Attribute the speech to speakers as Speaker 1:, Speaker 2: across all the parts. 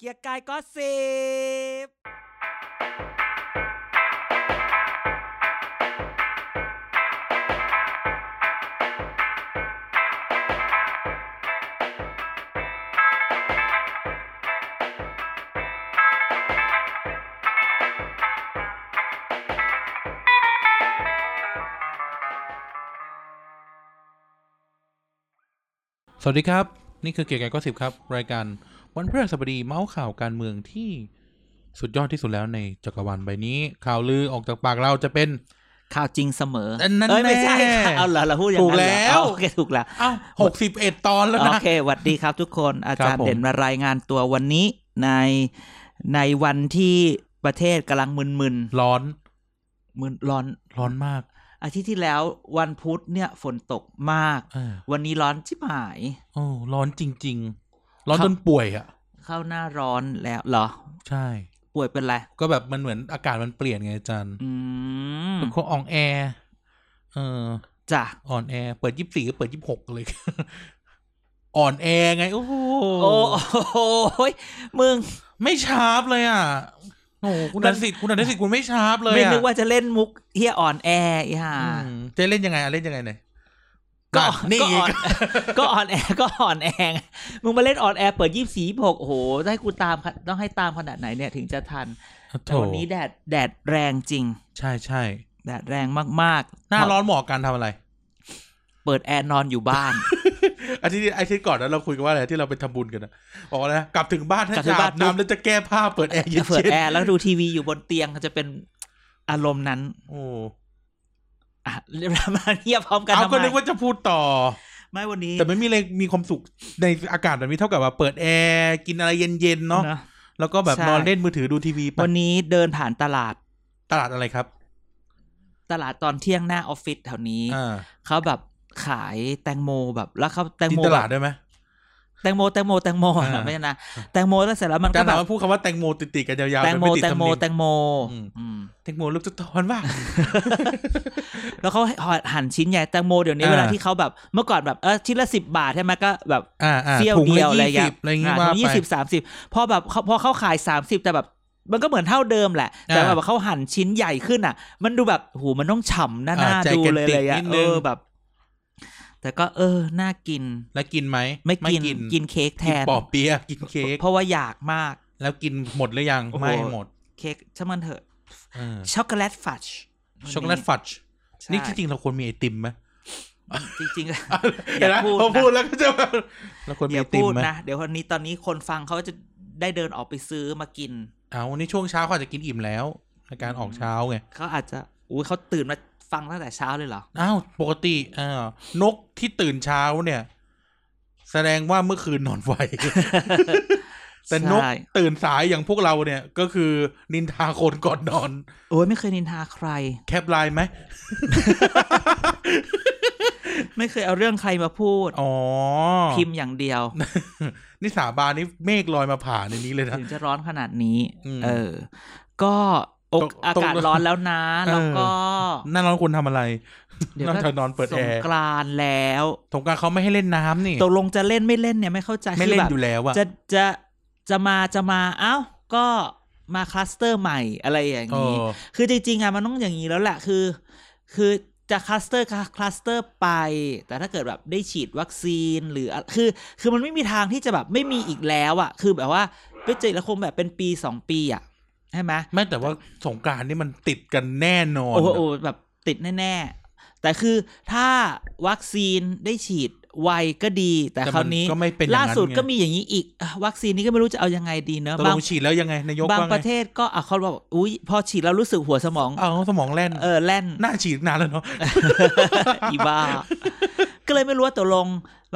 Speaker 1: กียร์กายก็สิบ
Speaker 2: สวัสดีครับ นี่คือเกียร์กายก็สิบครับ รายการวันพฤหัสบดีเมาส์ข่าวการเมืองที่สุดยอดที่สุดแล้วในจักรวาลใบนี้ ข่าวลือออกจากปากเราจะเป็น
Speaker 1: ข่าวจริงเสมอ
Speaker 2: อันนั้น
Speaker 1: เอ้ยไม่ใช่
Speaker 2: แน่
Speaker 1: ค่ะเอาเหรอเราพูดอย่างนั้นเหรอ
Speaker 2: ถูกแล้ว
Speaker 1: เอาโอเคถูกแล้ว
Speaker 2: เอ้าหกสิบเอ็ดตอนแล้ว
Speaker 1: โอ
Speaker 2: นะ
Speaker 1: เคสวัสดีครับทุกคนอาจารย์
Speaker 2: ผม
Speaker 1: เด่นมารายงานตัววันนี้ในในวันที่ประเทศกำลังมึนมึน
Speaker 2: ร้อน
Speaker 1: ๆมึนร้อน
Speaker 2: ร้อนมาก
Speaker 1: อาทิตย์ที่แล้ววันพุธเนี่ยฝนตกมาก
Speaker 2: เออ
Speaker 1: วันนี้ร้อนชิบหาย
Speaker 2: โอ้ร้อนจริง ๆ ร้อน
Speaker 1: ครับ
Speaker 2: จนป่วยอ่ะ
Speaker 1: เข้าหน้าร้อนแล้วเหรอ
Speaker 2: ใช่
Speaker 1: ป่วยเป็นไร
Speaker 2: ก็แบบมันเหมือนอากาศมันเปลี่ยนไงอาจารย์
Speaker 1: อืม
Speaker 2: เป็นคนอ่อนแอ เออ
Speaker 1: จ้ะ
Speaker 2: อ่อนแอ เปิดยี่สิบสี่ก็เปิดยี่สิบหกเลย อ่อนแอไง โอ้โห
Speaker 1: โอ้โหยมึง
Speaker 2: ไม่ชาร์ปเลยอ่ะ โอ้โหคุณ
Speaker 1: มั
Speaker 2: นั
Speaker 1: น
Speaker 2: นสิทธิ์คุณนันสิทธิ์คุณไม่ชาร์ปเลย
Speaker 1: ไม่
Speaker 2: อ่ะ
Speaker 1: นึกว่าจะเล่นมุกเฮียอ่อนแออีห่า
Speaker 2: อืมจะเล่นยังไงอ่ะเล่นยังไงเนี่ย
Speaker 1: ก็
Speaker 2: นั่นนี่
Speaker 1: ก็
Speaker 2: อีก
Speaker 1: อ่อน ก็อ่อนแอก็อ่อนแอไงมึงมาเล่นอ่อนแอเปิดยี่สี่หกโอ้โหถ้าให้กูตามขนาดต้องให้ตามขนาดไหนเนี่ยถึงจะทันแต่
Speaker 2: โถ่
Speaker 1: วันนี้แดดแดดแรงจริง
Speaker 2: ใช่ใช่
Speaker 1: แดดแรงมากๆ
Speaker 2: หน้าร้อนเหมาะกับการทำอะไร
Speaker 1: เปิดแอร์นอนอยู่บ้าน
Speaker 2: อาทิตย์อาทิตย์ก่อนนั้นเราคุยกันว่าอะไรที่เราไปทำบุญกันนะบอกว่าอะไรนะกลับถึงบ้านให้
Speaker 1: กลับถึง
Speaker 2: อา
Speaker 1: บ้าน
Speaker 2: บน้ำแล้วจะแก้ผ้าเปิดแอร์เย็น
Speaker 1: เปิด
Speaker 2: เย็น
Speaker 1: แอร์แล้วดูทีวีอยู่บนเตียงจะเป็นอารมณ์นั้น
Speaker 2: โอ้
Speaker 1: อ่ะเรียบร้อยมาเทียบพร้อมกัน
Speaker 2: เอา
Speaker 1: ทำไม
Speaker 2: ก็นึกว่าจะพูดต่อ
Speaker 1: ไม่วันนี้
Speaker 2: แต่ไม่มีเลยมีความสุขในอากาศแบบนี้เท่ากับว่าเปิดแอร์กินอะไรเย็นๆเนาะ
Speaker 1: เนอะ
Speaker 2: แล้วก็แบบ
Speaker 1: ใช่
Speaker 2: นอนเล่นมือถือดูทีวีไป
Speaker 1: วันนี้เดินผ่านตลาด
Speaker 2: ตลาดอะไรครับ
Speaker 1: ตลาดตอนเที่ยงหน้าออฟฟิศแถวนี้
Speaker 2: อ่า
Speaker 1: เขาแบบขายแตงโมแบบแล้วเขาแตง
Speaker 2: จิน
Speaker 1: โม
Speaker 2: ต
Speaker 1: แบ
Speaker 2: ลาด
Speaker 1: บ
Speaker 2: ได้ไหม
Speaker 1: แตงโมแตงโมแตงโมอ่ะ
Speaker 2: อ่า
Speaker 1: ไม่ใช่นะแตงโมแล้วเสร็จแล้วมัน
Speaker 2: กา
Speaker 1: ก็
Speaker 2: ร
Speaker 1: แบ
Speaker 2: ถาม
Speaker 1: บ
Speaker 2: ว่าพูดคำว่าแตงโมติดติดๆกันยาวๆ
Speaker 1: แตงโม
Speaker 2: มันไม่ติด
Speaker 1: แตง
Speaker 2: สำ
Speaker 1: โม
Speaker 2: เนีย
Speaker 1: แตงโม
Speaker 2: อืม
Speaker 1: อืม
Speaker 2: แตงโมลูกจะตอนว่า
Speaker 1: แล้วเขาให้หั่นชิ้นใหญ่แตงโมเดี๋ยวนี้
Speaker 2: อ่า
Speaker 1: เวลาที่เขาแบบเมื่อก่อนแบบเออชิ้นละสิบบาทใช่ไหมก็แบบ
Speaker 2: อ่าอ่า
Speaker 1: เสี้ยว
Speaker 2: ถุง
Speaker 1: เดียวอะไร
Speaker 2: ละ
Speaker 1: อย่าง
Speaker 2: ยี่
Speaker 1: เงี้
Speaker 2: สิบอะไรอย่าง
Speaker 1: ย
Speaker 2: งี้ว่า
Speaker 1: ยี่สิ
Speaker 2: ไป
Speaker 1: บสามสิบพอแบบเขาพอเขาขายสามสิบแต่แบบ มันก็เหมือนเท่าเดิมแหละ แต่
Speaker 2: อ่า
Speaker 1: แบบเขาหั่นชิ้นใหญ่ขึ้นอ่ะ มันดูแบบหูมันต้องฉ่ำหน้าห
Speaker 2: อ่า
Speaker 1: น้า
Speaker 2: ใจ
Speaker 1: ดู
Speaker 2: กระ
Speaker 1: เลย
Speaker 2: ติ
Speaker 1: เล
Speaker 2: ก
Speaker 1: ยอ่ะ
Speaker 2: นิด
Speaker 1: เอ
Speaker 2: นึง
Speaker 1: อแบบ แต่ก็เออน่ากิน
Speaker 2: แล้วกินไหม
Speaker 1: ไม่กินกินเค้กแท
Speaker 2: กิน
Speaker 1: น
Speaker 2: ปอบเปียะกินเค้ก
Speaker 1: เพราะว่าอยากมาก
Speaker 2: แล้วกินหมดหรือยัง
Speaker 1: โอ้โห
Speaker 2: ไม่หมด
Speaker 1: เค้กช่างมันเถอะ
Speaker 2: เออ
Speaker 1: ช็อกโกแลตฟัช
Speaker 2: ช็อกโกแลตฟัดช์นี่
Speaker 1: นี่
Speaker 2: ที่จริงเราควรมีไอติมไหม
Speaker 1: จริงจริงๆ
Speaker 2: เห็นไหม
Speaker 1: พูดนะ
Speaker 2: พอพูดแล้วก็จะแบบเราควรมี
Speaker 1: อย่า
Speaker 2: ไอติม
Speaker 1: พูด
Speaker 2: ไหม
Speaker 1: นะ เดี๋ยวคนนี้ตอนนี้คนฟังเขาจะได้เดินออกไปซื้อมากิน
Speaker 2: เอาวันนี้ช่วงเช้าเขาอาจจะกินอิ่มแล้วในการออกเช้าไง
Speaker 1: เขาอาจจะอุ้ยเขาตื่นมาฟังตั้งแต่เช้าเลยเหรอ
Speaker 2: อ้าวปกติอ่านกที่ตื่นเช้าเนี่ย แสดงว่าเมื่อคืนนอนไว แต่นก
Speaker 1: ใช่
Speaker 2: ตื่นสายอย่างพวกเราเนี่ยก็คือนินทาคนก่อนนอน
Speaker 1: โอ้ยไม่เคยนินทาใคร
Speaker 2: แคปไลน์ไหม
Speaker 1: ไม่เคยเอาเรื่องใครมาพูด
Speaker 2: อ๋อ
Speaker 1: พิมพ์อย่างเดี ยว
Speaker 2: นี่สาบานนี่เมฆลอยมาผ่าในนี้เลยนะ
Speaker 1: ถึงจะร้อนขนาดนี้
Speaker 2: อืม
Speaker 1: เออ ก็อก
Speaker 2: ตก
Speaker 1: อากาศร้อนแล้วนะ
Speaker 2: เออ
Speaker 1: แล้วก็
Speaker 2: หน่าร้อนควรทำอะไร
Speaker 1: เดี๋ยวน
Speaker 2: อกจากนอนเปิด
Speaker 1: ส
Speaker 2: แอง ร์
Speaker 1: กรานต์แล้ว
Speaker 2: สงกรารเขาไม่ให้เล่นน้ำนี่
Speaker 1: ตกลงจะเล่นไม่เล่นเนี่ยไม่เข้าใจ
Speaker 2: ไม่
Speaker 1: คื
Speaker 2: เล่น
Speaker 1: แบบ
Speaker 2: อยู่แล้วอะ
Speaker 1: จะจะจะมาจะมาเอ้าก็มาคลัสเตอร์ใหม่อะไรอย่าง
Speaker 2: เอ
Speaker 1: นี้
Speaker 2: อ
Speaker 1: คือจริงๆอะมันต้องอย่างนี้แล้วแหละคือ คือจะคลัสเตอร์คลัสเตอร์ไป แต่ถ้าเกิดแบบได้ฉีดวัคซีนหรืออะคือ คือมันไม่มีทางที่จะแบบไม่มีอีกแล้วอะคือแบบว่าไปเจอแล้วคงแบบเป็นปีสองปีอะใช่ไหม
Speaker 2: แม้แต่ว่าสงกรารนี่มันติดกันแน่นอน
Speaker 1: โอ้โหโอ้โหแบบติดแน่ๆ แต่คือถ้าวัคซีนได้ฉีดไวก็ดี แต่
Speaker 2: แต่
Speaker 1: คราวนี้
Speaker 2: มัก็ไม่เป็นอย่ง
Speaker 1: ล่า
Speaker 2: นั้น
Speaker 1: สุดก็
Speaker 2: ไง
Speaker 1: มีอย่างนี้อีกอ่ะวัคซีนนี้ก็ไม่รู้จะเอายังไงดีเนอะ
Speaker 2: ตกล
Speaker 1: บาง
Speaker 2: งฉีดแล้วยังไงนายก
Speaker 1: บาง
Speaker 2: ว่าไง
Speaker 1: ประเทศก็อ่ะเขาบอกอุ้ยพอฉีดแล้วรู้สึกหัวสมอง
Speaker 2: เอาสมองแล่น
Speaker 1: เออแล่น
Speaker 2: หน้าฉีดนานแล้วเนาะ
Speaker 1: อี บ้า ก็เลยไม่รู้ว่าตกลง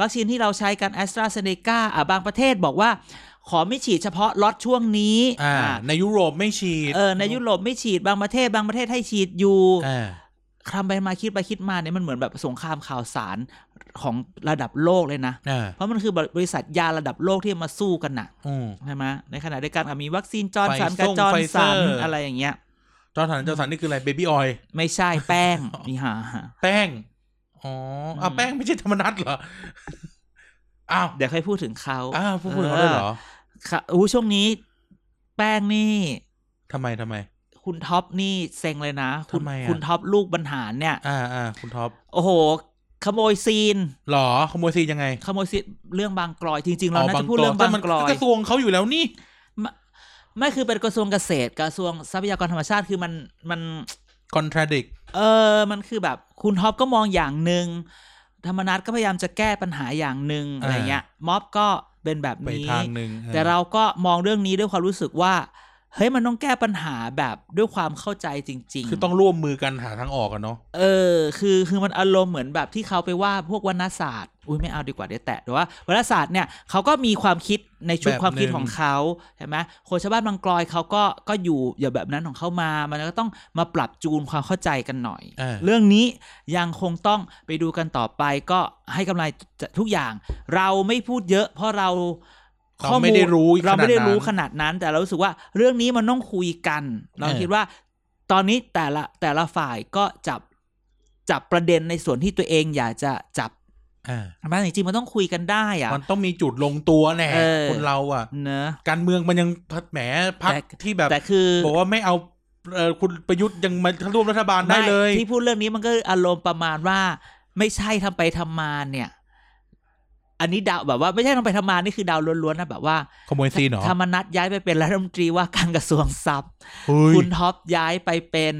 Speaker 1: วัคซีนที่เราใช้กันแอสตราเซเนกาอ่ะบางประเทศบอกว่า ขอไม่ฉีดเฉพาะล็อตช่วงนี้
Speaker 2: อ่า
Speaker 1: อ่ะ
Speaker 2: ในยุโรปไม่ฉีด
Speaker 1: เออในยุโรปไม่ฉีดบางประเทศ บางประเทศให้ฉีดอยู่
Speaker 2: อ่า
Speaker 1: คำไปมาคิดไปคิดมาเนี่ยมันเหมือนแบบสงครามข่าวสารของระดับโลกเลยนะ
Speaker 2: อ่า
Speaker 1: เพราะมันคือบริบริษัทยาระดับโลกที่มาสู้กันน่ะ
Speaker 2: อืม
Speaker 1: ใช่ไหมในขณะเดียวกันอ่ะมีวัคซีนจอร์นสัน
Speaker 2: ไฟ
Speaker 1: กับ
Speaker 2: ซ่ง
Speaker 1: จอร์น
Speaker 2: ไฟเซอ
Speaker 1: สั
Speaker 2: ร์
Speaker 1: นอะไรอย่างเงี้ย
Speaker 2: จอร์นสันจอร์นสันนี่คืออะไรเบบี้ออย
Speaker 1: ไม่ใช่แป้ ง นี่ฮะ
Speaker 2: แป้งอ๋ออ่ะ
Speaker 1: อืม
Speaker 2: แป้งไม่ใช่ธรรมนัตเหรออ้าว
Speaker 1: เดี๋ยวค่อยพูดถึงเขา
Speaker 2: อ้าวพูดถึงเขาด้วยเหรอ
Speaker 1: ค่ะอู้ช่วงนี้ แป้งนี่
Speaker 2: ทำไมทำไม
Speaker 1: คุณท็อปนี่เซ็งเลยนะคุณ
Speaker 2: ทำไมอะ
Speaker 1: คุณท็อปลูกบรรหารเนี่ย
Speaker 2: อ่าอ่าคุณท็อป
Speaker 1: โอ้โห ขโมยซีน
Speaker 2: หรอขโมยซีนยังไง
Speaker 1: ขโมยซีนเรื่องบางกลอยจริง ๆ เราน่า
Speaker 2: อ๋
Speaker 1: จะพูดเรื่อง
Speaker 2: แต่
Speaker 1: บาง
Speaker 2: มัน
Speaker 1: กลอย
Speaker 2: กระทรวงเขาอยู่แล้วนี่
Speaker 1: ไม่ไม่คือเป็นกระทรวงเกษตรกระทรวงทรัพยากรธรรมชาติคือมันมัน
Speaker 2: contradict
Speaker 1: เออ มันคือแบบคุณท็อปก็มองอย่างหนึ่งธรรมนัฐก็พยายามจะแก้ปัญหาอย่างหนึ่ง
Speaker 2: อ่า
Speaker 1: อะไรเงี้ย ม็อบก็เป็นแบบ
Speaker 2: ไป
Speaker 1: นี้
Speaker 2: ทางหนึ่งออ
Speaker 1: แต่เราก็มองเรื่องนี้ด้วยความรู้สึกว่า เฮ้ยมันต้องแก้ปัญหาแบบด้วยความเข้าใจจริง ๆ
Speaker 2: คือต้องร่วมมือกันหาทางออกกันเนาะ
Speaker 1: เออคือคือมันอารมณ์เหมือนแบบที่เขาไปว่าพวกวรรณศาสตร์อุ้ยไม่เอาดีกว่าเดี๋ยวแตะแต่ว่าวรรณศาสตร์เนี่ยเขาก็มีความคิดในชุดความคิดของเขาใช่ไหมคนชาวบ้านบางกลอยเขาก็ก็อยู่อย่าแบบนั้นของเขามา มันก็ต้องมาปรับจูนความเข้าใจกันหน่อย
Speaker 2: อ่า
Speaker 1: เรื่องนี้ยังคงต้องไปดูกันต่อไปก็ให้กำไรทุกอย่าง เราไม่พูดเยอะ เพราะเรา
Speaker 2: เราไม่ได้รู้
Speaker 1: เราไม่ได้รู้
Speaker 2: ข
Speaker 1: ข
Speaker 2: นาดนั้น
Speaker 1: นาดนั้น แต่เรารู้สึกว่าเรื่องนี้มันต้องคุยกัน เราคิดว่า ตอนนี้แต่ละแต่ละฝ่ายก็จับจับประเด็นในส่วนที่ตัวเองอยากจะจับ
Speaker 2: อ่า
Speaker 1: มันจริงๆมันต้องคุยกันได้อะ
Speaker 2: มันต้องมีจุดลงตัวแน่
Speaker 1: เออ
Speaker 2: คนเราอ่ะ
Speaker 1: เนอะ
Speaker 2: การเมืองมันยังพัดแหมพัก
Speaker 1: แต่
Speaker 2: ที่แบบ
Speaker 1: แต่คือ
Speaker 2: บอกว่าไม่เอาเออคุณประยุทธ์ยังมาร่วมรัฐบาลได้
Speaker 1: ม่
Speaker 2: เลย
Speaker 1: ที่พูดเรื่องนี้มันก็อารมณ์ประมาณว่า ไม่ใช่ทำไปทำมาเนี่ย อันนี้เดาวแบบว่าไม่ใช่ทำไปทำมานี่คือเดาวล้วนๆนะแบบว่า
Speaker 2: ขโมยซีนเหรอ
Speaker 1: ธรรมนัฐย้ายไปเป็นรัฐมนตรีว่าการกระทรวงทรัพย์
Speaker 2: เฮ้ย
Speaker 1: คุณท็อปย้ายไปเป็น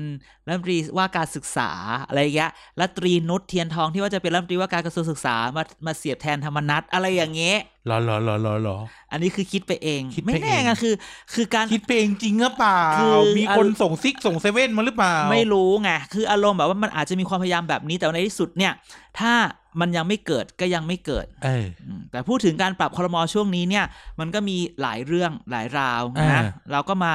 Speaker 1: รัฐมนตรีว่าการศึกษาอะไรอย่างเงี้ยรัฐตรีนุชเทียนทองที่ว่าจะเป็นรัฐมนตรีว่าการกระทรวงศึกษามามาเสียบแทนธรรมนัฐอะไรอย่างเงี้ย
Speaker 2: เหรอเหรอเหรอเหรอเหรอ
Speaker 1: อันนี้คือคิดไปเอง
Speaker 2: คิดไป
Speaker 1: ไม่แน่
Speaker 2: เอง
Speaker 1: ไงคือ คือการ
Speaker 2: คิดไปเองจริงหรือเปล่า
Speaker 1: คือ
Speaker 2: มีคนส่งซิกส่งเซเว่นมาหรือเปล่า
Speaker 1: ไม่รู้ไงคืออารมณ์แบบว่ามันอาจจะมีความพยายามแบบนี้แต่ว่าในที่สุดเนี่ย ถ้ามันยังไม่เกิดก็ยังไม่เกิด
Speaker 2: เออ
Speaker 1: อืมแต่พูดถึงการปรับคอรมอช่วงนี้เนี่ย มันก็มีหลายเรื่องหลายราวนะ
Speaker 2: อ่า
Speaker 1: เราก็มา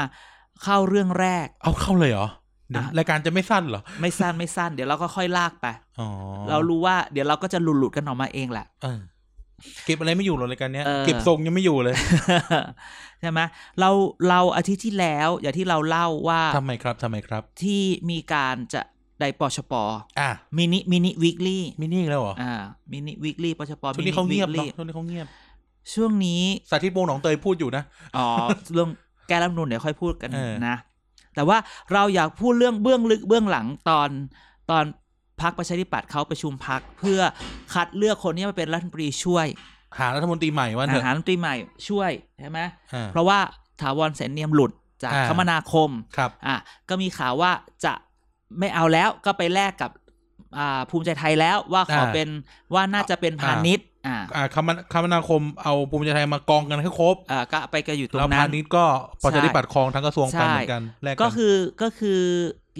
Speaker 1: เข้าเรื่องแรก
Speaker 2: เอาเข้าเลยเหรอเดี๋ยว
Speaker 1: อ่ะ
Speaker 2: รายการจะไม่สั้นเหรอ
Speaker 1: ไม่สั้นไม่สั้น เดี๋ยวเราก็ค่อยลากไป
Speaker 2: อ๋อ
Speaker 1: เรารู้ว่าเดี๋ยวเราก็จะหลุดหลุดๆกันออกมาเองแหละ
Speaker 2: เออเก็บอะไรไม่อยู่หรอรายการเนี้ย
Speaker 1: เออ
Speaker 2: เก็บทรงยังไม่อยู่เลย
Speaker 1: ใช่ไหมเราเราอาทิตย์ที่แล้ว อย่างที่เราเล่าว่า
Speaker 2: ทำไมครับทำไมครับ
Speaker 1: ที่มีการจะไดปชป
Speaker 2: อ่ะ
Speaker 1: มินิมินิวิกลี่
Speaker 2: มินี่อีกแล้วเหรอ
Speaker 1: อ่ามินิวิกลี่ปชป
Speaker 2: ช่วงนี้เขาเงียบเนาะ
Speaker 1: มินิ weekly
Speaker 2: ช่วงนี้เขาเงียบ
Speaker 1: ช่วงนี้
Speaker 2: สาธิตวงศ์หนองเตยพูดอยู่นะ
Speaker 1: อ๋อ เรื่องแก้รัฐธรรมนูนเดี๋ยวค่อยพูดกัน
Speaker 2: เออ
Speaker 1: นะ แต่ว่าเราอยากพูดเรื่องเบื้องลึกเบื้องหลังตอนตอนพักประชาธิปัตย์เขาประชุมพักเพื่อคัดเลือกคนที่มาเป็นรัฐมนตรีช่วย
Speaker 2: หารัฐมนตรีใหม่ว่าเถอะ
Speaker 1: หารัฐมนตรีใหม่ช่วยใช่ไหม
Speaker 2: อ่า
Speaker 1: เพราะว่าถาวรเสนเนียมหลุดจาก
Speaker 2: อ่า
Speaker 1: คมนาคม
Speaker 2: ครับ
Speaker 1: อ่ะก็มีข่าวว่าจะไม่เอาแล้วก็ไปแลกกับอ่าภูมิใจไทยแล้วว่าขออาเป็นว่าน่าจะเป็นพา
Speaker 2: อ่า
Speaker 1: ณิชย์อ่า
Speaker 2: อ่าคมนาคมนาคมเอาภูมิใจไทยมากองกันให้ครบ
Speaker 1: อ่าก็ไปกันอยู่ตร
Speaker 2: แล้ว
Speaker 1: งนั้
Speaker 2: พาน ณิชย์ก็ประชาธิปัตย์ครองทั้งกระทรวง
Speaker 1: ใช่
Speaker 2: ไปเหมือนกันแลกน
Speaker 1: ก็คือก็คือ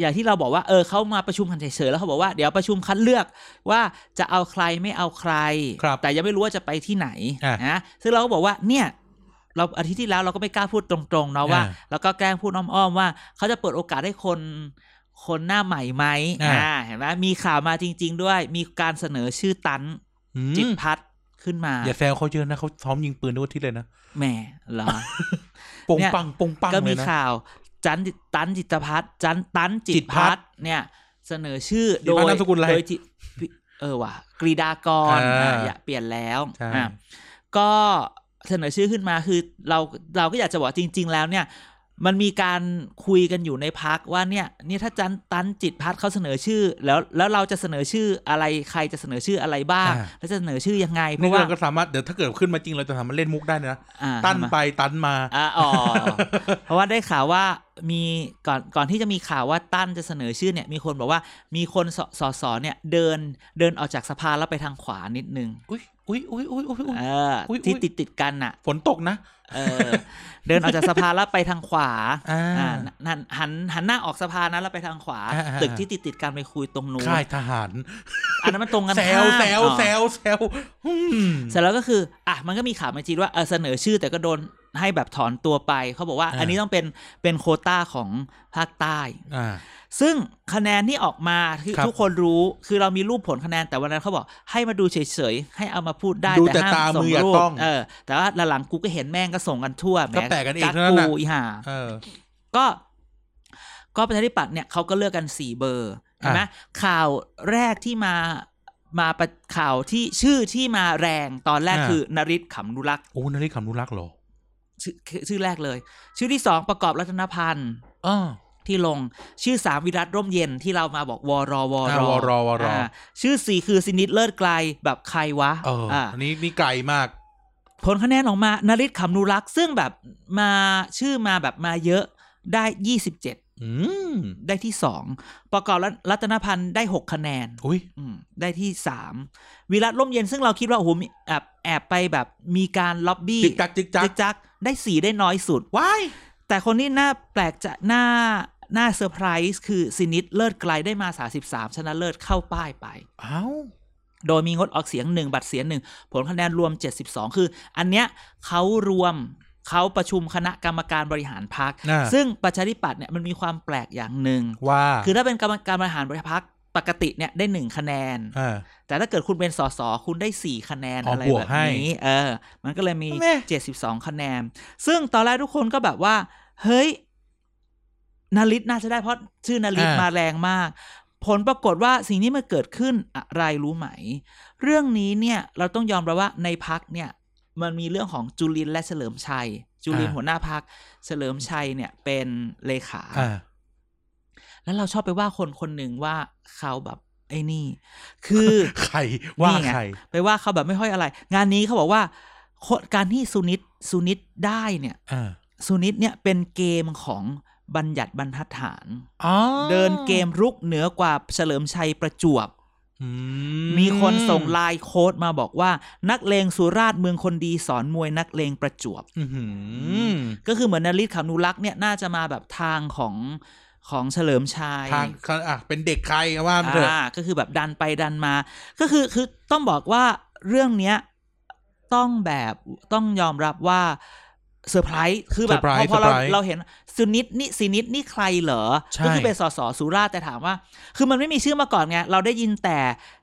Speaker 1: อย่างที่เราบอกว่าเออเขามาประชุมกันเฉยๆแล้วเขาบอกว่าเดี๋ยวประชุมคัดเลือกว่าจะเอาใครไม่เอาใคร
Speaker 2: ครับ
Speaker 1: แต่ยังไม่รู้ว่าจะไปที่ไหน
Speaker 2: อ่ะ
Speaker 1: นะซึ่งเราก็บอกว่าเนี่ย เราอาทิตย์ที่แล้วเราก็ไม่กล้าพูดตรงๆเนาะว่า
Speaker 2: อ่ะ
Speaker 1: แล้วก็แกล้งพูดอ้อมๆว่าเขาจะเปิดโอกาสให้คนคนหน้าใหม่ไหม
Speaker 2: อ่ะ
Speaker 1: อ่าเห็นไหมมีข่าวมาจริง ๆ ด้วย มีการเสนอชื่อตัน
Speaker 2: อืม
Speaker 1: จิตพัฒน์ขึ้นมา
Speaker 2: อย่าแซวเขาเยอะนะเขาซ้อมยิงปืนทุกอาทิตย์เลยนะ
Speaker 1: แหมเหรอ
Speaker 2: ปง
Speaker 1: เนี่ย
Speaker 2: ปังปงปัง
Speaker 1: ก็
Speaker 2: เล
Speaker 1: มี
Speaker 2: ยนะ
Speaker 1: ข่าวจันจิตันจิตพัฒน์จันตันจิ
Speaker 2: จิ
Speaker 1: ต
Speaker 2: ตพั
Speaker 1: พัฒ
Speaker 2: ฒน์
Speaker 1: น์เนี่ย เสนอชื่อโด
Speaker 2: จิตพัฒน์
Speaker 1: ย
Speaker 2: นามสกุลอะไร
Speaker 1: โดยจิพิเออว่ะกรีดากร
Speaker 2: อ่า
Speaker 1: อ่ะอย่าเปลี่ยนแล้ว
Speaker 2: ใช่
Speaker 1: อ่ะก็เสนอชื่อขึ้นมาคือเราเราก็อยากจะบอกจริง ๆ แล้วเนี่ย มันมีการคุยกันอยู่ในพักว่าเนี่ยเนี่ยถ้าจันตันจิตพัฒน์เขาเสนอชื่อ แล้วแล้วเราจะเสนอชื่ออะไรใครจะเสนอชื่ออะไรบ้าง แล้วจะเสนอชื่อยังไงเพ
Speaker 2: นี่
Speaker 1: ราะว่า
Speaker 2: เราก็สามารถเดี๋ยวถ้าเกิดขึ้นมาจริงเราจะสามารถเล่นมุกได้นะ
Speaker 1: อ่า
Speaker 2: ตั้น
Speaker 1: ทำไม
Speaker 2: ไปตันมา
Speaker 1: อ่ะอ๋อ เพราะว่าได้ข่าวว่ามีก่อนก่อนที่จะมีข่าวว่าตั้นจะเสนอชื่อเนี่ย มีคนบอกว่ามีคนสสสเนี่ยเดินเดินออกจากสภาแล้วไปทางขวานิดนึง
Speaker 2: อุ้ยอุ้ยอุ้ยอุ้ยอุ้ยอุ้ย
Speaker 1: เอออย ที่
Speaker 2: อุ๊ย
Speaker 1: ติดติดกันน่ะ
Speaker 2: ฝนตกนะ
Speaker 1: เออ เดินออกจากสภาแล้วไปทางขวา
Speaker 2: อ่า
Speaker 1: อ่าหันหันหันหน้าออกสภานะแล้วไปทางขวา
Speaker 2: อ่าอ่า
Speaker 1: ตึกที่ติดติดกันไปคุยตรงนู้น
Speaker 2: ค่ายทหาร
Speaker 1: อันนั้นมันตรงกัน
Speaker 2: แซว
Speaker 1: ข้าม
Speaker 2: แซว
Speaker 1: อ๋อ
Speaker 2: แซวแซวอืม
Speaker 1: เสร็จแล้วก็คืออ่ะมันก็มีข่าวมาจีนว่าเออเสนอชื่อแต่ก็โดนให้แบบถอนตัวไป เขาบอกว่า
Speaker 2: อ่า
Speaker 1: อันนี้ต้องเป็นเป็นโควต้าของภาคใต้
Speaker 2: อ่า
Speaker 1: ซึ่งคะแนนที่ออกมาคือ
Speaker 2: ครับ
Speaker 1: ทุกคนรู้คือเรามีรูปผลคะแนนแต่วันนั้นเขาบอกให้มาดูเฉยๆ ให้เอามาพูดได้
Speaker 2: ดู
Speaker 1: แต่
Speaker 2: แต่
Speaker 1: ห้าม
Speaker 2: ตา
Speaker 1: ส่
Speaker 2: มื
Speaker 1: ง
Speaker 2: ออย่า
Speaker 1: รูป
Speaker 2: ต้อง
Speaker 1: เออแต่ว่าหลังๆกูก็เห็นแม่งก็ส่งกันทั่วหม
Speaker 2: ก็แปะกันเอง
Speaker 1: กัก
Speaker 2: เท่านั้น
Speaker 1: กู
Speaker 2: น่ะ
Speaker 1: อีห่า
Speaker 2: เออ
Speaker 1: ก็ก็ประชาธิปัตย์เนี่ยเขาก็เลือกกันสี่เบอร์ใช่ไหม
Speaker 2: อ่ะ
Speaker 1: ข่าวแรกที่มามาประข่าวที่ชื่อที่มาแรงตอนแรกคืออนริศขำนุรักษ์
Speaker 2: โอ้นาฬิกานุรักษ์เหรอ
Speaker 1: ชื่อชื่อแรกเลย ชื่อที่สองประกอบรัตนพันธ์
Speaker 2: อ้อ
Speaker 1: ที่ลงชื่อสามวิรัตร่มเย็นที่เรามาบอกวอรอวอร
Speaker 2: อ่าวรวร
Speaker 1: าชื่อสี่คือสินิดเลิศไกลแบบใครวะ
Speaker 2: เอออา อันนี้นี่ไกลมาก
Speaker 1: ผลคะแนนออกมานาริศขำนุรักษ์ซึ่งแบบมาชื่อมาแบบมาเยอะได้ 27
Speaker 2: อืม
Speaker 1: ได้ที่ 2 ประกอบรัตรัตนพันธ์ได้ 6 คะแนน
Speaker 2: อุ้ย
Speaker 1: อืมได้ที่ 3 วิรัตร่มเย็นซึ่งเราคิดว่า โอ้โหมีแอบแอบไปแบบมีการล็อบบี้
Speaker 2: จิกจักจิกจัก
Speaker 1: จิกจักได้ 4 ได้น้อยสุด
Speaker 2: ว้าย
Speaker 1: แต่คนที่น่าแปลกจะน่าน่าเซอร์ไพรส์คือซินิดเลิศไกลได้มา 33 ชนะเลิศเข้าป้ายไป
Speaker 2: เอ้า
Speaker 1: โดยมีงดออกเสียงหนึ่งบัตรเสียหนึ่งผลคะแนนรวม 72 คือ อันเนี้ยเขารวมเขาประชุมคณะกรรมการบริหารพัก
Speaker 2: น่ะ
Speaker 1: ซึ่งประชาธิปัตย์เนี่ยมันมีความแปลกอย่างหนึ่ง
Speaker 2: ว่า
Speaker 1: คือถ้าเป็นกรรมการบริหารบริพักปกติเนี่ยได้หนึ่งคะแนน
Speaker 2: อ่า
Speaker 1: แต่ถ้าเกิดคุณเป็นสสคุณได้สี่คะแนน
Speaker 2: อ๋ออ
Speaker 1: อะไร
Speaker 2: บวก
Speaker 1: แบบ
Speaker 2: ให้
Speaker 1: นี้เออ มันก็เลยมี
Speaker 2: แม่
Speaker 1: เจ็ดสิบสองคะแนน ซึ่งตอนแรกทุกคนก็แบบว่า เฮ้ยนาริตน่าจะได้เพราะชื่อนาริตมาแรงมาก ผลปรากฏว่าสิ่งนี้มันเกิดขึ้นอะไรรู้ไหม เรื่องนี้เนี่ย เราต้องยอมรับว่าในพักเนี่ย มันมีเรื่องของจุลินทร์และเฉลิมชัย จุลินทร์หัวหน้าพักเฉลิมชัยเนี่ยเป็นเลขา
Speaker 2: อ่า
Speaker 1: แล้วเราชอบไปว่าคนคนหนึ่งว่าเขาแบบไอ้นี่ คือ
Speaker 2: ใครว่า
Speaker 1: นี่ไง
Speaker 2: ใคร
Speaker 1: ไปว่าเขาแบบไม่ค่อยอะไร งานนี้เขาบอกว่าคนการที่สุนิตสุนิตได้เนี่ย
Speaker 2: อ่า
Speaker 1: สุนิตเนี่ยเป็นเกมของบัญญัติบรรทัดฐาน
Speaker 2: อ๋อ
Speaker 1: เดินเกมรุกเหนือกว่าเฉลิมชัยประจวบ
Speaker 2: อื
Speaker 1: มีคนส่งไลน์โค้ดมาบอกว่า นักเลงสุราษฎร์เมืองคนดีสอนมวยนักเลงประจวบ
Speaker 2: อื้อหือ
Speaker 1: ก็คือเหมือนนริศขาวนุรักษ์เนี่ยน่าจะมาแบบทางของของเฉลิมชัย
Speaker 2: ทางอ่ะเป็นเด็กใครว่ามันเถอะ
Speaker 1: อ่าก็คือแบบดันไปดันมา ก็คือคือต้องบอกว่าเรื่องเนี้ยต้องแบบต้องยอมรับว่าเซอร์ไพรส์คือแบบ
Speaker 2: เซร์ไพร
Speaker 1: พอ
Speaker 2: ส์
Speaker 1: พอเรา
Speaker 2: ซร์ไพส์
Speaker 1: เราเห็นสุนิตนี่สินิตนี่ใครเหรอ
Speaker 2: ใช่
Speaker 1: ก็คือเป็นสสสุราษฎร์แต่ถามว่า คือมันไม่มีชื่อมาก่อนไง เราได้ยินแต่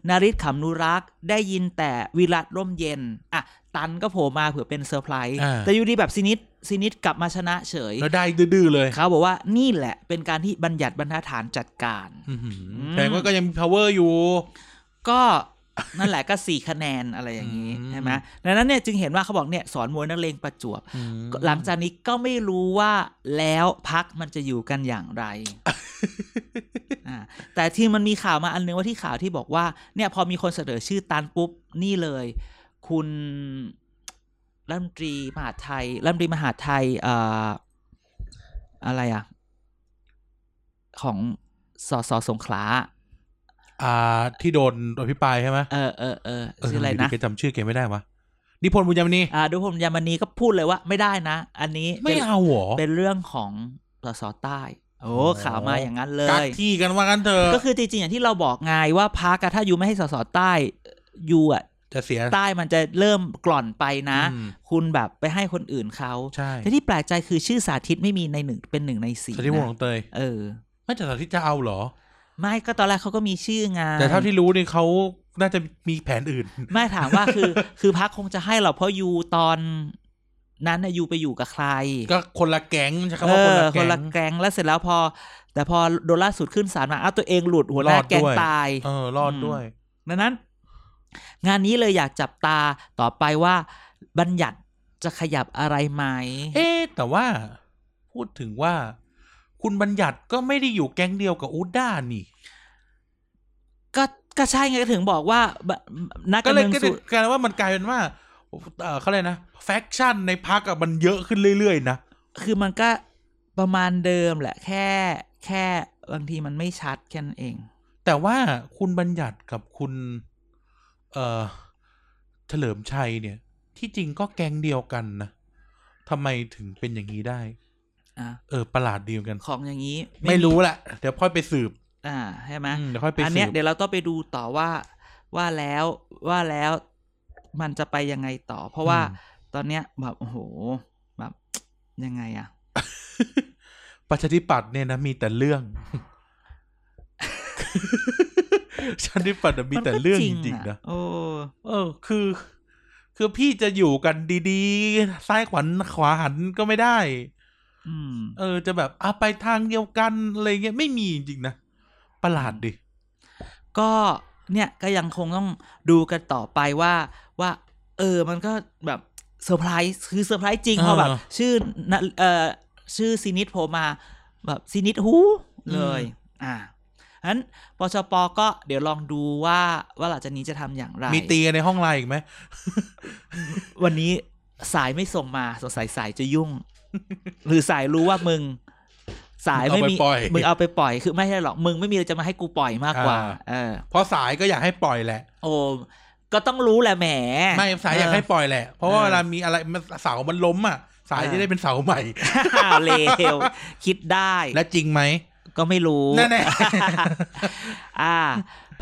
Speaker 1: นาริศขำนุรักษ์ ได้ยินแต่วิรัตร่มเย็น อ่ะ ตันก็โผล่มาเผื่อเป็นเซอร์ไพรส์
Speaker 2: อ่า
Speaker 1: แต่อยู่ดีแบบสินิตสินิตกลับมาชนะเฉย
Speaker 2: แล้วได้ดื้อๆเลย
Speaker 1: เขาบอกว่านี่แหละเป็นการที่บัญญัติบรรทัดฐานจัดการ
Speaker 2: อื้อหืออ
Speaker 1: ม
Speaker 2: แต่ว่าก็ยังมี power อยู่
Speaker 1: ก็นั่นแหละก็สี่คะแนนอะไรอย่างนี้
Speaker 2: อืม
Speaker 1: ใช่ไหมดังนั้นเนี่ยจึงเห็นว่าเขาบอกเนี่ยสอนมวยนักเลงประจวบ หลังจากนี้ก็ไม่รู้ว่าแล้วพักมันจะอยู่กันอย่าง ไรอ่าแต่ที่มันมีข่าวมาอันนึงว่าที่ข่าวที่บอกว่า เนี่ยพอมีคนเสนอชื่อตันปุ๊บนี่เลย คุณรัฐมนตรีมหาดไทยรัฐมนตรีมหาดไทยเอ่ออะไรอะของสสสงขลา
Speaker 2: อ่าที่โดนอภิปรายใช่ไหม
Speaker 1: เออเออเออ
Speaker 2: เ
Speaker 1: ชื่ออะไร
Speaker 2: ยู่ดี
Speaker 1: นะ
Speaker 2: แกจำชื่อแกไม่ได้วะนิพนธ์บุญยมณี
Speaker 1: อ่าดูผมยามณีก็พูดเลยว่าไม่ได้นะ อันนี้
Speaker 2: ไม่
Speaker 1: เป็น
Speaker 2: เอาเหรอ
Speaker 1: เป็นเรื่องของสสใต้ โอ้
Speaker 2: อ๋อ
Speaker 1: ข่าวมาอย่างนั้นเล
Speaker 2: กัก
Speaker 1: ย
Speaker 2: ที่กันว่ากันเถอะ
Speaker 1: ก็คือจริงๆอย่างที่เราบอกไงว่าพักถ้าอยู่ไม่ให้สสใต้อยู่อ่ะ
Speaker 2: จะเสีย
Speaker 1: ใต้มันจะเริ่มกล่อนไปนะ
Speaker 2: อืม
Speaker 1: คุณแบบไปให้คนอื่นเขา
Speaker 2: ใช่
Speaker 1: แต่ที่แปลกใจคือชื่อสาธิตไม่มีในหนึ่งเป็นหนึ่งในสี่
Speaker 2: สาธิตวงศ์หล
Speaker 1: นะ
Speaker 2: วงเตย
Speaker 1: เออ
Speaker 2: ไม่แต่สาธิตจะเอาเหรอ
Speaker 1: ไม่ก็ตอนแรกเขาก็มีชื่อไง
Speaker 2: แต่เท่าที่รู้นี่เขาน่าจะมีแผนอื่น
Speaker 1: ไม่ถามว่าคือ คือพักคงจะให้เราเพราะยูตอนนั้นน่ะยูไปอยู่กับใคร
Speaker 2: ก็คนละแก๊งใช่คำ
Speaker 1: เอ
Speaker 2: ว่าค
Speaker 1: อ
Speaker 2: นละ
Speaker 1: คน
Speaker 2: แก๊
Speaker 1: ละ
Speaker 2: ง
Speaker 1: แก๊งแล้วเสร็จแล้วพอ แต่พอโดนล่าสุดขึ้นศาลมาอ้าวตัวเองหลุดหัวห
Speaker 2: ร
Speaker 1: น้า
Speaker 2: อด
Speaker 1: แก๊ง
Speaker 2: ด้วย
Speaker 1: ตาย
Speaker 2: เออ รอดด้วย
Speaker 1: ดังนั้น งานนี้เลยอยากจับตาต่อไปว่า บัญญัติจะขยับอะไรไหม
Speaker 2: เอ๊ะแต่ว่าพูดถึงว่า คุณบัญญัติก็ไม่ได้อยู่แก๊งเดียวกับอูดด้านี่
Speaker 1: ก็ก็ใช่ไงก็ถึงบอกว่าบนัก
Speaker 2: ก็
Speaker 1: การ
Speaker 2: เลย
Speaker 1: เมือง
Speaker 2: ก็
Speaker 1: สุ
Speaker 2: เลยกลายว่ามันกลายเป็นว่า เออเขาเลยกนะแฟคชั่นในพักอะมันเยอะขึ้นเรื่อยๆนะ
Speaker 1: คือมันก็ประมาณเดิมแหละ แค่แค่บางทีมันไม่ชัดแค่นั้นเอง
Speaker 2: แต่ว่าคุณบัญญัติกับคุณ เอ่อเฉลิมชัยเนี่ย ที่จริงก็แก๊งเดียวกันนะทำไมถึงเป็นอย่างนี้ได้
Speaker 1: อ่ะ
Speaker 2: เออ ประหลาดดีเหมือนกัน
Speaker 1: ของอย่างนี้
Speaker 2: ไม่รู้แหละเดี๋ยวค่อยไปสืบ
Speaker 1: อ่าใช่ไหม
Speaker 2: อืมเดี๋ยวค่อยไป
Speaker 1: อัน
Speaker 2: สื
Speaker 1: เนี้ย
Speaker 2: บ
Speaker 1: เดี๋ยวเราต้องไปดูต่อว่าว่าแล้วว่าแล้วมันจะไปยังไงต่อ เพราะว่าตอนเนี้ยแบบโอ้โหแบบ ยังไงอะ
Speaker 2: ประชาธิปัตย์เนี่ยนะมีแต่เรื่อง ประชาธิปัตย์น่ะมีแต่เรื่องจริง
Speaker 1: อะ
Speaker 2: ๆนะ
Speaker 1: โอ้
Speaker 2: เออ คือ คือพี่จะอยู่กันดีๆ ซ้ายขวัญขวาหันก็ไม่ได้
Speaker 1: อืม
Speaker 2: เออ จะแบบอ่ะไปทางเดียวกันอะไรเงี้ยไม่มีจริงๆนะ ประหลาดดิ
Speaker 1: ก็เนี่ยก็ยังคงต้องดูกันต่อไปว่าว่า เออมันก็แบบ เซอร์ไพรส์คือเซอร์ไพรส์จริง
Speaker 2: อ่า
Speaker 1: พอแบบ ชื่อนะเอ่อชื่อซีนิดโผล่มาแบบซีนิดหูเลย อ่าฉะนั้นปชปก็เดี๋ยวลองดูว่าว่าหลังจากนี้จะทำอย่างไร
Speaker 2: มีตีกันในห้องไลน์อีกไหม
Speaker 1: วันนี้สายไม่ส่งมาสงสัยสายจะยุ่ง หรือสายรู้ว่ามึง สายไม่มี
Speaker 2: เอาไปปล่อย
Speaker 1: มึงเอาไปปล่อยคือไม่ใช่หรอกมึงไม่มีอะไรจะมาให้กูปล่อยมากกว่า
Speaker 2: อ่า
Speaker 1: เออ
Speaker 2: เพราะสายก็อยากให้ปล่อยแหละ
Speaker 1: โอ้ก็ต้องรู้แหละแหม
Speaker 2: ไม่สายอยากให้ปล่อยแหละ เพราะว่า
Speaker 1: เออ
Speaker 2: เวลามีอะไรมันเสามันล้มอ่ะ สาย
Speaker 1: เออ
Speaker 2: จะได้เป็นเสาใหม่
Speaker 1: อ้าว เลวคิดได้
Speaker 2: และจริงไหม
Speaker 1: ก็ไม่รู้
Speaker 2: นั่นแน่
Speaker 1: อ่า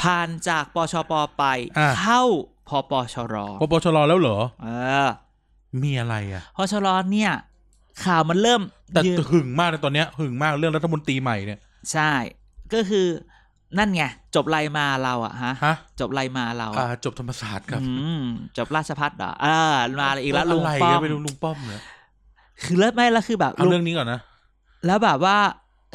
Speaker 1: ผ่านจากปชปไป
Speaker 2: อ่า
Speaker 1: เข้าพปชร
Speaker 2: ปปชรแล้วเหรอ
Speaker 1: เออ
Speaker 2: มีอะไรอ่ะ
Speaker 1: พชรเนี่ย ข่าวมันเริ่ม
Speaker 2: แต่
Speaker 1: ยืน
Speaker 2: หึงมากเลยตอนเนี้ยหึงมากเรื่องรัฐมนตรีใหม่เนี่ย
Speaker 1: ใช่ ก็คือนั่นไง จบไรมาเราอะฮะ
Speaker 2: ฮะ
Speaker 1: จบไรมาเรา
Speaker 2: อ่า
Speaker 1: อะ
Speaker 2: จบธรรมศาสตร์ครับ
Speaker 1: อืมจบราชพัฒน์เหรออ่ามาอีกแล้วลุง
Speaker 2: ไร
Speaker 1: ป้อม
Speaker 2: ไม่รู้ลุงป้อมเหรอ
Speaker 1: คือเลิศไม่และคือแบบ
Speaker 2: เอา
Speaker 1: ลุง
Speaker 2: เรื่องนี้ก่อนนะ
Speaker 1: แล้วแบบว่า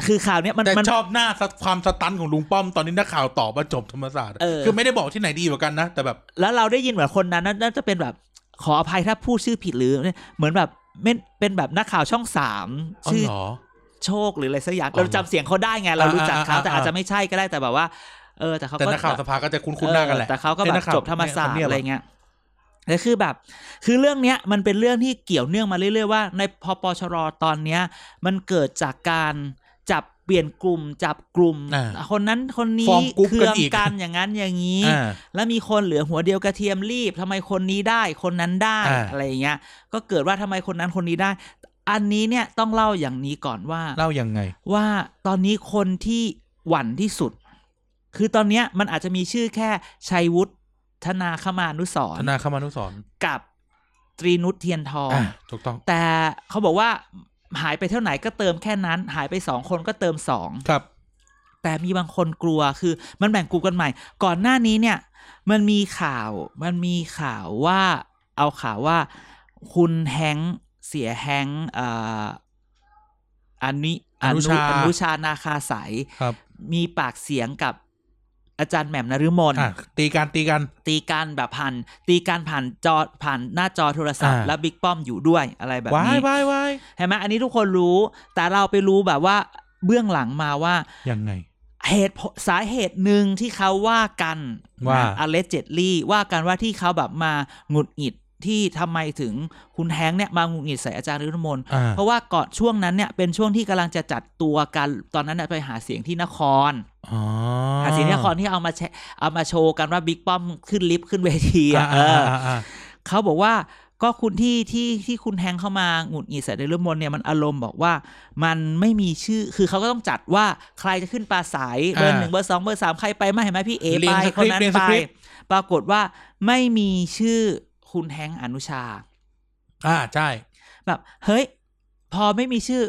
Speaker 1: คือข่าวเนี้ยมัน
Speaker 2: แต่
Speaker 1: มัน
Speaker 2: ชอบหน้าสักความสตันของลุงป้อมตอนนี้นักข่าวตอบว่าจบธรรมศาสตร์
Speaker 1: เออ
Speaker 2: คือไม่ได้บอกที่ไหนดีกว่ากันนะแต่แบบ
Speaker 1: แล้วเราได้ยินเหมือนคนนั้นน่าน่าจะเป็นแบบ ขออภัยถ้าพูดชื่อผิดหรือเหมือนแบบไม่เป็นแบบนักข่าวช่องสาม
Speaker 2: อ๋อ
Speaker 1: ชื่อ
Speaker 2: เหรอ
Speaker 1: โชคหรืออะไรสักอย่าง
Speaker 2: อ๋อ
Speaker 1: เราจำเสียงเขาได้ไงเรารู้จักเขา
Speaker 2: อ่าอ่าอ่า
Speaker 1: แต่อาจจะไม่ใช่ก็ได้แต่แบบว่า เออ แต่เขา
Speaker 2: แต่
Speaker 1: ก็
Speaker 2: นักข่าวสภาก็จะคุ้นๆหน้ากันแหละ
Speaker 1: เออแต่เขาก็แบ
Speaker 2: อ้ยนั
Speaker 1: บ
Speaker 2: ข่ว
Speaker 1: จบธรรมศาสตร์
Speaker 2: เนี่ย
Speaker 1: อะไรเงี้ยแต่คือแบบ คือเรื่องเนี้ยมันเป็นเรื่องที่เกี่ยวเนื่องมาเรื่อยๆว่า ในพปชรตอนเนี้ย มันเกิดจากการจับเปลี่ยนกลุ่ม จับกลุ่ม
Speaker 2: อ่า
Speaker 1: คนนั้นคนนี้
Speaker 2: ฟอร์มกรุ๊ป
Speaker 1: เครื
Speaker 2: กั
Speaker 1: อ
Speaker 2: น
Speaker 1: ง
Speaker 2: อีก
Speaker 1: กันอย่างนั้นอย่างนี้
Speaker 2: อ่า
Speaker 1: แล้วมีคนเหลือหัวเดียวกระเทียมรีบทำไมคนนี้ได้คนนั้นได้
Speaker 2: อ่า
Speaker 1: อะไรอย่างเงี้ย ก็เกิดว่าทำไมคนนั้นคนนี้ได้ อันนี้เนี่ยต้องเล่าอย่างนี้ก่อนว่า
Speaker 2: เล่ายังไง
Speaker 1: ว่าตอนนี้คนที่หวั่นที่สุด คือตอนเนี้ยมันอาจจะมีชื่อแค่ชัยวุฒิธนาคมานุสร
Speaker 2: ธ
Speaker 1: ณ์
Speaker 2: นาคมานุสรณ์
Speaker 1: กับตรีนุชเทียนทอง
Speaker 2: อ่าถูกต้อง
Speaker 1: แต่เขาบอกว่าหายไปเท่าไหร่ก็เติมแค่นั้น หายไปสองคนก็เติมสอง
Speaker 2: ครับ
Speaker 1: แต่มีบางคนกลัวคือมันแบ่งกลุ่มกันใหม่ ก่อนหน้านี้เนี่ย มันมีข่าวมันมีข่าวว่าเอาข่าวว่า คุณแฮงค์เสียแฮงค์เอ่ออันนี้
Speaker 2: อนุชา
Speaker 1: อนุชานาคาสาย
Speaker 2: ครับ
Speaker 1: มีปากเสียงกับอาจารย์แหม่มนฤมล
Speaker 2: อ่าตีกันตีกัน
Speaker 1: ตีกันแบบผ่านตีกันผ่านจอผ่านหน้าจอโทรศัพท์
Speaker 2: อ่า
Speaker 1: แล้วบิ๊กป้อมอยู่ด้วยอะไรแบบ
Speaker 2: วา
Speaker 1: นี้
Speaker 2: ยวายวาย
Speaker 1: เห็นไหมอันนี้ทุกคนรู้ แต่เราไปรู้แบบว่าเบื้องหลังมาว่า
Speaker 2: ยังไง
Speaker 1: เหตุผลสาเหตุหนึ่งที่เขาว่ากัน
Speaker 2: ว่า
Speaker 1: อเลเจตลี่ว่ากันว่าที่เขาแบบมาหงุดหงิดที่ทำไมถึงคุณแฮงค์เนี่ยมาหงุดหงิดใส่อาจารย์ฤทธมนต์
Speaker 2: อ่า
Speaker 1: เพราะว่าก่อนช่วงนั้นเนี่ยเป็นช่วงที่กำลังจะจัดตัวกันตอนนั้นน่ะไปหาเสียงที่นคร
Speaker 2: อ๋อ
Speaker 1: หาเสียงที่นครที่เอามาแชเอามาโชว์กันว่าบิ๊กป้อมขึ้นลิฟต์ขึ้นเวที
Speaker 2: อ่า
Speaker 1: อ่ะเอ
Speaker 2: อ่า
Speaker 1: อ
Speaker 2: อ่าอ่า
Speaker 1: เขาบอกว่าก็คุณที่ที่ที่คุณแฮงค์เข้ามาหงุดหงิดใส่ในเรื่องมนต์เนี่ยมันอารมณ์บอกว่า มันไม่มีชื่อคือเขาก็ต้องจัดว่าใครจะขึ้นปลาใสายเบอร์
Speaker 2: อ่า
Speaker 1: หนึ่งเบอร์สองเบอร์สามใครไปไม่เห็นไหมพี่เอ
Speaker 2: เรีย
Speaker 1: ไป
Speaker 2: งสค
Speaker 1: ค
Speaker 2: ริ
Speaker 1: น
Speaker 2: ป
Speaker 1: นั้น
Speaker 2: ต์เรียงส
Speaker 1: ไป
Speaker 2: คริปต์
Speaker 1: ปรากฏว่าไม่มีชื่อคุณแฮงค์อนุชา
Speaker 2: อ่าใช่
Speaker 1: แบบเฮ้ย พอไม่มีชื่อ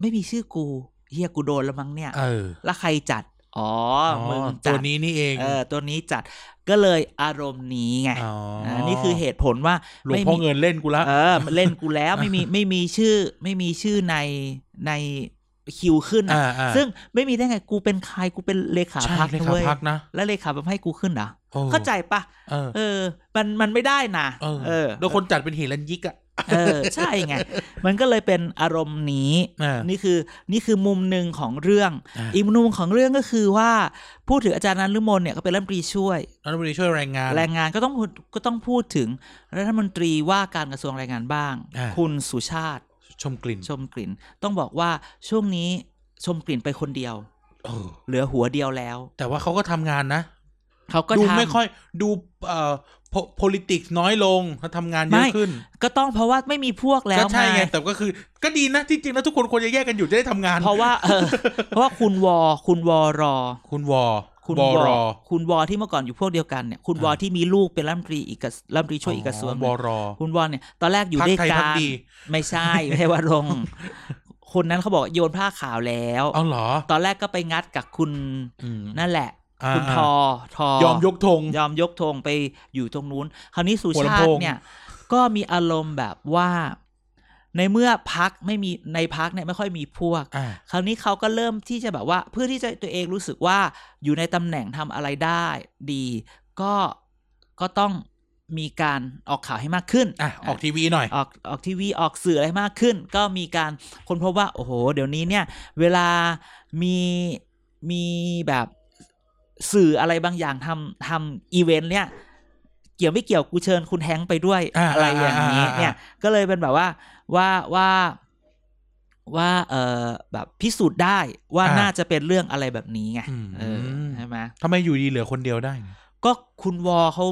Speaker 1: ไม่มีชื่อกูเฮียกูโดนแล้วมั้งเนี่ย
Speaker 2: เออ
Speaker 1: แล้วใครจัด อ๋อ
Speaker 2: อ๋อ
Speaker 1: มึง
Speaker 2: ตั
Speaker 1: จั
Speaker 2: ว
Speaker 1: ด
Speaker 2: นี้นี่เอง
Speaker 1: เออตัวนี้จัดก็เลยอารมณ์นี้ไง
Speaker 2: อ๋ออ่
Speaker 1: านี่คือเหตุผลว่า
Speaker 2: หลวง
Speaker 1: ไม่
Speaker 2: พ่อ
Speaker 1: มี
Speaker 2: เงินเล่นกูละ
Speaker 1: เออมันเล่นกูแล้วไม่มี ไม่มีชื่อ ไม่มีชื่อในในคิวขึ้นนะ
Speaker 2: อ่าอ่า
Speaker 1: ซึ่งไม่มีได้ไงกูเป็นใครกูเป็นเลขา
Speaker 2: ใช่
Speaker 1: พัก
Speaker 2: เล
Speaker 1: นะ
Speaker 2: ขา
Speaker 1: เว้ย
Speaker 2: พักนะ
Speaker 1: แล้วเลขาแบบให้กูขึ้นเหรอ
Speaker 2: โอ้
Speaker 1: เข้าใจปะ
Speaker 2: เออ
Speaker 1: เออ มันมันไม่ได้นะ
Speaker 2: เออ
Speaker 1: เออ
Speaker 2: โดยคนจัดเป็นเหรันยิกอ่ะ
Speaker 1: เออใช่ไงมันก็เลยเป็นอารมณ์นี้
Speaker 2: อ่า
Speaker 1: นี่คือนี่คือมุมหนึ่งของเรื่อง
Speaker 2: อ่า
Speaker 1: อีกมุมหนึ่งของเรื่องก็คือว่าพูดถึงอาจารย์นันลุมนเนี่ยก็เป็นรัฐมนตรีช่วย
Speaker 2: รัฐมนตรีช่วยแรงงาน
Speaker 1: แรงงานก็ต้องพูดก็ต้องพูดถึงรัฐมนตรีว่าการกระทรวงแรงงานบ้าง
Speaker 2: อ่า
Speaker 1: คุณสุชาติ
Speaker 2: ชมกลิ่น
Speaker 1: ชมกลิ่น ต้องบอกว่าช่วงนี้ชมกลิ่นไปคนเดียว
Speaker 2: เออ
Speaker 1: เหลือหัวเดียวแล้ว
Speaker 2: แต่ว่าเขาก็ทำงานนะ
Speaker 1: เขาก็
Speaker 2: ดู
Speaker 1: ทำ
Speaker 2: ไม่ค่อยดูเอ่อ po- politics น้อยลงแล้วทำงานเยอะขึ้น
Speaker 1: ก็ต้องเพราะว่าไม่มีพวกแล้
Speaker 2: ก็
Speaker 1: ว
Speaker 2: ใช่ไง
Speaker 1: ไง
Speaker 2: แต่ก็คือ ก็ดีนะ ที่จริงแล้วทุกคนควรจะแยกกันอยู่จะได้ทำงาน
Speaker 1: เพราะว่าเออ เพราะว่าคุณวอคุณวอรอ
Speaker 2: คุณวอ
Speaker 1: คุณ
Speaker 2: วอรอ
Speaker 1: คุณวอที่เมื่อก่อนอยู่พวกเดียวกันเนี่ย คุณวอที่มีลูกเป็นรัฐมนตรีอีกกระรัฐมนตรีช่วยอีกกระทรวงห
Speaker 2: ว
Speaker 1: นึ่
Speaker 2: อง รอ
Speaker 1: คุณวอเนี่ยตอนแรกอยู่
Speaker 2: พรรค
Speaker 1: ด้วย
Speaker 2: ไทย
Speaker 1: กั
Speaker 2: พัก
Speaker 1: น
Speaker 2: ดี
Speaker 1: ไม่ใช่เทวรงค์คนนั้นเขาบอกว่าโยนผ้าขาวแล้ว
Speaker 2: เอาเหรอ
Speaker 1: ตอนแรกก็ไปงัดกับคุณ
Speaker 2: อืม
Speaker 1: นั่นแหละ
Speaker 2: า
Speaker 1: คุณทอทอ
Speaker 2: ยอมยกธง
Speaker 1: ยอมยกธงไปอยู่ตรงนู้น คราวนี้สุ
Speaker 2: หัว
Speaker 1: ชา
Speaker 2: ลำโพ
Speaker 1: ติ
Speaker 2: ง
Speaker 1: เนี่ย ก็มีอารมณ์แบบว่า ในเมื่อพักไม่มีในพักเนี่ยไม่ค่อยมีพวก
Speaker 2: อ่า
Speaker 1: คราวนี้เขาก็เริ่มที่จะแบบว่า เพื่อที่จะตัวเองรู้สึกว่าอยู่ในตำแหน่งทำอะไรได้ดี ก็ก็ต้อง มีการออกข่าวให้มากขึ้น
Speaker 2: อ่ะออกทีวีหน่อย
Speaker 1: ออกออกทีวีออกสื่ออะไรมากขึ้น ก็มีการคนพบว่า โอ้โห เดี๋ยวนี้เนี่ย เวลามีมีแบบสื่ออะไรบางอย่างทำทำอีเวนต์เนี่ย เกี่ยวไม่เกี่ยวกูเชิญคุณแฮงค์ไปด้วย
Speaker 2: อ่า
Speaker 1: อะไรอย่างนี้
Speaker 2: อ่าอ่าอ่า
Speaker 1: เนี่ย ก็เลยเป็นแบบว่าว่าว่าว่าเออแบบพิสูจน์ได้ว่าน่าจะเป็นเรื่องอะไรแบบนี้ไงเออใช่ไหม
Speaker 2: ทำไมอยู่ดีเหลือคนเดียวได้
Speaker 1: ก็คุณวอเขา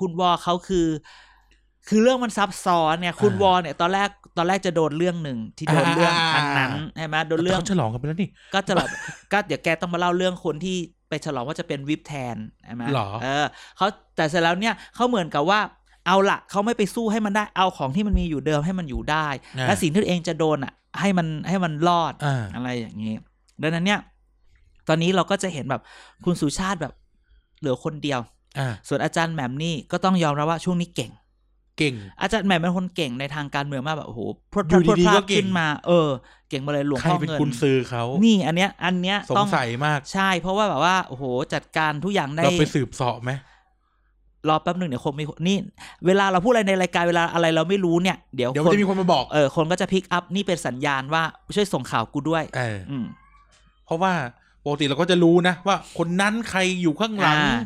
Speaker 1: คุณวอเขาคือ คือเรื่องมันซับซ้อนเนี่ย คุณ
Speaker 2: อ่าว
Speaker 1: อเนี่ย ตอนแรกตอนแรกจะโดนเรื่องหนึ่งที่โดน
Speaker 2: อ่า
Speaker 1: เรื่อง
Speaker 2: อ่า
Speaker 1: อันนั้น
Speaker 2: อ่า
Speaker 1: ใช่ไหมโดนเรื่อง
Speaker 2: เขาฉลองกันไปแล้วนี่
Speaker 1: ก็จะแบบก็เดี๋ยวแกต้องมาเล่าเรื่องคนที่ไปฉลองว่าจะเป็นวิปแทนใช่ไหม
Speaker 2: หรอ
Speaker 1: เออเขาแต่เสร็จแล้วเนี่ยเขาเหมือนกับว่าเอาละเขาไม่ไปสู้ให้มันได้เอาของที่มันมีอยู่เดิมให้มันอยู่ได้ และสิ่งที่ตัวเองจะโดนอ่ะ ให้มันให้มันรอด
Speaker 2: อ่า
Speaker 1: อะไรอย่างนี้ ดังนั้นเนี่ย ตอนนี้เราก็จะเห็นแบบคุณสุชาติแบบเหลือคนเดียว
Speaker 2: อ่า
Speaker 1: ส่วนอาจารย์แหม่มนี่ก็ต้องยอมรับว่าช่วงนี้เก่ง
Speaker 2: เก่ง
Speaker 1: อาจารย์แหม่มเป็นคนเก่งในทางการเมืองมากแบบโอ้โหพรวดพ
Speaker 2: อ
Speaker 1: รา
Speaker 2: ยู่
Speaker 1: ดพรวด
Speaker 2: ดีๆ
Speaker 1: พรา
Speaker 2: ก็
Speaker 1: ด
Speaker 2: เก่ง
Speaker 1: ขึ้นมา เออ เก่งมาเลยหลวง
Speaker 2: ใคร
Speaker 1: พ่อ
Speaker 2: เป็น
Speaker 1: เงิน
Speaker 2: คุณซื้อเขา
Speaker 1: นี่อันเนี้ย อันเนี้ย
Speaker 2: สง
Speaker 1: ต้อง
Speaker 2: สัยมาก
Speaker 1: ใช่ เพราะว่าแบบว่าโอ้โหจัดการทุกอย่างได้
Speaker 2: เราไปสืบเสอบไหม
Speaker 1: รอแป๊บหนึ่งเดี๋ยวคงมีนี่ เวลาเราพูดอะไรในรายการเวลาอะไรเราไม่รู้เนี่ยเดี๋ยว
Speaker 2: เดี๋ยว
Speaker 1: ค
Speaker 2: มั
Speaker 1: น
Speaker 2: นจะมีคนมาบอก
Speaker 1: เออคนก็จะพิกอัพนี่เป็นสัญญาณว่าช่วยส่งข่าวกูด้วย
Speaker 2: เออ
Speaker 1: อืม
Speaker 2: เพราะว่าปกติเราก็จะรู้นะ ว่าคนนั้นใครอยู่ข้างหลัง
Speaker 1: อ่า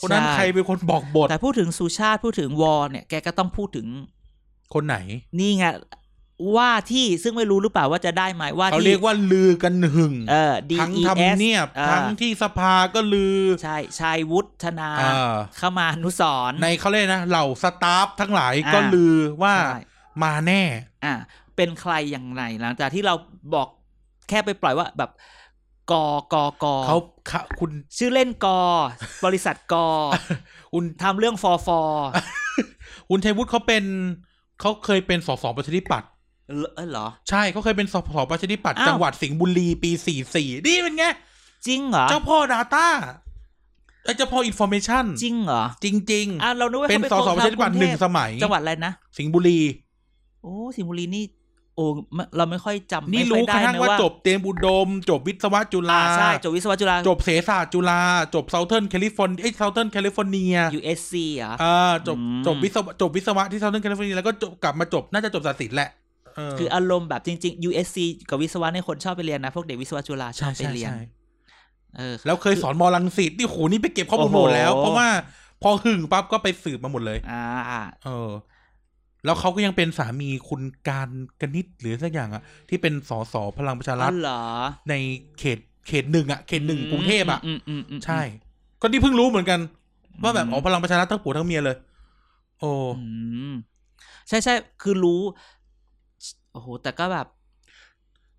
Speaker 2: คนนั้นใครเป็นคนบอกบท
Speaker 1: แต่พูดถึงสุชาติพูดถึงวอเนี่ยแกก็ต้องพูดถึง
Speaker 2: คนไหน
Speaker 1: นี่ไงว่าที่ซึ่งไม่รู้หรือเปล่าว่าจะได้ไหมว่า
Speaker 2: เขา
Speaker 1: ที่
Speaker 2: เรียกว่าลือกันหึง
Speaker 1: เออ DES
Speaker 2: ทั้งทำเนียบ
Speaker 1: อ่า
Speaker 2: ทั้งที่สภาก็ลือ
Speaker 1: ใช่ชายวุฒนา
Speaker 2: อ่า
Speaker 1: ขมานุสรณ์
Speaker 2: ในเขาเรียกนะเหล่าสตาฟทั้งหลายก็
Speaker 1: อ่า
Speaker 2: ลือว่า
Speaker 1: ใช่
Speaker 2: มาแน่
Speaker 1: อ่าเป็นใครอย่างไรหลังจากที่เราบอกแค่ไปปล่อยว่าแบบกกก
Speaker 2: เขาเขาคุณ
Speaker 1: ชื่อเล่นกบริษัท ก
Speaker 2: คุณ
Speaker 1: ทำเรื่องฟอฟอ
Speaker 2: คุณชัยวุฒิเขาเป็นเขาเคยเป็นสสประชาธิปัตย์
Speaker 1: เออเหรอ
Speaker 2: ใช่เขาเคยเป็นสสประชาธิปัตย์
Speaker 1: อ้าว
Speaker 2: จังหวัดสิงห์บุรีปีสี่สี่นี่เป็นไง
Speaker 1: จริงเหรอ
Speaker 2: เจ้าพ่อ Data เอ้ยเจ้าพ่อ Information
Speaker 1: จริงเหรอ
Speaker 2: จริงจริงๆ
Speaker 1: อ่าเรานึกว่า
Speaker 2: เป็นส
Speaker 1: ขา
Speaker 2: ส
Speaker 1: โกง
Speaker 2: ประชาธิปัตย์
Speaker 1: ทำกรุ
Speaker 2: หนึ่ง
Speaker 1: เทพ
Speaker 2: สมัย
Speaker 1: จังหวัดอะไรนะ
Speaker 2: สิงห์บุรี
Speaker 1: โอ้สิงห์บุรีนี่ โอ้ไม่เราไม่ค่อยจำ
Speaker 2: นี่
Speaker 1: ไม่ค่อย
Speaker 2: รู้ก
Speaker 1: ได้
Speaker 2: ระทั่ง
Speaker 1: น
Speaker 2: ว่าจบเตรียมอุดม จบวิศวะจุฬา
Speaker 1: อ่าใช่ จบวิศวะจุฬา
Speaker 2: จบเสศาสตร์จุฬาจบ Southern California เอ้ย Southern California
Speaker 1: USC เหรอ
Speaker 2: อ่าจบ
Speaker 1: อืม
Speaker 2: จบวิศวะจบวิศวะที่ Southern California แล้วก็จบกลับมาจบน่าจะจบศาสตร์ศิลป์แหละเ
Speaker 1: คืออารมณ์แบบจริง ๆ USC กับวิศวะเนี่ยคนชอบไปเรียนนะ พวกเด็กวิศวะจุฬาชอ
Speaker 2: ใช่
Speaker 1: บไป
Speaker 2: ใช่
Speaker 1: เรียน
Speaker 2: ใช่
Speaker 1: เออ
Speaker 2: แล้วเคยสอนมอลังสิตนี่โหนี่ไปเก็บข้อมูล
Speaker 1: โอ้
Speaker 2: ห
Speaker 1: โห
Speaker 2: มดแล้ว เพราะว่าพอหึงปั๊บก็ไปสืบมาหมดเลย
Speaker 1: อ่าอ่า
Speaker 2: เออ แล้วเขาก็ยังเป็นสามีคุณการกนิตหรือสักอย่างอะที่เป็นสสพลังประชา
Speaker 1: อ๋
Speaker 2: รั
Speaker 1: อ
Speaker 2: ฐ
Speaker 1: เหรอ
Speaker 2: ในเขตเขตหนึ่งอะเขตหนึ่งกรุงเทพอะ
Speaker 1: มมอืม
Speaker 2: ใช่ ก็ที่เพิ่งรู้เหมือนกัน ว่าแบบ
Speaker 1: อืม
Speaker 2: อ๋อพลังประชารัฐทั้งผัวทั้งเมียเลย โอ้
Speaker 1: อืมใช่ใช่คือรู้ โอ้โห แต่ก็แบบ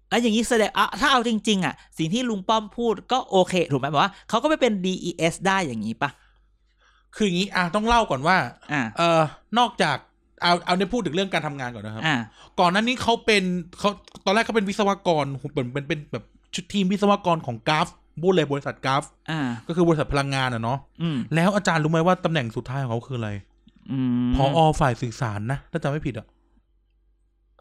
Speaker 1: แล้วอย่างนี้แสดงอ่ะถ้าเอาจริง ๆ อ่ะ สิ่งที่ลุงป้อมพูดก็โอเค ถูกไหมบอกว่าเขาก็ไปเป็น DES ได้อย่างนี้ปะ
Speaker 2: คืออย่างนี้อ่ะต้องเล่าก่อนว่า
Speaker 1: อ่า
Speaker 2: เออนอกจากเอาเอาในพูดถึงเรื่องการทำงานก่อนนะครับ
Speaker 1: อ่า
Speaker 2: ก่อนหน้านี้เขาเป็นเขาตอนแรกเขาเป็นวิศวกรเหมือนเป็นเป็นแบบชุดทีมวิศวกรของกราฟบูดเลยบริษัทกราฟ
Speaker 1: อ่า
Speaker 2: ก็คือบริษัทพลังงานอะเนาะ
Speaker 1: อืม
Speaker 2: แล้วอาจารย์รู้ไหมว่าตำแหน่งสุดท้ายของเขาคืออะไร
Speaker 1: อืม
Speaker 2: พออฝ่ายสื่อสารนะถ้าจำไม่ผิดอะ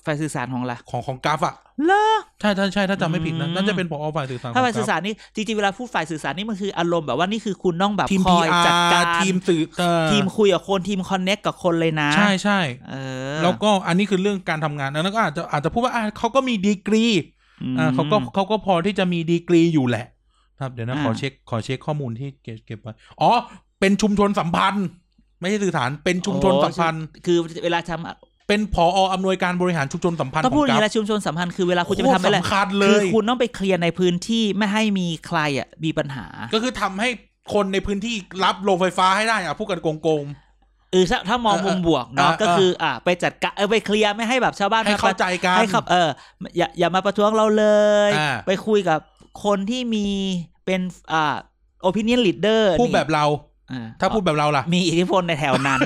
Speaker 1: ฝ่ายสื่อสารของละ
Speaker 2: ของของกราฟอะ
Speaker 1: เลอ
Speaker 2: ใช่ใช่ใช่ถ้าจำไม่ผิดนะ
Speaker 1: อืม
Speaker 2: น่าจะเป็นพอฝ่ายสื่อสาร
Speaker 1: ถ้าฝ่าย
Speaker 2: ขงก
Speaker 1: สื่อสารนี่จริงๆเวลาพูดฝ่ายสื่อสารนี่มันคืออารมณ์แบบว่านี่คือคุณต้องแบบ
Speaker 2: ทีม
Speaker 1: ค
Speaker 2: พี
Speaker 1: อย
Speaker 2: อา
Speaker 1: จัดการ
Speaker 2: ร์ทีมสื่อเอ่อ
Speaker 1: ทีมคุยกับคนทีมคอนเน็กกับคนเลยนะ
Speaker 2: ใช่ใช่
Speaker 1: เออ
Speaker 2: แล้วก็อันนี้คือเรื่องการทำงานแล้วก็อาจจะอาจจะพูดว่าอ่ะเขาก็มีดีกรี
Speaker 1: ม
Speaker 2: อ่าเขาก็เขาก็พอที่จะมีดีกรีอยู่แหละ ครับเดี๋ยวนะ
Speaker 1: อ่า
Speaker 2: ขอเช็คขอเช็คข้อมูลที่เก็บเก็บไว้อ๋อ เป็นชุมชนสัมพันธ์ ไม่ใช่สื่อสารเป็นชุมชนสัมพันธ์
Speaker 1: คือเวลาทำ
Speaker 2: เป็นผออำนวยการบริหารชุมชนสัมพันธ์
Speaker 1: ต้องพูดอ
Speaker 2: ของ
Speaker 1: ย่างนี้
Speaker 2: ก
Speaker 1: แหละชุมชนสัมพันธ์คือเวลา
Speaker 2: ราฟ
Speaker 1: คุณจะไปทำอะไร
Speaker 2: โคสำคัญเล
Speaker 1: คื
Speaker 2: ย
Speaker 1: คุณต้องไปเคลียร์ในพื้นที่ไม่ให้มีใครอ่ะมีปัญหา
Speaker 2: ก็คือทำให้คนในพื้นที่รับโรงไฟฟ้าให้ได้อะพูดกันโกง
Speaker 1: เออถ้าถ้ามอง
Speaker 2: เออ
Speaker 1: มุมบวกเนาะ
Speaker 2: เออ
Speaker 1: ก็คืออ่ะไปจัดการเออไปเคลียร์ไม่ให้แบบชาวบ้าน
Speaker 2: ๆให้
Speaker 1: มาปะ
Speaker 2: เข้าใจกัน
Speaker 1: ให้ขับเอออย่าอย่ามาประท้วงเราเลย
Speaker 2: อ่า
Speaker 1: ไปคุยกับคนที่มีเป็นอ่า opinion leader
Speaker 2: พูดแบบเรา
Speaker 1: นี่อ่
Speaker 2: ถ้าพูดแบบเราล่ะ
Speaker 1: มีอิทธิพลในแถว นั้น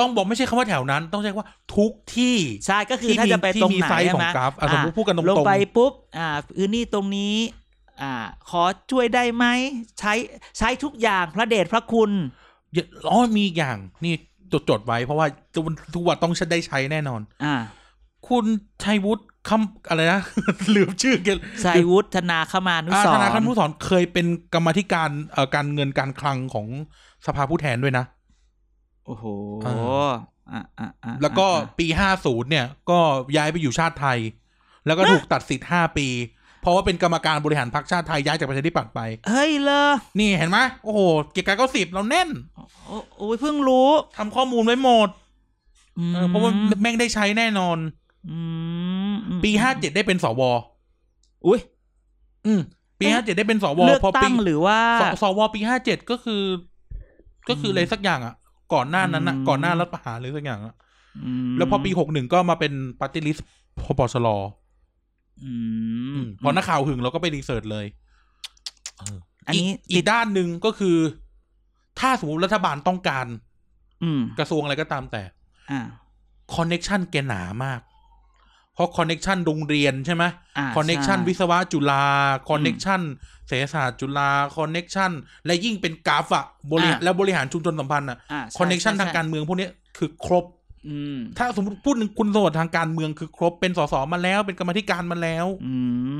Speaker 2: ต้องบอกไม่ใช่คำว่าแถวนั้น ต้องใช้คำว่าทุกที่
Speaker 1: ใช่ก็คือ
Speaker 2: ที่
Speaker 1: ถ้า
Speaker 2: มี
Speaker 1: จะไป
Speaker 2: ที่
Speaker 1: ตรง
Speaker 2: มี
Speaker 1: ไหน
Speaker 2: ไซส์
Speaker 1: ใช่
Speaker 2: ของ
Speaker 1: ไหม
Speaker 2: กราฟอ่ะสมมติพูดกันตร
Speaker 1: ลง
Speaker 2: ง
Speaker 1: ไป
Speaker 2: ๆ
Speaker 1: ปุ๊บ อ่าพื้นที่ตรงนี้ อ่า ขอช่วยได้ไหมใช้ใช้ทุกอย่างพระเดชพระคุณ
Speaker 2: อย่าอ๋อมีอีกอย่างนี่จดจดไว้ เพราะว่าทุกวันทุกวันต้องได้ใช้แน่นอน
Speaker 1: อ่า
Speaker 2: คุณชัยวุฒิคำอะไร นะ ลืมชื่อแกัน
Speaker 1: ชัยวุฒนาขมานุ
Speaker 2: อา
Speaker 1: ส
Speaker 2: ธ
Speaker 1: ร
Speaker 2: นาคำ
Speaker 1: ณ์
Speaker 2: นุสรณ์เคยเป็นกรรมาธิการเอ่อการเงินการคลังของสภาผู้แทนด้วยนะ
Speaker 1: โอ้โห
Speaker 2: อ่
Speaker 1: อ่ะอ่ะอ่ะ
Speaker 2: แล้วก็
Speaker 1: อ่ะ
Speaker 2: ปีห้าศูนย์เนี่ย ก็ย้ายไปอยู่ชาติไทย แล้วก็ถูกตัดสิทธิ์ห้าปี เพราะว่าเป็นกรรมการบริหารพรรคชาติไทยย้ายจากประชาธิปัตย์ไป
Speaker 1: เฮ้ยเลย
Speaker 2: นี่เห็นไหมโอ้โห เกียรติกายก็สิบเราแน่น
Speaker 1: โอ้โอ้ยเพิ่งรู้
Speaker 2: ทำข้อมูลไว้หมด
Speaker 1: อืม
Speaker 2: เออเพราะว่าแม่งได้ใช้แน่นอน
Speaker 1: อืมอืม
Speaker 2: ปีห้าเจ็ดได้เป็นสว
Speaker 1: อุ้ย
Speaker 2: อืมปี
Speaker 1: เอ๊ะ
Speaker 2: ห้าเจ็ดได้เป็นสว
Speaker 1: เลือก
Speaker 2: พอปี
Speaker 1: ตั้งหรือว่า
Speaker 2: สสวปีห้าเจ็ดก็คือ ก็คืออะไรสักอย่างอ่ะ ก่อนหน้านั้นอ่ะ
Speaker 1: อืม
Speaker 2: ก่อนหน้ารัฐประหารหรือสักอย่างอ่ะ
Speaker 1: ม
Speaker 2: แล้วพอปีหกหนึ่งก็มาเป็นปฏิริษพปชรอ
Speaker 1: อืม
Speaker 2: มพอนักข่าวหึงเราก็ไปรีเสิร์ชเลย
Speaker 1: อันนี้
Speaker 2: กอี
Speaker 1: ติ
Speaker 2: ก
Speaker 1: ด
Speaker 2: ด้านหนึ่งก็คือ ถ้าสมมติรัฐบาลต้องการ
Speaker 1: อืม
Speaker 2: กระทรวงอะไรก็ตามแต่
Speaker 1: อ่า
Speaker 2: คอนเน็ชันแกหนามาก เพราะคอนเน็ชันโรงเรียนใช่ไหม
Speaker 1: อ่า
Speaker 2: คอนเน็ชัน
Speaker 1: ใช่
Speaker 2: วิศวะจุฬาคอนเน็ชันเศรษฐศาสตร์จุฬาคอนเน็ชันและยิ่งเป็นกราฟอะบริหาร
Speaker 1: อ่ะ
Speaker 2: และบริหารชุมชนสัมพันธ์อะ
Speaker 1: อ่า
Speaker 2: คอนเน็ชัน
Speaker 1: ใใ
Speaker 2: ทางการเมืองพวกเนี้ยคือครบ
Speaker 1: อืม
Speaker 2: ถ้าสมมติพูดถึงคุณสมบัติทางการเมืองคือครบเป็นสสมาแล้วเป็นกรรมาธิการมาแล้ว
Speaker 1: อื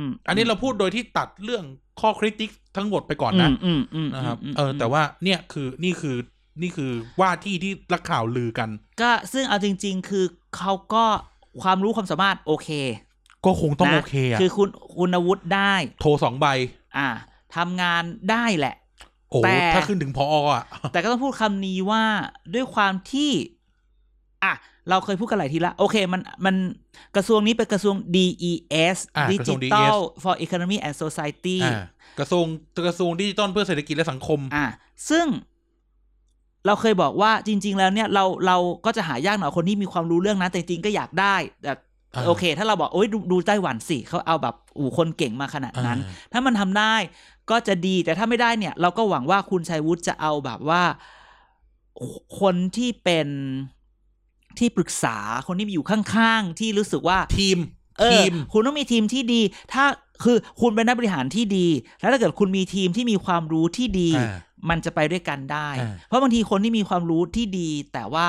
Speaker 1: ม
Speaker 2: อันนี้เราพูดโดยที่ตัดเรื่องข้อคริติกทั้งหมดไปก่อนนะ
Speaker 1: อืมอืมม
Speaker 2: นะครับ
Speaker 1: ม
Speaker 2: เออ แต่ว่า เนี่ย คือ นี่ คือ นี่ คือ ว่า ที่ ที่รักข่าว ลือ กัน
Speaker 1: ก็ซึ่งเอาจริง ๆ คือเขาก็ความรู้ความสามารถโอเค
Speaker 2: ก็ คง ต้อง
Speaker 1: นะ
Speaker 2: โอเค อ่ะ
Speaker 1: คือคุณคุณวุฒิได้
Speaker 2: โทรสองใบ
Speaker 1: อ่าทำงานได้แหละ
Speaker 2: โอ้
Speaker 1: แต่
Speaker 2: ถ้า ขึ้น ถึง พออ่ะ
Speaker 1: แต่ก็ต้องพูดคำนี้ว่าด้วยความที่ อ่ะ เราเคยพูดกันหลายทีละ โอเค มันมันกระทรวงนี้เป็นกระทรวง DES
Speaker 2: อ่ะกระทรวง
Speaker 1: Digital for Economy and Society
Speaker 2: อ่ากระทรวง กระทรวง ดิจิตอล เพื่อ เศรษฐกิจ และ สังคม
Speaker 1: อ่ะ ซึ่งเราเคยบอกว่าจริง ๆ แล้วเนี่ยเราเราก็จะหายากหน่อยคนที่มีความรู้เรื่องนั้นแต่จริงๆก็อยากได้แต่
Speaker 2: อ่า
Speaker 1: โอเค ถ้าเราบอกโอ้ยดูดูไต้หวันสิเขาเอาแบบอู่คนเก่งมาขนาดนั้น
Speaker 2: อ่า
Speaker 1: ถ้ามันทำได้ก็จะดีแต่ถ้าไม่ได้เนี่ย เราก็หวังว่าคุณชัยวุฒิจะเอาแบบว่า คนที่เป็นที่ปรึกษาคนที่อยู่ข้างๆที่รู้สึกว่า
Speaker 2: ทีม
Speaker 1: เออ
Speaker 2: ทีม
Speaker 1: คุณต้องมีทีมที่ดี ถ้าคือคุณเป็นนักบริหารที่ดี แล้วถ้าเกิดคุณมีทีมที่มีความรู้ที่ดี
Speaker 2: อ่า
Speaker 1: มันจะไปด้วยกันได้
Speaker 2: อ่า
Speaker 1: เพราะบางทีคนที่มีความรู้ที่ดี แต่ว่า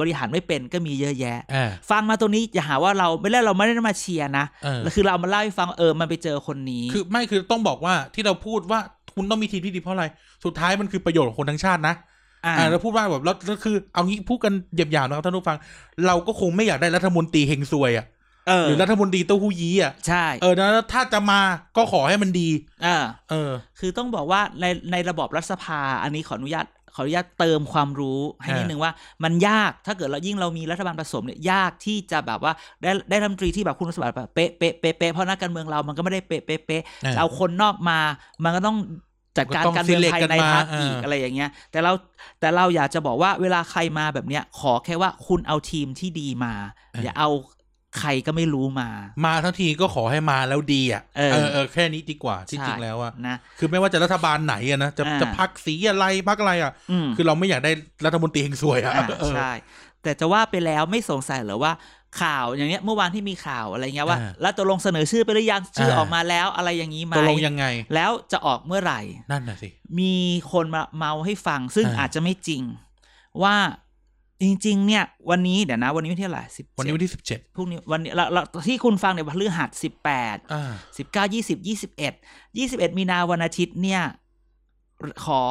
Speaker 1: บริหารไม่เป็นก็มีเยอะแยะ
Speaker 2: อ่า
Speaker 1: ฟังมาตรงนี้อย่าหาว่าเราไม่ได้เราไม่ได้มาเชียร์นะ
Speaker 2: เออ
Speaker 1: แล้วคือเราเอามาเล่าให้ฟังเออมันไปเจอคนนี้
Speaker 2: คือ ไม่ คือ ต้อง บอก ว่า ที่ เรา พูด ว่า คุณ ต้อง มี ทีม ที่ ดี เพราะ อะไร สุดท้าย มัน คือ ประโยชน์ ของ คน ทั้ง ชาติ นะ
Speaker 1: อ่า
Speaker 2: อ่าเราพูด ว่า แบบแล้วแล้วคือ เอา งี้ พูด กันหยาบๆนะครับ ท่าน ผู้ฟัง เรา ก็ คง ไม่ อยาก ได้ รัฐมนตรี เฮงซวยอะ
Speaker 1: เออ
Speaker 2: หรือ รัฐมนตรีเต้าหู้ยี้อะ
Speaker 1: ใช่
Speaker 2: เออนะถ้าจะมาก็ขอให้มันดี
Speaker 1: เออ
Speaker 2: เออ
Speaker 1: คือต้องบอกว่าในในระบอบรัฐสภา อันนี้ขออนุญาตขออนุญาตเติมความรู้ให้นิด
Speaker 2: อ่า
Speaker 1: นึงว่ามันยากถ้าเกิดเรายิ่งเรามีรัฐบาลผสมเนี่ยยากที่จะแบบว่าได้ได้รัฐมนตรีที่แบบคุณสมบัติแบบเป๊ะเป๊ะเป๊ะเป๊ะเพราะนักการเมืองเรามันก็ไม่ได้เป๊ะเป๊ะเป๊ะ
Speaker 2: อ่า
Speaker 1: จะเอาคนนอกมา มันก็ต้องจัดการ
Speaker 2: ก็ต้อง
Speaker 1: การเมือง
Speaker 2: select
Speaker 1: ภาย
Speaker 2: กัน
Speaker 1: ใน
Speaker 2: มา
Speaker 1: พรรคอีก
Speaker 2: อ่า
Speaker 1: อะไรอย่างเงี้ย แต่เราแต่เราอยากจะบอกว่าเวลาใครมาแบบเนี้ย ขอแค่ว่าคุณเอาทีมที่ดีมา อย่าเอาใครก็ไม่รู้มา
Speaker 2: มาทั้งทีก็ขอให้มาแล้วดีอ่ะ
Speaker 1: เออ
Speaker 2: เออเออแค่นี้ดีกว่าที่
Speaker 1: ใช่
Speaker 2: จริงแล้วอ่ะ
Speaker 1: นะ
Speaker 2: คือไม่ว่าจะรัฐบาลไหนอะนะจะ
Speaker 1: อ่า
Speaker 2: จะพักสีอะไรพักอะไรอ่ะ
Speaker 1: อืม
Speaker 2: คือเราไม่อยากได้รัฐมนตรีเฮงซวยอ่ะ
Speaker 1: อ่า
Speaker 2: เออ
Speaker 1: ใช่ แต่จะว่าไปแล้วไม่สงสัยเหรอว่าข่าวอย่างเงี้ยเมื่อวานที่มีข่าวอะไรเงี้ยว่า
Speaker 2: อ่า
Speaker 1: แล้วตกลงเสนอชื่อไปหรือยังชื่ออา ออกมาแล้วอะไรอย่างนี้ไหม
Speaker 2: ตกลงยังไง
Speaker 1: แล้วจะออกเมื่อไหร่
Speaker 2: นั่นน่ะสิ
Speaker 1: มีคนมาเมาให้ฟัง ซึ่ง
Speaker 2: อ่า
Speaker 1: อาจจะไม่จริง ว่าจริง ๆ เนี่ย วันนี้เดี๋ยวนะ วันนี้วันที่เท่าไหร่สิบ
Speaker 2: วันนี้วันที่สิบเจ็ด
Speaker 1: พรุ่งนี้วันนี้เราเราที่คุณฟังเนี่ยพฤหัสสิบแปด
Speaker 2: อ่า
Speaker 1: สิบเก้ายี่สิบยี่สิบเอ็ดยี่สิบเอ็ดมีนาวันอาทิตย์เนี่ย ขอ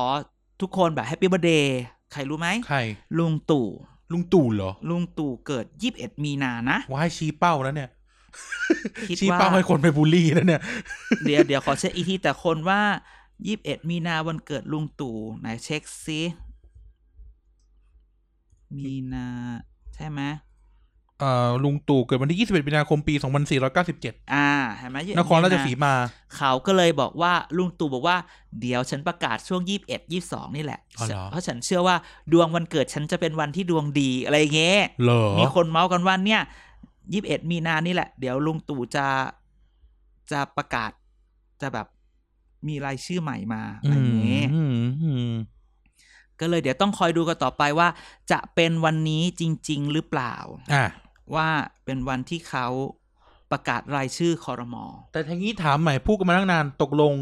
Speaker 1: ทุกคนแบบแฮปปี้เบอร์เดย์ใครรู้ไหม
Speaker 2: ใคร
Speaker 1: ลุงตู่
Speaker 2: ลุงตู่เหรอ
Speaker 1: ลุงตู่เกิด 21 มีนานะ
Speaker 2: ว่าให้ชี้เป้าแล้วเนี่ย
Speaker 1: คิด
Speaker 2: ชี้
Speaker 1: ว่า
Speaker 2: เป้าให้คนไปบูลลี่แล้วเนี่ย
Speaker 1: เดี๋ยวเดี๋ยวขอเช็คอีกทีแต่คนว่า 21 มีนาวันเกิดลุงตู่ไหนเช็คซิมีนาใช่ไหม
Speaker 2: เอ่อลุงตู่เกิดวันที่ 21มีนาคมปี 2497
Speaker 1: อ่าเห็นไหม21
Speaker 2: นครราชสี
Speaker 1: มีน
Speaker 2: มา
Speaker 1: เขาก็เลยบอกว่าลุงตู่บอกว่า เดี๋ยวฉันประกาศช่วง 21 22 นี่แหละ
Speaker 2: อ๋อเหรอ
Speaker 1: เพราะฉันเชื่อว่าดวงวันเกิดฉันจะเป็นวันที่ดวงดีอะไรอย่างเงี้ย
Speaker 2: เหรอ
Speaker 1: มีคนเมาส์กันว่าเนี่ย 21 มีนานี่แหละ เดี๋ยวลุงตู่จะจะประกาศจะแบบมีรายชื่อใหม่มาอะไรอย่างนี้
Speaker 2: อืมอืม
Speaker 1: ก็เลยเดี๋ยวต้องคอยดูกันต่อไปว่า จะเป็นวันนี้จริง ๆ หรือเปล่า
Speaker 2: อ่า
Speaker 1: ว่าเป็นวันที่เขาประกาศรายชื่อคอรมอ
Speaker 2: แต่ทางนี้ถามใหม่พูดกันมาตั้งนานตกลง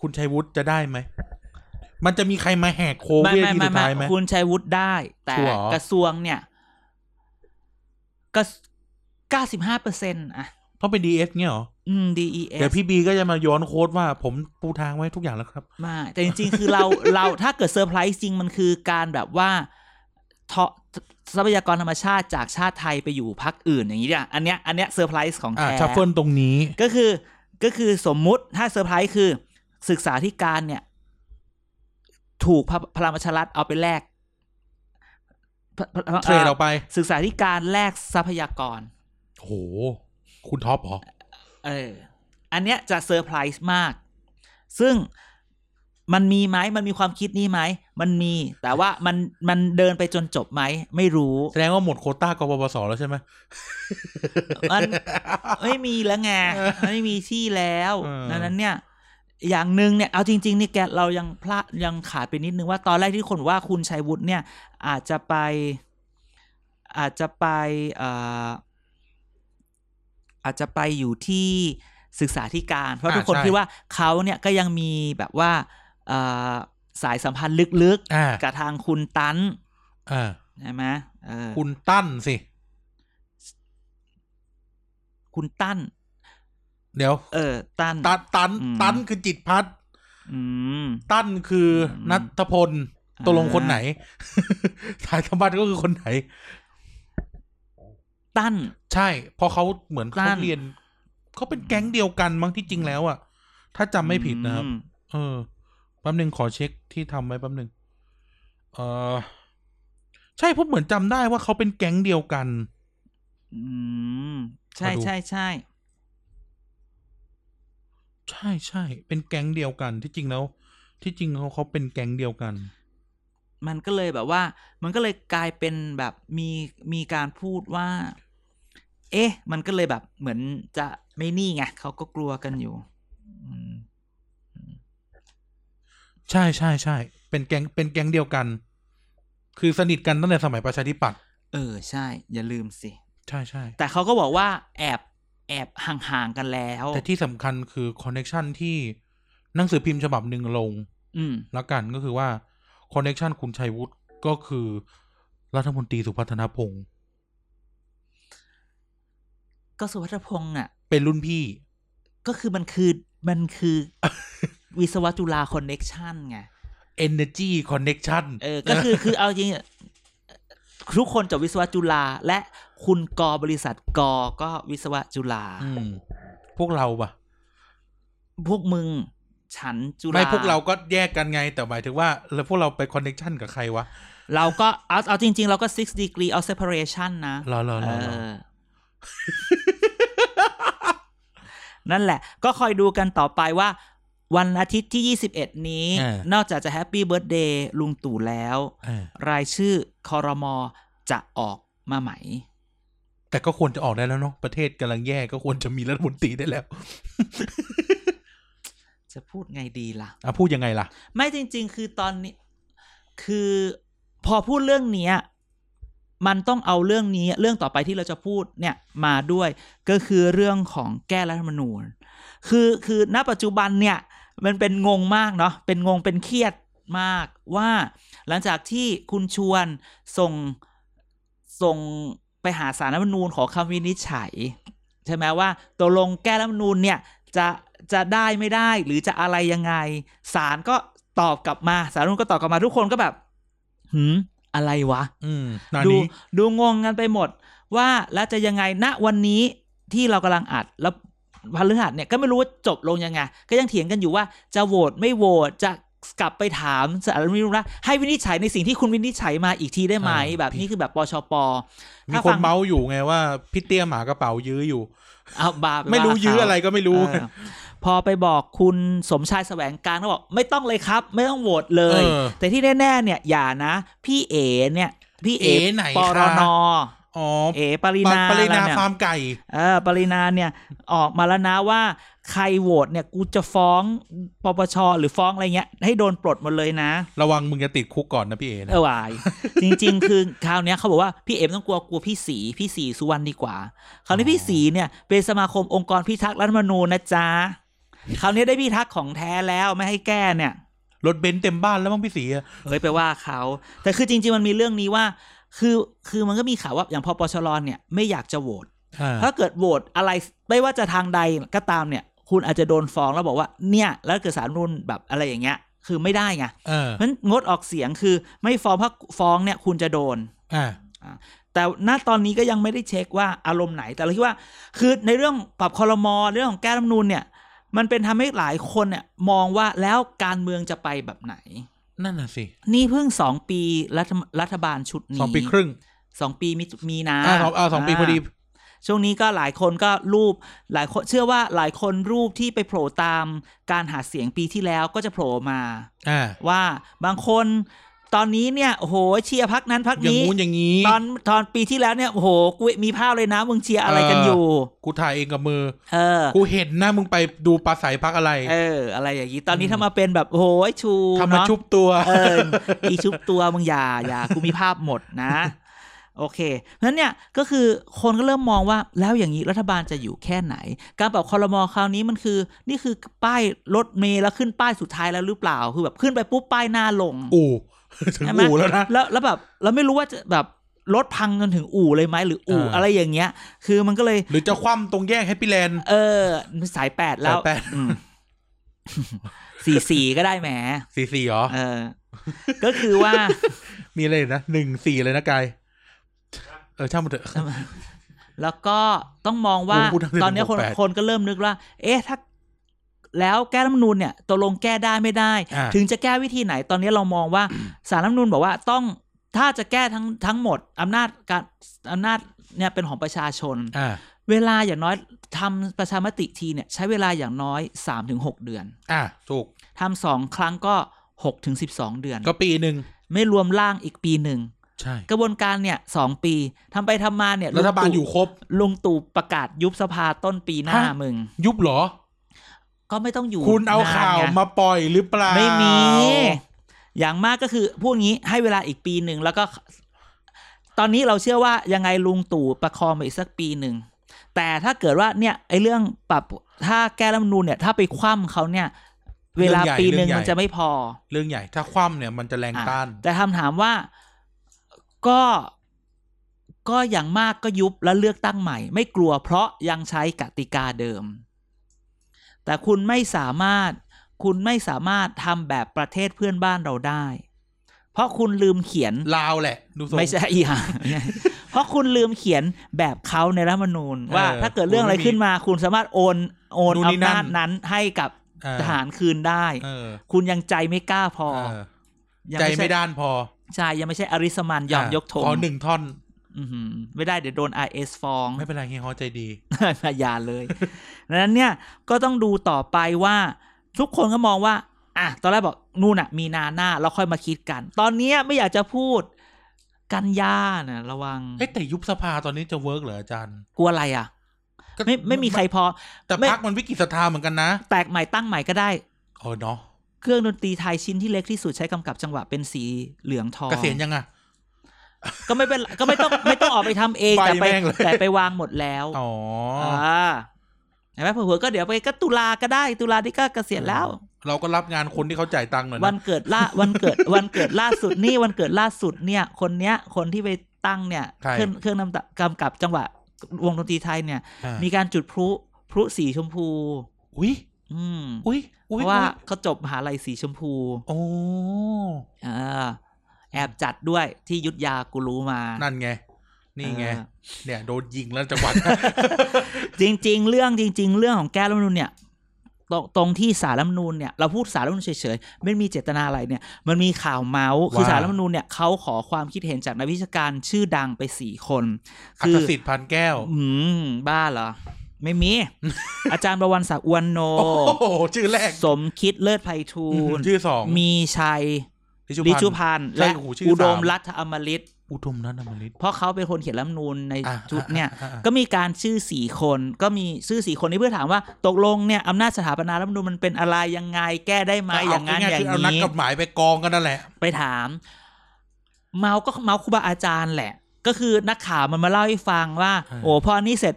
Speaker 2: คุณชัยวุฒิจะได้ไหม มันจะมีใครมาแหกโค้ง
Speaker 1: ไม่
Speaker 2: เวีย
Speaker 1: ไม่ไม่
Speaker 2: ทีสุด
Speaker 1: ไม่
Speaker 2: ท้ายไหม
Speaker 1: คุณชัยวุฒิได้ แต่
Speaker 2: ชัวร์เหรอ
Speaker 1: กระทรวงเนี่ยก็เก้าสิบห้าเปอร์เซ็นต์อ่ะ
Speaker 2: ต้องเป็นดีเอสเนี่ยเหรอ
Speaker 1: อืม DES
Speaker 2: เดี๋ยวพี่บีก็จะมาย้อนโค้ดว่าผมปูทางไว้ทุกอย่างแล้วครับ
Speaker 1: ไม่แต่จริงๆ คือเรา เราถ้าเกิดเซอร์ไพรส์จริงมันคือการแบบว่า ทะทรัพยากรธรรมชาติจากชาติไทยไปอยู่พักอื่นอย่างนี้เนี่ยอันเนี้ยอันเนี้ยเซอร์ไพรส์ของ
Speaker 2: อ่า
Speaker 1: แท้
Speaker 2: ชัฟเฟิลตรงนี้
Speaker 1: ก็คือก็คือสมมุติถ้าเซอร์ไพรส์คือศึกษาธิการเนี่ย ถูกพพลังประชารัฐเอาไปแลกพพ
Speaker 2: เทรดออกไป
Speaker 1: ศึกษาธิการแลกทรัพยากร
Speaker 2: โห คุณท็อปเหรอ
Speaker 1: เออ อันเนี้ยจะเซอร์ไพรส์มาก ซึ่งมันมีไหม มันมีความคิดนี้ไหม มันมี แต่ว่ามัน มันเดินไปจนจบไหม ไม่รู้
Speaker 2: แสดงว่าหมดโควต้ากบพศแล้วใช่ไหม
Speaker 1: มัน ไม่มีแล้วไง ไม่มีที่แล้ว
Speaker 2: เออ
Speaker 1: ดังนั้นเนี่ย อย่างหนึ่งเนี่ย เอาจริง ๆ นี่แกเรายังพลาดยังขาดไปนิดนึงว่าตอนแรกที่คนบอกว่าคุณชัยวุฒิเนี่ย อาจจะไป อาจจะไปเอ่ออาจจะไปอยู่ที่ศึกษาธิการ เพราะ
Speaker 2: อ่า
Speaker 1: ทุกคน
Speaker 2: ใช่
Speaker 1: คิดว่าเขาเนี่ยก็ยังมีแบบว่าเอ่อสายสัมพันธ์ลึก
Speaker 2: อ่า
Speaker 1: ๆ กับทางคุณตัน
Speaker 2: อ่า
Speaker 1: ใช่ไหมเออ
Speaker 2: คุณตั้นสิ
Speaker 1: คุณตั้น
Speaker 2: เดี๋ยว
Speaker 1: เออ ตั้น
Speaker 2: ตันตัน
Speaker 1: อืม
Speaker 2: ตันคือจิตพัฒน์
Speaker 1: อืม
Speaker 2: ตั้นคืออ
Speaker 1: ม
Speaker 2: นัทพลตกลงคน ไหน สายธรรมบัตก็คือคนไหน
Speaker 1: ตั้น
Speaker 2: ใช่เพราะเขาเหมือน
Speaker 1: ตั้
Speaker 2: เขา
Speaker 1: น
Speaker 2: เรียนเขาเป็นแก๊งเดียวกันมั้งที่จริงแล้วอะถ้าจำไม่ผิดนะครับ
Speaker 1: อืม
Speaker 2: เออแป๊บหนึ่งขอเช็คที่ทำไว้แป๊บหนึ่งเออใช่ผมเหมือนจำได้ว่าเขาเป็นแก๊งเดียวกัน
Speaker 1: อืม ใช่
Speaker 2: มาดู
Speaker 1: ใช่ใช่
Speaker 2: ใช่ใช่เป็นแก๊งเดียวกันที่จริงแล้ว ที่จริงเขาเขาเป็นแก๊งเดียวกัน
Speaker 1: มันก็เลยแบบว่า มันก็เลยกลายเป็นแบบมีมีการพูดว่า เอ๊ะ มันก็เลยแบบเหมือนจะไม่นี่ไงเขาก็กลัวกันอยู่ อืม
Speaker 2: ใช่ใช่ใช่เป็นแก๊งเป็นแก๊งเดียวกัน คือสนิทกันตั้งแต่สมัยประชาธิปัตย์
Speaker 1: เออ ใช่ อย่าลืมสิ
Speaker 2: ใช่ใช่
Speaker 1: แต่เขาก็บอกว่า แอบแอบห่างๆกันแล้ว
Speaker 2: แต่ที่สำคัญคือคอนเน็ชันที่หนังสือพิมพ์ฉบับหนึ่งลง
Speaker 1: อืม
Speaker 2: แล้วกันก็คือว่าคอนเน็ชันคุณชัยวุฒิก็คือ รัฐมนตรีสุพัฒนพงศ์
Speaker 1: ก็สุวัฒน์พงษ์น่ะ
Speaker 2: เป็นรุ่นพี่
Speaker 1: ก็คือมันคือมันคือ วิศวจุฬาคอนเน็กชันไง
Speaker 2: Energy Connection
Speaker 1: เออ ก็คือ คือเอาจริงๆทุกคนจบวิศวะจุฬาและคุณกอบริษัทกอก็วิศวะจุฬา
Speaker 2: อพวกเราปะ
Speaker 1: พวกมึง ฉันจุฬา
Speaker 2: ไม่พวกเราก็แยกกันไง แต่หมายถึงว่า แล้วพวกเราไปคอนเน t ชันกับใครวะ
Speaker 1: เราก็เอาเอาจริง ๆ เราก็ six degree of separation นะ
Speaker 2: รอรอร
Speaker 1: เอ
Speaker 2: อรอ
Speaker 1: อ นั่นแหละ ก็คอยดูกันต่อไปว่า วันอาทิตย์ที่ 21 นี้ นอกจากจะแฮปปี้เบิร์ดเดย์ลุงตู่แล้ว
Speaker 2: เออ
Speaker 1: รายชื่อคอรมอจะออกมาไหม
Speaker 2: แต่ก็ควรจะออกได้แล้วเนาะประเทศกำลังแย่ก็ควรจะมีรัฐมนตรีได้แล้ว
Speaker 1: จะพูดไงดีล่ะ
Speaker 2: อ่ะพูดยังไงล่ะ
Speaker 1: ไม่จริง ๆ คือตอนนี้ คือพอพูดเรื่องเนี้ยมันต้องเอาเรื่องนี้เรื่องต่อไปที่เราจะพูดเนี่ยมาด้วย ก็คือเรื่องของแก้รัฐธรรมนูญ คือคือณปัจจุบันเนี่ย มันเป็นงงมากเนาะเป็นงงเป็นเครียดมากว่า หลังจากที่คุณชวนส่งส่งไปหาสารรัฐธรรมนูญขอคำวินิจฉัย ใช่ไหมว่าตกลงแก้รัฐธรรมนูญเนี่ยจะจะได้ไม่ได้หรือจะอะไรยังไงศาลก็ตอบกลับมาศาลรัฐธรรมนูญก็ตอบกลับมาทุกคนก็แบบหืมอะไรวะ
Speaker 2: อืมนา
Speaker 1: ดู
Speaker 2: นี้
Speaker 1: ดูงงกันไปหมดว่าแล้วจะยังไงณวันนี้ที่เรากำลังอัดแล้วพฤหัสเนี่ยก็ไม่รู้ว่าจบลงยังไง ก็ยังเถียงกันอยู่ว่าจะโหวตไม่โหวตจะกลับไปถามสารรัฐธรรมนูญว่าให้วินิจฉัยในสิ่งที่คุณวินิจฉัยมาอีกทีได้ไหมแบบนี้คือแบบปชป
Speaker 2: มี
Speaker 1: ถ้า
Speaker 2: ค
Speaker 1: ฟั
Speaker 2: น
Speaker 1: ง
Speaker 2: เมาส์อยู่ไงว่าพี่เตี้ยหมากระเป๋ายื้ออยู่
Speaker 1: เอาบาป
Speaker 2: ไม่รู้ยื้ออะไรก็ไม่รู้
Speaker 1: เออพอไปบอกคุณสมชายแสวงการก็บอกไม่ต้องเลยครับ ไม่ต้องโหวตเลย
Speaker 2: เออ
Speaker 1: แต่ที่แน่ๆเนี่ยอย่านะ พี่เอเนี่ย พี่เอ
Speaker 2: เอ๋ไหน
Speaker 1: ปร
Speaker 2: คะ
Speaker 1: น
Speaker 2: อ๋อ
Speaker 1: เอปริ
Speaker 2: ป
Speaker 1: นา
Speaker 2: ปรินา
Speaker 1: แล้วเนี่ย
Speaker 2: ฟาร์มไก่
Speaker 1: เออปรินาเนี่ย ออกมาแล้วนะว่าใครโหวตเนี่ย กูจะฟ้องปปชหรือฟ้องอะไรเงี้ย ให้โดนปลดหมดเลยนะ
Speaker 2: ระวังมึงจะติดคุกก่อนนะพี่เอ๋นะ
Speaker 1: เออวาย จริง ๆ คือคราวเนี้ยเขาบอกว่าพี่เอ็มต้องกลัวกลัวพี่สีพี่สีสุวรรณดีกว่า คราวนี้พี่สีเนี่ย เป็นสมาคมองค์กรพิทักษ์รัฐธรรมนูญนะจ๊ะคราวนี้ได้พิทักษ์ของแท้แล้วไม่ให้แก้เนี่ย
Speaker 2: รถเบนซ์เต็มบ้านแล้วมั้งพี่เสีย
Speaker 1: เฮ้ยไปว่าเขา แต่คือจริง ๆ มันมีเรื่องนี้ว่า คือคือมันก็มีข่าวว่าอย่างพอปชรเนี่ยไม่อยากจะโหวต ถ้าเกิดโหวตอะไรไม่ว่าจะทางใดก็ตามเนี่ย คุณอาจจะโดนฟ้องแล้วบอกว่าเนี่ยแล้วเกิดสารรุนแบบอะไรอย่างเงี้ย คือไม่ได้ไงเพราะฉะนั้นงดออกเสียงคือไม่ฟ้องเพราะฟ้องเนี่ยคุณจะโดน
Speaker 2: อ่า
Speaker 1: แต่ณตอนนี้ก็ยังไม่ได้เช็คว่าอารมณ์ไหน แต่เราคิดว่า คือในเรื่องปรับคอรมอเรื่องของแก้รัฐธรรมนูญเนี่ย มันเป็นทำให้หลายคนเนี่ยมองว่าแล้วการเมืองจะไปแบบไหน
Speaker 2: นั่นน่ะสิ
Speaker 1: นี่เพิ่งสองปีรัฐรัฐบาลชุดนี้
Speaker 2: สองปีครึ่ง
Speaker 1: สองปีมีมีนา
Speaker 2: อ่าสองอ่าสองปีพอดี
Speaker 1: ช่วงนี้ก็หลายคนก็รูปหลายคนเชื่อว่าหลายคนรูปที่ไปโผล่ตามการหาเสียงปีที่แล้วก็จะโผล่มา
Speaker 2: อ่า
Speaker 1: ว่าบางคนตอนนี้เนี่ยโอ้โหเชียร์พักนั้นพัก
Speaker 2: อย่าง
Speaker 1: นี้
Speaker 2: งู้นอย่างนี้
Speaker 1: ตอนตอนปีที่แล้วเนี่ยโอ้โหกูมีภาพเลยนะมึงเชียร์อะไรกัน
Speaker 2: เออ
Speaker 1: อ
Speaker 2: อ
Speaker 1: ยู่
Speaker 2: กูถ่ายเองกับมือ
Speaker 1: เออ
Speaker 2: กูเห็นนะมึงไปดูปลาใสพักอะไร
Speaker 1: เออ อะไรอย่างนี้ตอนนี้
Speaker 2: อืม
Speaker 1: ถ้ามาเป็นแบบโอ้โหชู
Speaker 2: ทำมา
Speaker 1: เนอะ
Speaker 2: ชุบตัว
Speaker 1: เอออีชุบตัวมึงอย่าอย่ากูมีภาพหมดนะ โอเคเพราะฉะนั้นเนี่ยก็คือคนก็เริ่มมองว่าแล้วอย่างนี้รัฐบาลจะอยู่แค่ไหน การปรับคอรมอคราวนี้มันคือ นี่คือป้ายรถเมล์แล้วขึ้นป้ายสุดท้ายแล้วหรือเปล่าคือแบบขึ้นไปปุ๊บป้ายหน้าลง
Speaker 2: อู่ ถึง
Speaker 1: ใช่ไหม
Speaker 2: อู่แล้วนะ
Speaker 1: แล้วแล้วแบบเราไม่รู้ว่าจะแบบรถพังจนถึงอู่เลยไหมหรืออู่
Speaker 2: เอออ
Speaker 1: อะไรอย่างเงี้ย คือมันก็เลย
Speaker 2: หรือจะคว่ำตรงแยกแฮปปี้แลนด์
Speaker 1: เออสายแปดแล้ว
Speaker 2: สายแปด
Speaker 1: อืมสี่สี่ก็ได้แหม
Speaker 2: สี่สี่เหรอ
Speaker 1: เออ ก็คือว่า
Speaker 2: มีอะไรอีกนะหนึ่งสี่เลยนะกาย เออช่างมันเถอะ
Speaker 1: แล้วก็ต้องมองว่า
Speaker 2: โอ้พูดทั้งเรื่อง
Speaker 1: ตอนเนี้ยคน
Speaker 2: หกแปด
Speaker 1: คนก็เริ่มนึกว่า เอ๊ะถ้า แล้วแก้รัฐธรรมนูญเนี่ยตกลงแก้ได้ไม่ได้
Speaker 2: อ่า
Speaker 1: ถึงจะแก้วิธีไหนตอนนี้เรามองว่า สารรัฐธรรมนูญบอกว่าต้องถ้าจะแก้ทั้งทั้งหมดอำนาจการอำนาจเนี่ยเป็นของประชาชน
Speaker 2: อ่า
Speaker 1: เวลาอย่างน้อยทำประชามติทีเนี่ย ใช้เวลาอย่างน้อย 3-6 เดือน
Speaker 2: อ่าถูก
Speaker 1: ทำสองครั้งก็ 6-12 เดือน
Speaker 2: ก็ปีหนึ่ง
Speaker 1: ไม่รวมร่างอีกปีหนึ่ง
Speaker 2: ใช่
Speaker 1: กระบวนการเนี่ยสองปีทำไปทำมาเนี่ย
Speaker 2: รัฐบาล
Speaker 1: งตู่
Speaker 2: อยู่ครบ
Speaker 1: ลุงตู่ประกาศยุบสภาต้นปีหน้า
Speaker 2: ฮะ
Speaker 1: มึง
Speaker 2: ยุบเหรอ
Speaker 1: ก็ไม่ต้องอยู่
Speaker 2: คุณเอา
Speaker 1: นน
Speaker 2: ข่าว
Speaker 1: ไง
Speaker 2: มาปล่อยหรือเปล่า
Speaker 1: ไม่มี อย่างมากก็คือพูดงี้ให้เวลาอีกปีหนึ่งแล้วก็ ตอนนี้เราเชื่อว่ายังไงลุงตู่ประคองไปอีกสักปีหนึ่ง แต่ถ้าเกิดว่าเนี่ยไอ้เรื่องปรับถ้าแก้รัฐธรรมนูญเนี่ย ถ้าไปคว่ำเขาเนี่ย เวลาปีหนึ่งมันจะไม่พอ
Speaker 2: เรื่องใหญ่ถ้าคว่ำเนี่ยมันจะแรงต้าน
Speaker 1: อ่ะแต่คำถามว่าก็ก็อย่างมากก็ยุบแล้วเลือกตั้งใหม่ ไม่กลัวเพราะยังใช้กติกาเดิม แต่คุณไม่สามารถคุณไม่สามารถทำแบบประเทศเพื่อนบ้านเราได้ เพราะคุณลืมเขียน
Speaker 2: ลาวแหละ ดูทรง
Speaker 1: ไม่ใช่อีหา เพราะคุณลืมเขียนแบบเขาในรัฐธรรมนูญ ว่า
Speaker 2: เออ
Speaker 1: ถ้าเกิดเรื่องอะไรขึ้นมา คุณสามารถโอนโอน
Speaker 2: นู่นนี่
Speaker 1: อำ
Speaker 2: นั่
Speaker 1: นาจ
Speaker 2: น
Speaker 1: นั้นให้กับ
Speaker 2: เออ
Speaker 1: ทหารคืนได้
Speaker 2: เออ
Speaker 1: คุณยังใจไม่กล้าพอ
Speaker 2: เออ
Speaker 1: ยัง
Speaker 2: ใจ
Speaker 1: ช่
Speaker 2: ไม่ด้านพอ
Speaker 1: ใช่ยังไม่ใช่อริสมันยอมยกธง
Speaker 2: ขอหนึ่งท่อน
Speaker 1: อื้อหือไม่ได้เดี๋ยวโดน i อสฟ้อง
Speaker 2: ไม่เป็นไรเฮียฮอใจดี
Speaker 1: อย่าเลยดังนั้นเนี่ยก็ต้องดูต่อไปว่า ทุกคนก็มองว่า อ่ะ ตอนแรกบอกนู่นอ่ะ มีนาหน้าเราค่อยมาคิดกัน ตอนเนี้ยไม่อยากจะพูด กันยาน่ะระวัง
Speaker 2: เอ๊ะแต่ยุบสภาตอนนี้จะเวิร์กเหรออาจารย์
Speaker 1: กลัวอะไรอ่ะ
Speaker 2: ก็
Speaker 1: ไม่ไม่มีใครพอ
Speaker 2: แต่
Speaker 1: ไม่
Speaker 2: พักมันวิกฤตศรัทธาเหมือนกันนะ
Speaker 1: แตกใหม่ตั้งใหม่ก็ได้
Speaker 2: เออเนาะ
Speaker 1: เครื่องดนตรีไทยชิ้นที่เล็กที่สุดใช้กำกับจังหวะเป็นสีเหลืองทอง
Speaker 2: เกษียณยังอ่ะ
Speaker 1: ก็ไม่เป็นไรก็ไม่ต้องไม่ต้องออกไปทำเองแต่ไป
Speaker 2: ไปแม่งเลย
Speaker 1: แต่ไปวางหมดแล้ว
Speaker 2: อ๋อ
Speaker 1: อ
Speaker 2: อ
Speaker 1: ่าเห็นไหมเผื่อๆก็เดี๋ยวไปก็ตุลาก็ได้ตุลาที่ก็เกษียณแล้ว
Speaker 2: เราก็รับงานคนที่เขาจ่ายตังค์หน่อย
Speaker 1: วั
Speaker 2: นะ
Speaker 1: นเกิดล่า วันเกิดวันเกิดล่าสุดนี่วันเกิดล่าสุดเนี่ย คนเนี้ยคนที่ไปตั้งเนี่ยเครื่องเครื่องนำตะกำกับจังหวะวงดนตรีไทยเนี่ย
Speaker 2: อ่ะ
Speaker 1: มีการจุดพลุพลุสีชมพู
Speaker 2: อุ้ย
Speaker 1: อืม
Speaker 2: อุ้ย
Speaker 1: เพ
Speaker 2: อุ้ย
Speaker 1: ราะว่า
Speaker 2: อุ๊ย
Speaker 1: เขาจบมหาลัยสีชมพู
Speaker 2: โอ้
Speaker 1: อ่าแอบจัดด้วยที่ยุทธยากูรู้มา
Speaker 2: นั่นไง นี่ไง
Speaker 1: เออ
Speaker 2: เนี่ยโดนยิงแล้วจังหวะ
Speaker 1: จริง ๆ เรื่องจริง ๆ เรื่องของแก้รัฐธรรมนูญเนี่ยตรงตรงที่สารรัฐธรรมนูญเนี่ยเราพูดสารรัฐธรรมนูญเฉยๆไม่มีเจตนาอะไรเนี่ย มันมีข่าวเมาส์คือ
Speaker 2: ว่า
Speaker 1: สารรัฐธรรมนูญเนี่ยเขาขอความคิดเห็นจากนักวิชาการชื่อดังไปสี่คน
Speaker 2: อั
Speaker 1: คื
Speaker 2: กสิทธิ์พันแก้ว
Speaker 1: อืมบ้าเหรอ ไม่ มี อาจารย์ประวันศักดิ์อวนโน
Speaker 2: โอ้โหชื่อแรก
Speaker 1: สมคิดเลิศไพฑูรย์
Speaker 2: ชื่อสอง
Speaker 1: มีชัย
Speaker 2: ลิ
Speaker 1: ลิ
Speaker 2: จุ
Speaker 1: ชุ
Speaker 2: พัน
Speaker 1: พันธ์
Speaker 2: ธ์ใช่
Speaker 1: และ
Speaker 2: โอ้โหชื่อ
Speaker 1: อุดม
Speaker 2: สาม
Speaker 1: รัฐอมฤต
Speaker 2: อุดมนันทมฤต
Speaker 1: เพราะเขาเป็นคนเขียนรัฐธรรมนูญใน
Speaker 2: อ่ะ
Speaker 1: ชุดเนี่ย
Speaker 2: อ่ะอ่ะ
Speaker 1: ก็มีการชื่อสี่คนก็มีชื่อสี่คนนี้เพื่อถามว่าตกลงเนี่ยอำนาจสถาปนารัฐธรรมนูญมันเป็นอะไรยังไงแก้ได้ไหม
Speaker 2: เ
Speaker 1: อย่างนั้น
Speaker 2: ๆ
Speaker 1: อย่าง
Speaker 2: คืเอานัก
Speaker 1: นี้
Speaker 2: กฎหมายไปกองกันนั่นแหละ
Speaker 1: ไปถาม เมาก็เมาครูบาอาจารย์แหละ ก็คือนักข่าวมันมาเล่าให้ฟังว่า
Speaker 2: เออ
Speaker 1: โอ้พอนี่เสร็จ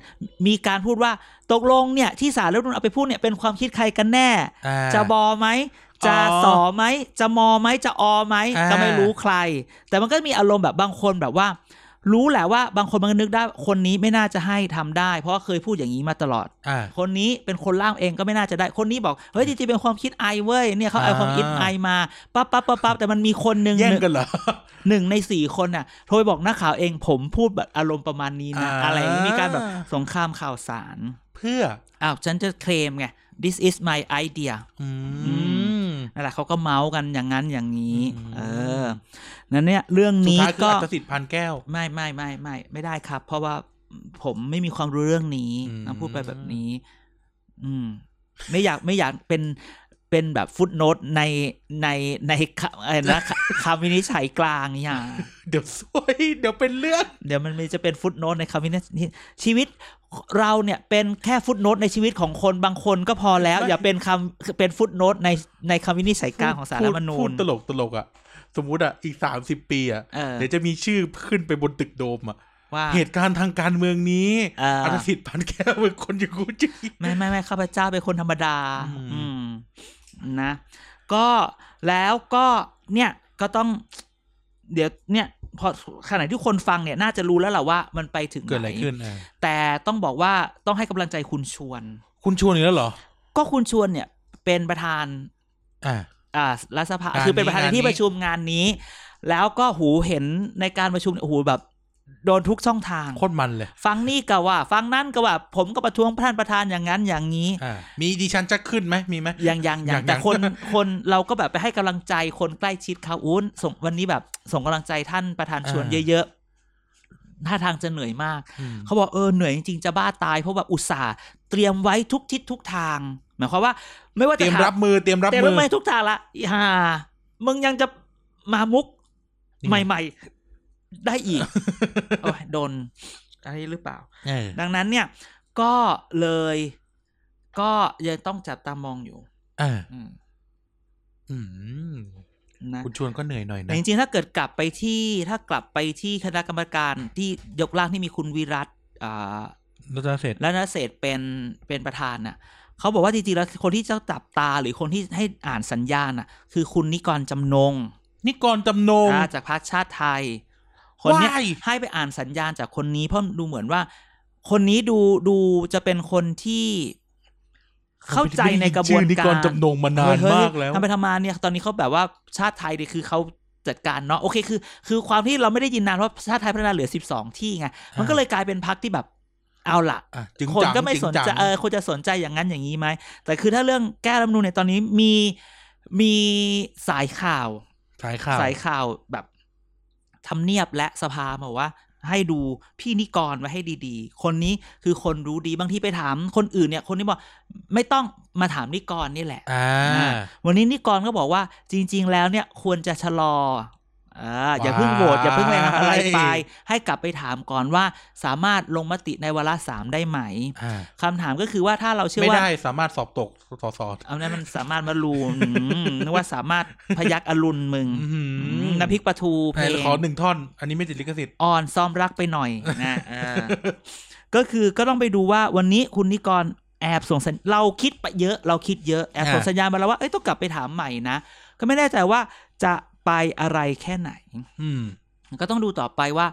Speaker 1: มีการพูดว่าตกลงเนี่ย ที่สารรัฐธรรมนูญเอาไปพูดเนี่ยเป็นความคิดใครกันแน่
Speaker 2: อ่า
Speaker 1: จะบอไหม จะ
Speaker 2: อ๋อ
Speaker 1: สอไหม จะมอไหม จะอไหม
Speaker 2: อ่า
Speaker 1: ก็ไม่รู้ใคร แต่มันก็มีอารมณ์แบบบางคนแบบว่า รู้แหละว่าบางคนมันก็นึกได้คนนี้ไม่น่าจะให้ทำได้ เพราะว่าเคยพูดอย่างนี้มาตลอด
Speaker 2: อ่า
Speaker 1: คนนี้เป็นคนร่างเองก็ไม่น่าจะได้ คนนี้บอกเฮ้ยจริงๆเป็นความคิดไอเว้ยเนี่ยเขาเอา
Speaker 2: อ่า
Speaker 1: ความคิดไอมาปั๊บปั๊บปั๊บปั๊บแต่มันมีคนหนึ่ง
Speaker 2: แย่งกันเหรอ
Speaker 1: หนึ่งในสี่คนน่ะโทรไปบอกนักข่าวเองผมพูดแบบอารมณ์ประมาณนี้นะ
Speaker 2: อ่า
Speaker 1: อะไรอย่างนี้มีการแบบสงครามข่าวสาร
Speaker 2: เพื่อ
Speaker 1: อ้าวฉันจะเคลมไง this is my idea
Speaker 2: อืม
Speaker 1: นั่นแหละเขาก็เมาส์กันอย่างนั้นอย่างนี้
Speaker 2: อืม
Speaker 1: เออนั้นเนี่ยเรื่อง
Speaker 2: สุด
Speaker 1: นี้
Speaker 2: ท้ายคือ
Speaker 1: ก็
Speaker 2: อัตสิทธิ์พันแก้ว
Speaker 1: ไม่ไม่ไม่ไม่ไม่ได้ครับ เพราะว่าผมไม่มีความรู้เรื่องนี้
Speaker 2: อืม
Speaker 1: ต้องพูดไปแบบนี้ อืม ไม่อยากไม่อยากเป็นเป็นแบบฟุตโนตในในในคำอะไร นะคคำวินิจฉัยกลางเนี่ย
Speaker 2: เดี๋ยว ซวย เดี๋ยวเป็นเรื่อง
Speaker 1: เดี๋ยวมันมีจะเป็นฟุตโนตในคำวินิจฉัยชีวิตเราเนี่ยเป็นแค่ฟุตโนตในชีวิตของคนบางคนก็พอแล้ว อย่าเป็นคำเป็นฟุตโนตในในคำวินิจฉัยกลางของสารรัฐธรรมนูญ
Speaker 2: พูดตลกตลกๆอ่ะ สมมุติอ่ะ อีกสามสิบปีอ่ะ
Speaker 1: เออ
Speaker 2: เดี๋ยวจะมีชื่อขึ้นไปบนตึกโดมอ่ะ
Speaker 1: ว่า
Speaker 2: เหตุการณ์ทางการเมืองนี้
Speaker 1: เอออั
Speaker 2: อัตสิทธิ์พันแก้วเป็นคนอย่างกูจริง
Speaker 1: ไม่ไม่ไม่ข้าพเจ้าเป็นคนธรรมดา
Speaker 2: อืม
Speaker 1: อืมนะ ก็แล้วก็เนี่ยก็ต้อง เดี๋ยวเนี่ย พอขณะที่คนฟังเนี่ย น่าจะรู้แล้วแหละว่ามันไปถึงหน
Speaker 2: เกิดอะไรขึ้นอ่ะ
Speaker 1: แต่ต้องบอกว่าต้องให้กำลังใจคุณชวน
Speaker 2: คุณชวนอีกแล้วเหรอ
Speaker 1: ก็คุณชวนเนี่ย เป็นประธาน
Speaker 2: อ่า
Speaker 1: อ่ารัฐสภาง
Speaker 2: าน
Speaker 1: คือเป็นประธาน
Speaker 2: นี้
Speaker 1: ในที่ประชุมงานนี้ แล้วก็หูเห็นในการประชุมเนี่ยโอ้โหูแบบ โดนทุกช่องทาง
Speaker 2: โคตรมันเลย
Speaker 1: ฟังนี่ก็ว่า ฟังนั่นก็ว่า ผมก็ประท้วงท่านประธานอย่างนั้นอย่างนี้
Speaker 2: อ่า มีดิฉันจะขึ้นไหมมีไหม
Speaker 1: ยังยัง
Speaker 2: ยั
Speaker 1: ยัง
Speaker 2: ง
Speaker 1: แต่
Speaker 2: ยัง
Speaker 1: คน คนเราก็แบบไปให้กำลังใจคนใกล้ชิดเขาอุ้นส่งวันนี้แบบ ส่งกำลังใจท่านประธานชวนเยอะๆท่าทางจะเหนื่อยมาก
Speaker 2: อืม
Speaker 1: เขาบอกเออเหนื่อยจริงๆจะบ้าตายเพราะแบบอุตส่าห์เตรียมไว้ทุกทิศทุกทาง หมายความว่า ไม่ว่า
Speaker 2: เต
Speaker 1: จะ
Speaker 2: รียม
Speaker 1: ถา
Speaker 2: รับมือเตรียมรับ
Speaker 1: เตรียม
Speaker 2: มื
Speaker 1: รับ
Speaker 2: อ
Speaker 1: ไม่ทุกทางละอีห่ามึงยังจะมามุก
Speaker 2: นี่
Speaker 1: ใหม่ ๆ ได้ อีก โอ้ยโดนอะไรหรือเปล่า
Speaker 2: เออ
Speaker 1: ดังนั้นเนี่ย ก็เลยก็ยังต้องจับตามองอยู่
Speaker 2: อ่า
Speaker 1: อืม
Speaker 2: อืม
Speaker 1: นะ
Speaker 2: คุณชวนก็เหนื่อยหน่อย
Speaker 1: แต่
Speaker 2: นะ
Speaker 1: จริงๆ ถ้าเกิดกลับไปที่ถ้ากลับไปที่คณะกรรมการที่ยกร่างที่มีคุณวิรัตอ่า
Speaker 2: รัตนเสร็จ
Speaker 1: และนเศรษฐ์เป็นเป็นประธานน่ะเขาบอกว่าจริงๆ แล้วคนที่จะจับตาหรือคนที่ให้อ่านสัญญาณน่ะ คือคุณนิกรจำนง
Speaker 2: นิกรจำนง
Speaker 1: อ่าจากพรรคชาติไทย คนเนี้ย
Speaker 2: Why?
Speaker 1: ให้ไปอ่านสัญญาณจากคนนี้เพราะดูเหมือนว่า คนนี้ดูดูจะเป็นคนที่เข้าใจในกระบวน
Speaker 2: ชื่อนิ
Speaker 1: กาก
Speaker 2: ร
Speaker 1: ร
Speaker 2: จำนงมานาน
Speaker 1: เฮ้ย
Speaker 2: มากแล้ว
Speaker 1: ทำไปทำมาเนี่ยตอนนี้เขาแบบว่าชาติไทยเนี่ยคือเขาจัดการเนาะโอเคคือ คือความที่เราไม่ได้ยินนานว่าชาติไทยพัฒนาเหลือ 12 ที่ไงมันก็เลยกลายเป็นพักที่แบบเอาละ
Speaker 2: อ่ะจึง
Speaker 1: คน
Speaker 2: จัง
Speaker 1: ก็ไม่
Speaker 2: จึง
Speaker 1: สน
Speaker 2: จั
Speaker 1: ใจ
Speaker 2: ง
Speaker 1: เออคนจะสนใจอย่างนั้นอย่างนี้ไหมแต่คือถ้าเรื่องแก้รัฐธรรมนูญเนี่ยตอนนี้มีมีสายข่าว
Speaker 2: สายข่าว
Speaker 1: สายข่าวแบบทำเนียบและสภาบอกว่า ให้ดูพี่นิกรไว้ให้ดีๆ คนนี้คือคนรู้ดีบางทีไปถาม คนอื่นเนี่ย คนนี้บอกไม่ต้องมาถามนิกรนี่แหละ
Speaker 2: อ่า
Speaker 1: อ่าวันนี้นิกรก็บอกว่าจริง ๆ แล้วเนี่ยควรจะชะลออ่าอย่าเพิ่งโหวตอย่าเพิ่งไปทำอะไรไป
Speaker 2: ว้าย
Speaker 1: ให้กลับไปถามก่อนว่าสามารถลงมติในวาระสามได้ไหม
Speaker 2: อ่า
Speaker 1: คำถามก็คือว่าถ้าเราเชื่อ
Speaker 2: ไม่
Speaker 1: ว่า
Speaker 2: ได้สามารถสอบตกสอสอ
Speaker 1: เอานั้นมันสามารถมารูอืม นึกว่าสามารถพยักอรุณมึง
Speaker 2: อื้อหือ
Speaker 1: อืมน้ำพริกปลาทูเพ
Speaker 2: ไอ้
Speaker 1: ลง
Speaker 2: ขอหนึ่งท่อน อันนี้ไม่ติดลิขสิทธิ์
Speaker 1: อ่อนซ้อมรักไปหน่อยนะเออก็คือก็ต้องไปดูว่าวันนี้คุณนิกรแอบส่งสัญเราคิดไปเยอะเราคิดเยอะแอบส่งสัญญาณมาแล้วว่าเอ้ยต้องกลับไปถามใหม่นะ ก็ไม่แน่ใจว่าจะไปอะไรแค่ไหน
Speaker 2: อืม
Speaker 1: ก็ต้องดูต่อไปว่า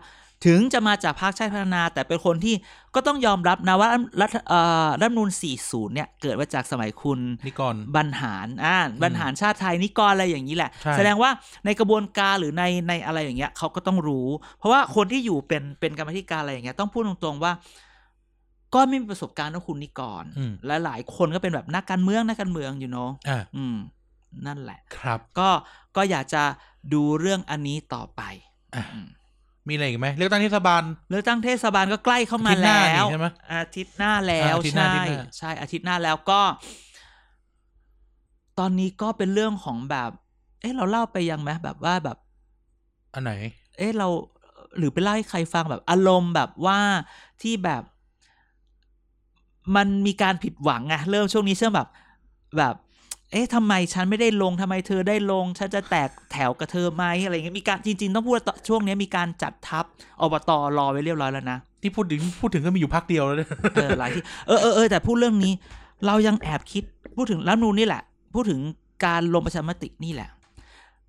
Speaker 1: ถึงจะมาจากภาคชาติพัฒนา แต่เป็นคนที่ก็ต้องยอมรับนะว่ารัฐเอ่อรัฐธรรมนูล40 เนี่ย เกิดมาจากสมัยคุณ
Speaker 2: นิกร
Speaker 1: บรรหารอ่าบรรหารชาติไทยนิกรอะไรอย่างนี้แหละ
Speaker 2: ใช่
Speaker 1: แสดงว่าในกระบวนการหรือในในอะไรอย่างเงี้ยเขาก็ต้องรู้ เพราะว่าคนที่อยู่เป็นเป็นกรรมาธิการอะไรอย่างเงี้ยต้องพูดตรงๆว่า ก็ไม่มีประสบการณ์เท่าคุณนิกร
Speaker 2: อืม
Speaker 1: และหลายคนก็เป็นแบบนักการเมืองนักการเมืองอยู่เนาะ
Speaker 2: อ่า
Speaker 1: อืม นั่นแหละ
Speaker 2: ครับ
Speaker 1: ก็ก็อยากจะดูเรื่องอันนี้ต่อไป
Speaker 2: อ่ะ
Speaker 1: อืม
Speaker 2: มีอะไรอีกไหมเลือกตั้งเทศบาล
Speaker 1: เลือกตั้งเทศบาลก็ใกล้เข้ามา
Speaker 2: อาทิตย์หน้า
Speaker 1: แล้ว
Speaker 2: นี่ใช่ไหม
Speaker 1: อาทิตย์หน้าแล้ว
Speaker 2: อ่าอาทิตย์หน้า
Speaker 1: ใช่
Speaker 2: อาทิต
Speaker 1: ใช่อาทิต
Speaker 2: ย์หน้า
Speaker 1: ย์หน้าแล้วก็ ตอนนี้ก็เป็นเรื่องของแบบ เอะเราเล่าไปยังไหมแบบว่าแบบ
Speaker 2: อันไหน
Speaker 1: เอะเราหรือไปเล่าให้ใครฟังแบบอารมณ์แบบว่าที่แบบ มันมีการผิดหวังอะเริ่มช่วงนี้เชื่อแบบ แบบ เอ๊ะทำไมฉันไม่ได้ลงทำไมเธอได้ลง ฉันจะแตกแถวกับเธอไหมอะไรเงี้ยมีการจริง ๆ ต้องพูดว่าช่วงนี้มีการจัดทัพอบตรอไว้เรียบร้อยแล้วนะ
Speaker 2: ที่พูดถึงพูดถึงก็มีอยู่พักเดี ยวแล้วเนี่ย
Speaker 1: เออหลายที่เออเออเออแต่พูดเรื่องนี้ เรายังแอบคิดพูดถึงรัฐธรรมนูนนี่แหละ พูดถึงการลงประชามตินี่แหละ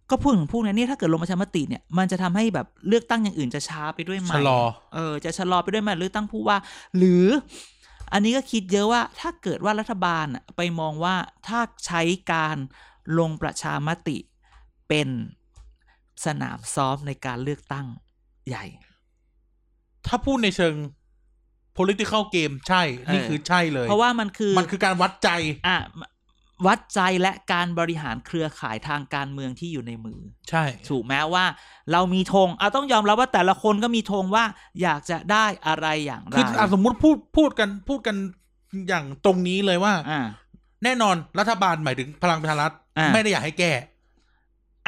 Speaker 1: ก็พูดถึงพวกนี้เนี่ยถ้าเกิดลงประชามติเนี่ยมันจะทำให้แบบเลือกตั้งอย่างอื่นจะช้าไปด้วยไหม
Speaker 2: ชะลอ
Speaker 1: เออจะชะลอไปด้วยไหมหรือตั้งผู้ว่า หรืออันนี้ก็คิดเยอะว่าถ้าเกิดว่ารัฐบาลน่ะไปมองว่าถ้าใช้การลงประชามติเป็นสนามซ้อมในการเลือกตั้งใหญ่
Speaker 2: ถ้าพูดในเชิง political game ใช่ นี่
Speaker 1: เออ
Speaker 2: คือใช่เลย
Speaker 1: เพราะว่ามันคือ
Speaker 2: มันคือการวัดใจ
Speaker 1: อ่ะวัดใจและการบริหารเครือข่ายทางการเมืองที่อยู่ในมือ
Speaker 2: ใช่
Speaker 1: ถูกไหมว่าเรามีธงเอาต้องยอมรับว่าแต่ละคนก็มีธงว่าอยากจะได้อะไรอย่างไร
Speaker 2: คืออ่ะสมมุติพูดพูดกันพูดกันอย่างตรงนี้เลยว่า
Speaker 1: อ่า
Speaker 2: แน่นอนรัฐบาลหมายถึงพลังประชารัฐ
Speaker 1: อ่ะ
Speaker 2: ไม่ได้อยากให้แก้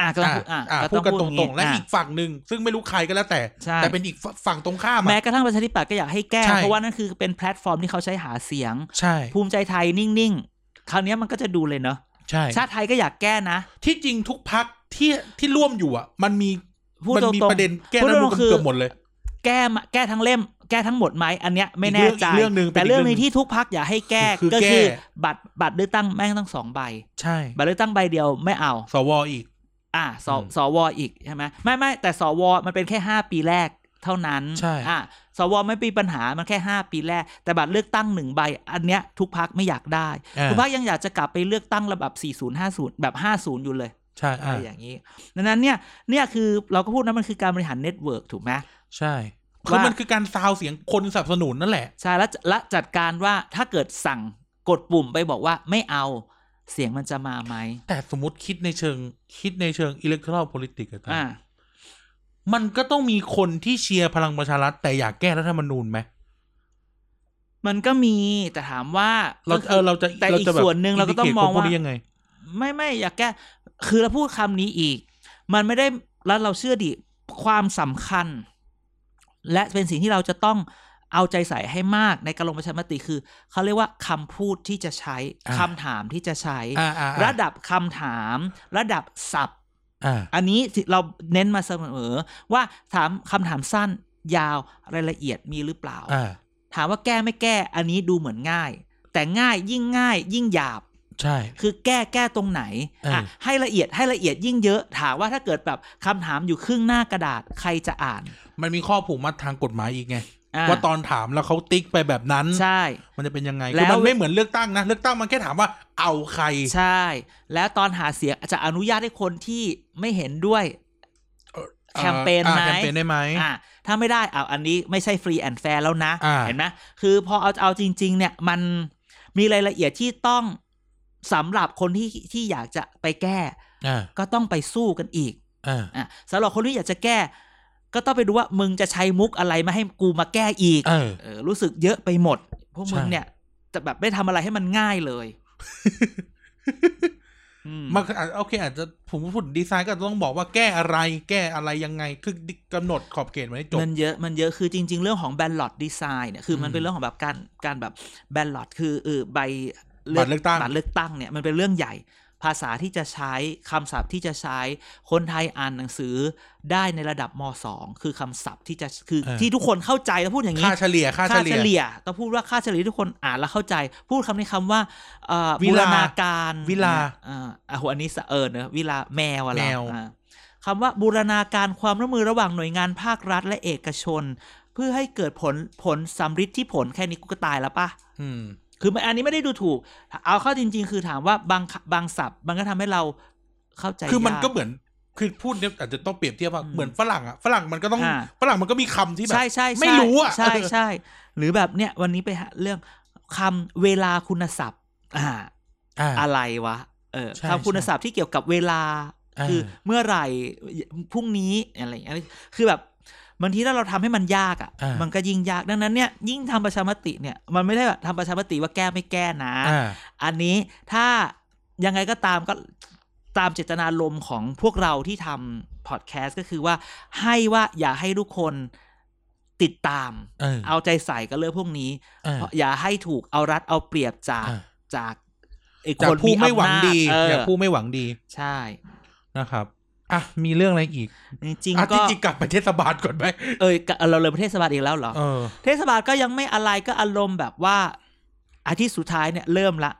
Speaker 1: อ่ะกำลังพูดอ่ะ
Speaker 2: อ่ะ
Speaker 1: ก็
Speaker 2: พูด
Speaker 1: ต้อง
Speaker 2: กัน
Speaker 1: พูด
Speaker 2: ต
Speaker 1: อ
Speaker 2: ร
Speaker 1: ย่าง งนี้
Speaker 2: ๆ และ
Speaker 1: อ่ะ
Speaker 2: อีกฝั่งหนึ่งซึ่งไม่รู้ใครก็แล้วแต่
Speaker 1: ใช่
Speaker 2: แต่เป็นอีกฝั่งตรงข้าม
Speaker 1: แม้
Speaker 2: อ่ะ
Speaker 1: กระทั่งประชาธิปัตย์ก็อยากให้แก้
Speaker 2: ใช่
Speaker 1: เพราะว่านั่นคือเป็นแพลตฟอร์มที่เขาใช้หาเสียง
Speaker 2: ใช่
Speaker 1: ภูมิใจไทยนิ่งๆ คราวเนี้ยมันก็จะดูเลยเนาะ
Speaker 2: ใช่
Speaker 1: ชาติไทยก็อยากแก้นะ
Speaker 2: ที่จริงทุกพักที่ที่ร่วมอยู่อ่ะ มันมี
Speaker 1: พูด
Speaker 2: มัน
Speaker 1: ตรง
Speaker 2: มี
Speaker 1: ๆ
Speaker 2: ประเด็นแก้
Speaker 1: พูด
Speaker 2: รัฐธรรมนู
Speaker 1: ตงๆ
Speaker 2: ญกัน
Speaker 1: คือ
Speaker 2: เกือบหมดเลย
Speaker 1: แก้มาแก้ทั้งเล่ม แก้ทั้งหมดไหมอันเนี้ยไม่
Speaker 2: อีก
Speaker 1: แน่
Speaker 2: เรื่อง
Speaker 1: ใจ
Speaker 2: อีกเรื่องหนึ่งเป็น
Speaker 1: แต่เรื่องหนึ
Speaker 2: อี
Speaker 1: ง
Speaker 2: กเรื่อง
Speaker 1: ที่ทุกพักอยากให้แก้
Speaker 2: คือ
Speaker 1: ก็
Speaker 2: แก้
Speaker 1: คือบัตรบัตรเลือกตั้งแม่งตั้งสองใบ
Speaker 2: ใช่
Speaker 1: บัตรเลือกตั้งใบเดียวไม่เอา
Speaker 2: สวอีก
Speaker 1: อ่าส
Speaker 2: อืม
Speaker 1: สวอีกใช่ไหมไม่ไม่แต่สวมันเป็นแค่ห้าปีแรกเท่านั้น
Speaker 2: ใช่
Speaker 1: อ่าสวไม่มีปัญหามันแค่ห้าปีแรก แต่บัตรเลือกตั้งหนึ่งใบ อันเนี้ยทุกพักไม่อยากได้
Speaker 2: อ่ะ
Speaker 1: ทุกพักยังอยากจะกลับไปเลือกตั้งระบบ40 50 แบบ 50 อยู่เลย
Speaker 2: ใช่
Speaker 1: อะ
Speaker 2: อ่ะ
Speaker 1: ไรอย่างนี้ดังนั้นเนี่ยเนี่ยคือเราก็พูดนะมันคือการบริหารเน็ตเวิร์กถูกไหม
Speaker 2: ใช่คือ
Speaker 1: ว่า
Speaker 2: มันคือการซาวเสียงคนสนับสนุนนั่นแหละ
Speaker 1: ใช่และและจัดการว่าถ้าเกิดสั่งกดปุ่มไปบอกว่าไม่เอาเสียงมันจะมาไหม
Speaker 2: แต่สมมติคิดในเชิงคิดในเชิง electoral politics อะครับ
Speaker 1: อ่า
Speaker 2: มันก็ต้องมีคนที่เชียร์พลังประชารัฐแต่อยากแก้รัฐธรรมนูญไหม
Speaker 1: มันก็มีแต่ถามว่า
Speaker 2: เรา
Speaker 1: ก็คือ
Speaker 2: เออเราจะ
Speaker 1: แต่
Speaker 2: เราจะ
Speaker 1: อีกส่วนหนึ่งเราก็ต้อง
Speaker 2: แบบ indicate
Speaker 1: มอง
Speaker 2: คนพวกนี้
Speaker 1: ว่ายั
Speaker 2: ยังไง
Speaker 1: ไม่ไม่อยากแก้คือเราพูดคำนี้อีก มันไม่ได้แล้วเราเชื่อดิความสำคัญ และเป็นสิ่งที่เราจะต้องเอาใจใส่ให้มากในการลงประชามติคือเขาเรียกว่าคำพูดที่จะใช้
Speaker 2: อ่า
Speaker 1: คำถามที่จะใช้
Speaker 2: อ่าอ่า
Speaker 1: ระดับคำถาม ระดับศัพท์
Speaker 2: อ่า
Speaker 1: อันนี้ที่เราเน้นมาเสมอ ว่าถามคำถามสั้นยาวรายละเอียดมีหรือเปล่า
Speaker 2: อ่า
Speaker 1: ถามว่าแก้ไม่แก้ อันนี้ดูเหมือนง่าย แต่ง่ายยิ่งง่าย ยิ่งหยาบ
Speaker 2: ใช่
Speaker 1: คือแก้แก้ตรงไหน
Speaker 2: เอออ่
Speaker 1: ะให้ละเอียดให้ละเอียดยิ่งเยอะ ถามว่าถ้าเกิดแบบคำถามอยู่ครึ่งหน้ากระดาษใครจะอ่าน
Speaker 2: มันมีข้อผูกมัดทางกฎหมายอีกไง
Speaker 1: ะ
Speaker 2: ว่าตอนถามแล้วเขาติ๊กไปแบบนั้น
Speaker 1: ใช่
Speaker 2: มันจะเป็นยังไง
Speaker 1: แล้
Speaker 2: คือ
Speaker 1: ว
Speaker 2: มันไม่เหมือนเลือกตั้งนะ เลือกตั้งมันแค่ถามว่าเอาใคร
Speaker 1: ใช่ แล้วตอนหาเสียงจะอนุญาตให้คนที่ไม่เห็นด้วย แคมเปญ
Speaker 2: อ่า
Speaker 1: ไหม
Speaker 2: แคมเปญได้ไหม
Speaker 1: อ่ะถ้าไม่ได้เอาอันนี้ไม่ใช่ฟรีแอนแฟร์แล้วนะ
Speaker 2: อ่า
Speaker 1: เห็นไหมคือพอเอาเอาจริง ๆ เนี่ยมันมีรายละเอียดที่ต้องสำหรับคนที่ที่อยากจะไปแก้
Speaker 2: อ่า
Speaker 1: ก็ต้องไปสู้กันอีก
Speaker 2: อ่า
Speaker 1: อ่ะสำหรับคนที่อยากจะแก้ ก็ต้องไปดูว่ามึงจะใช้มุกอะไรมาให้กูมาแก้อีก
Speaker 2: เออ
Speaker 1: เออรู้สึกเยอะไปหมด พวกมึง
Speaker 2: ใช่
Speaker 1: เนี่ยจะแบบไม่ทำอะไรให้มันง่ายเลยอืม
Speaker 2: มันก็อาจโอเคอาจจะผมพูดดีไซน์ก็อาจจะต้องบอกว่าแก้อะไร แก้อะไรยังไง คือกำหนดขอบเขตไว้ให้จบ
Speaker 1: มันเยอะมันเยอะคือจริง ๆ เรื่องของแบนลอตดีไซน์เนี่ยคือมัน
Speaker 2: อืม
Speaker 1: เป็นเรื่องของแบบการการแบบแบนลอตคือเออใบ
Speaker 2: บัตรเลือกตั้ง
Speaker 1: บัตรเลือกตั้งเนี่ยมันเป็นเรื่องใหญ่ ภาษาที่จะใช้คำศัพท์ที่จะใช้ คนไทยอ่านหนังสือได้ในระดับมสองคือคำศัพท์ที่จะคือที่ทุกคนเข้าใจแล้วพูดอย่างนี้
Speaker 2: ค่าเฉลี่ยค่าเฉ
Speaker 1: ค่า
Speaker 2: ลี่
Speaker 1: เฉ
Speaker 2: ย
Speaker 1: ลี่ยต้องพูดว่าค่าเฉลี่ยที่ทุกคนอ่านแล้วเข้าใจ พูดคำนี้คำว่าเอ่อ
Speaker 2: วิ
Speaker 1: บูร
Speaker 2: ลา
Speaker 1: ณาการ
Speaker 2: วิลา
Speaker 1: เอ่ออ่ะโหอันนี้สะเอิญเนอะวิลาแมวอะไร
Speaker 2: แมว
Speaker 1: คำว่าบูรณาการความร่วมมือระหว่างหน่วยงานภาครัฐและเอกชน เพื่อให้เกิดผลผลสำฤทธิ์ที่ผลแค่นี้กูก็ตายแล้วปะ
Speaker 2: อืม
Speaker 1: คือมันอันนี้ไม่ได้ดูถูก เอาเข้าจริง ๆ คือถามว่าบางบางศัพท์ มันก็ทำให้เราเข้าใจ
Speaker 2: คือมัน
Speaker 1: ยา
Speaker 2: ก็เหมือนคือพูดเนี่ยอาจจะต้องเปรียบเทียบว่า
Speaker 1: อืม
Speaker 2: เหมือนฝรั่งอะฝรั่งมันก็ต้อง
Speaker 1: อ่า
Speaker 2: ฝรั่งมันก็มีคำที่แบบ
Speaker 1: ใช่ใช่ใช่
Speaker 2: ไม่รู้อะ
Speaker 1: ใช่ใช่หรือแบบเนี่ยวันนี้ไปหาเรื่องคำเวลาคุณศัพท์อ่า
Speaker 2: อ่า
Speaker 1: อะไรวะ เออ
Speaker 2: ใช่
Speaker 1: คำคุณศัพท์ที่เกี่ยวกับเวลา
Speaker 2: อ่า
Speaker 1: คือเมื่อไหร่ พรุ่งนี้ อะไรอย่างเงี้ย คือแบบบางทีถ้าเราทำให้มันยากอ่ะ
Speaker 2: อ่ามั
Speaker 1: มันก็ยิ่งยาก ดังนั้นเนี่ย ยิ่งทำประชามติเนี่ย มันไม่ได้แบบทำประชามติว่าแก้ไม่แก้นะ
Speaker 2: อ่า
Speaker 1: อันนี้ถ้ายังไงก็ตามก็ตามเจตนารมณ์ของพวกเราที่ทำพอดแคสต์ก็คือว่าให้ว่าอย่าให้ทุกคนติดตาม
Speaker 2: เออ
Speaker 1: เอาใจใส่กับเรื่องพวกนี้
Speaker 2: อ่า
Speaker 1: เพราะอย่าให้ถูกเอารัดเอาเปรียบจาก
Speaker 2: อ่า
Speaker 1: จากไอ้
Speaker 2: จาก
Speaker 1: คน
Speaker 2: ผู้ไม่หวังดี
Speaker 1: มีอำนาจเออ
Speaker 2: จากผู้ไม่หวังดี
Speaker 1: ใช่
Speaker 2: นะครับอ่ะมีเรื่องอะไรอีก
Speaker 1: จริง
Speaker 2: อ่ะ
Speaker 1: ๆก็
Speaker 2: ที่จริงกลับไปเทศบาลก่อนไหม
Speaker 1: เอยกะเราเลยประเทศสบาลอีกแล้วเหรอ
Speaker 2: เออ
Speaker 1: เทศบาลก็ยังไม่อะไรก็อารมณ์แบบว่าอาทิตย์สุดท้ายเนี่ยเริ่มละ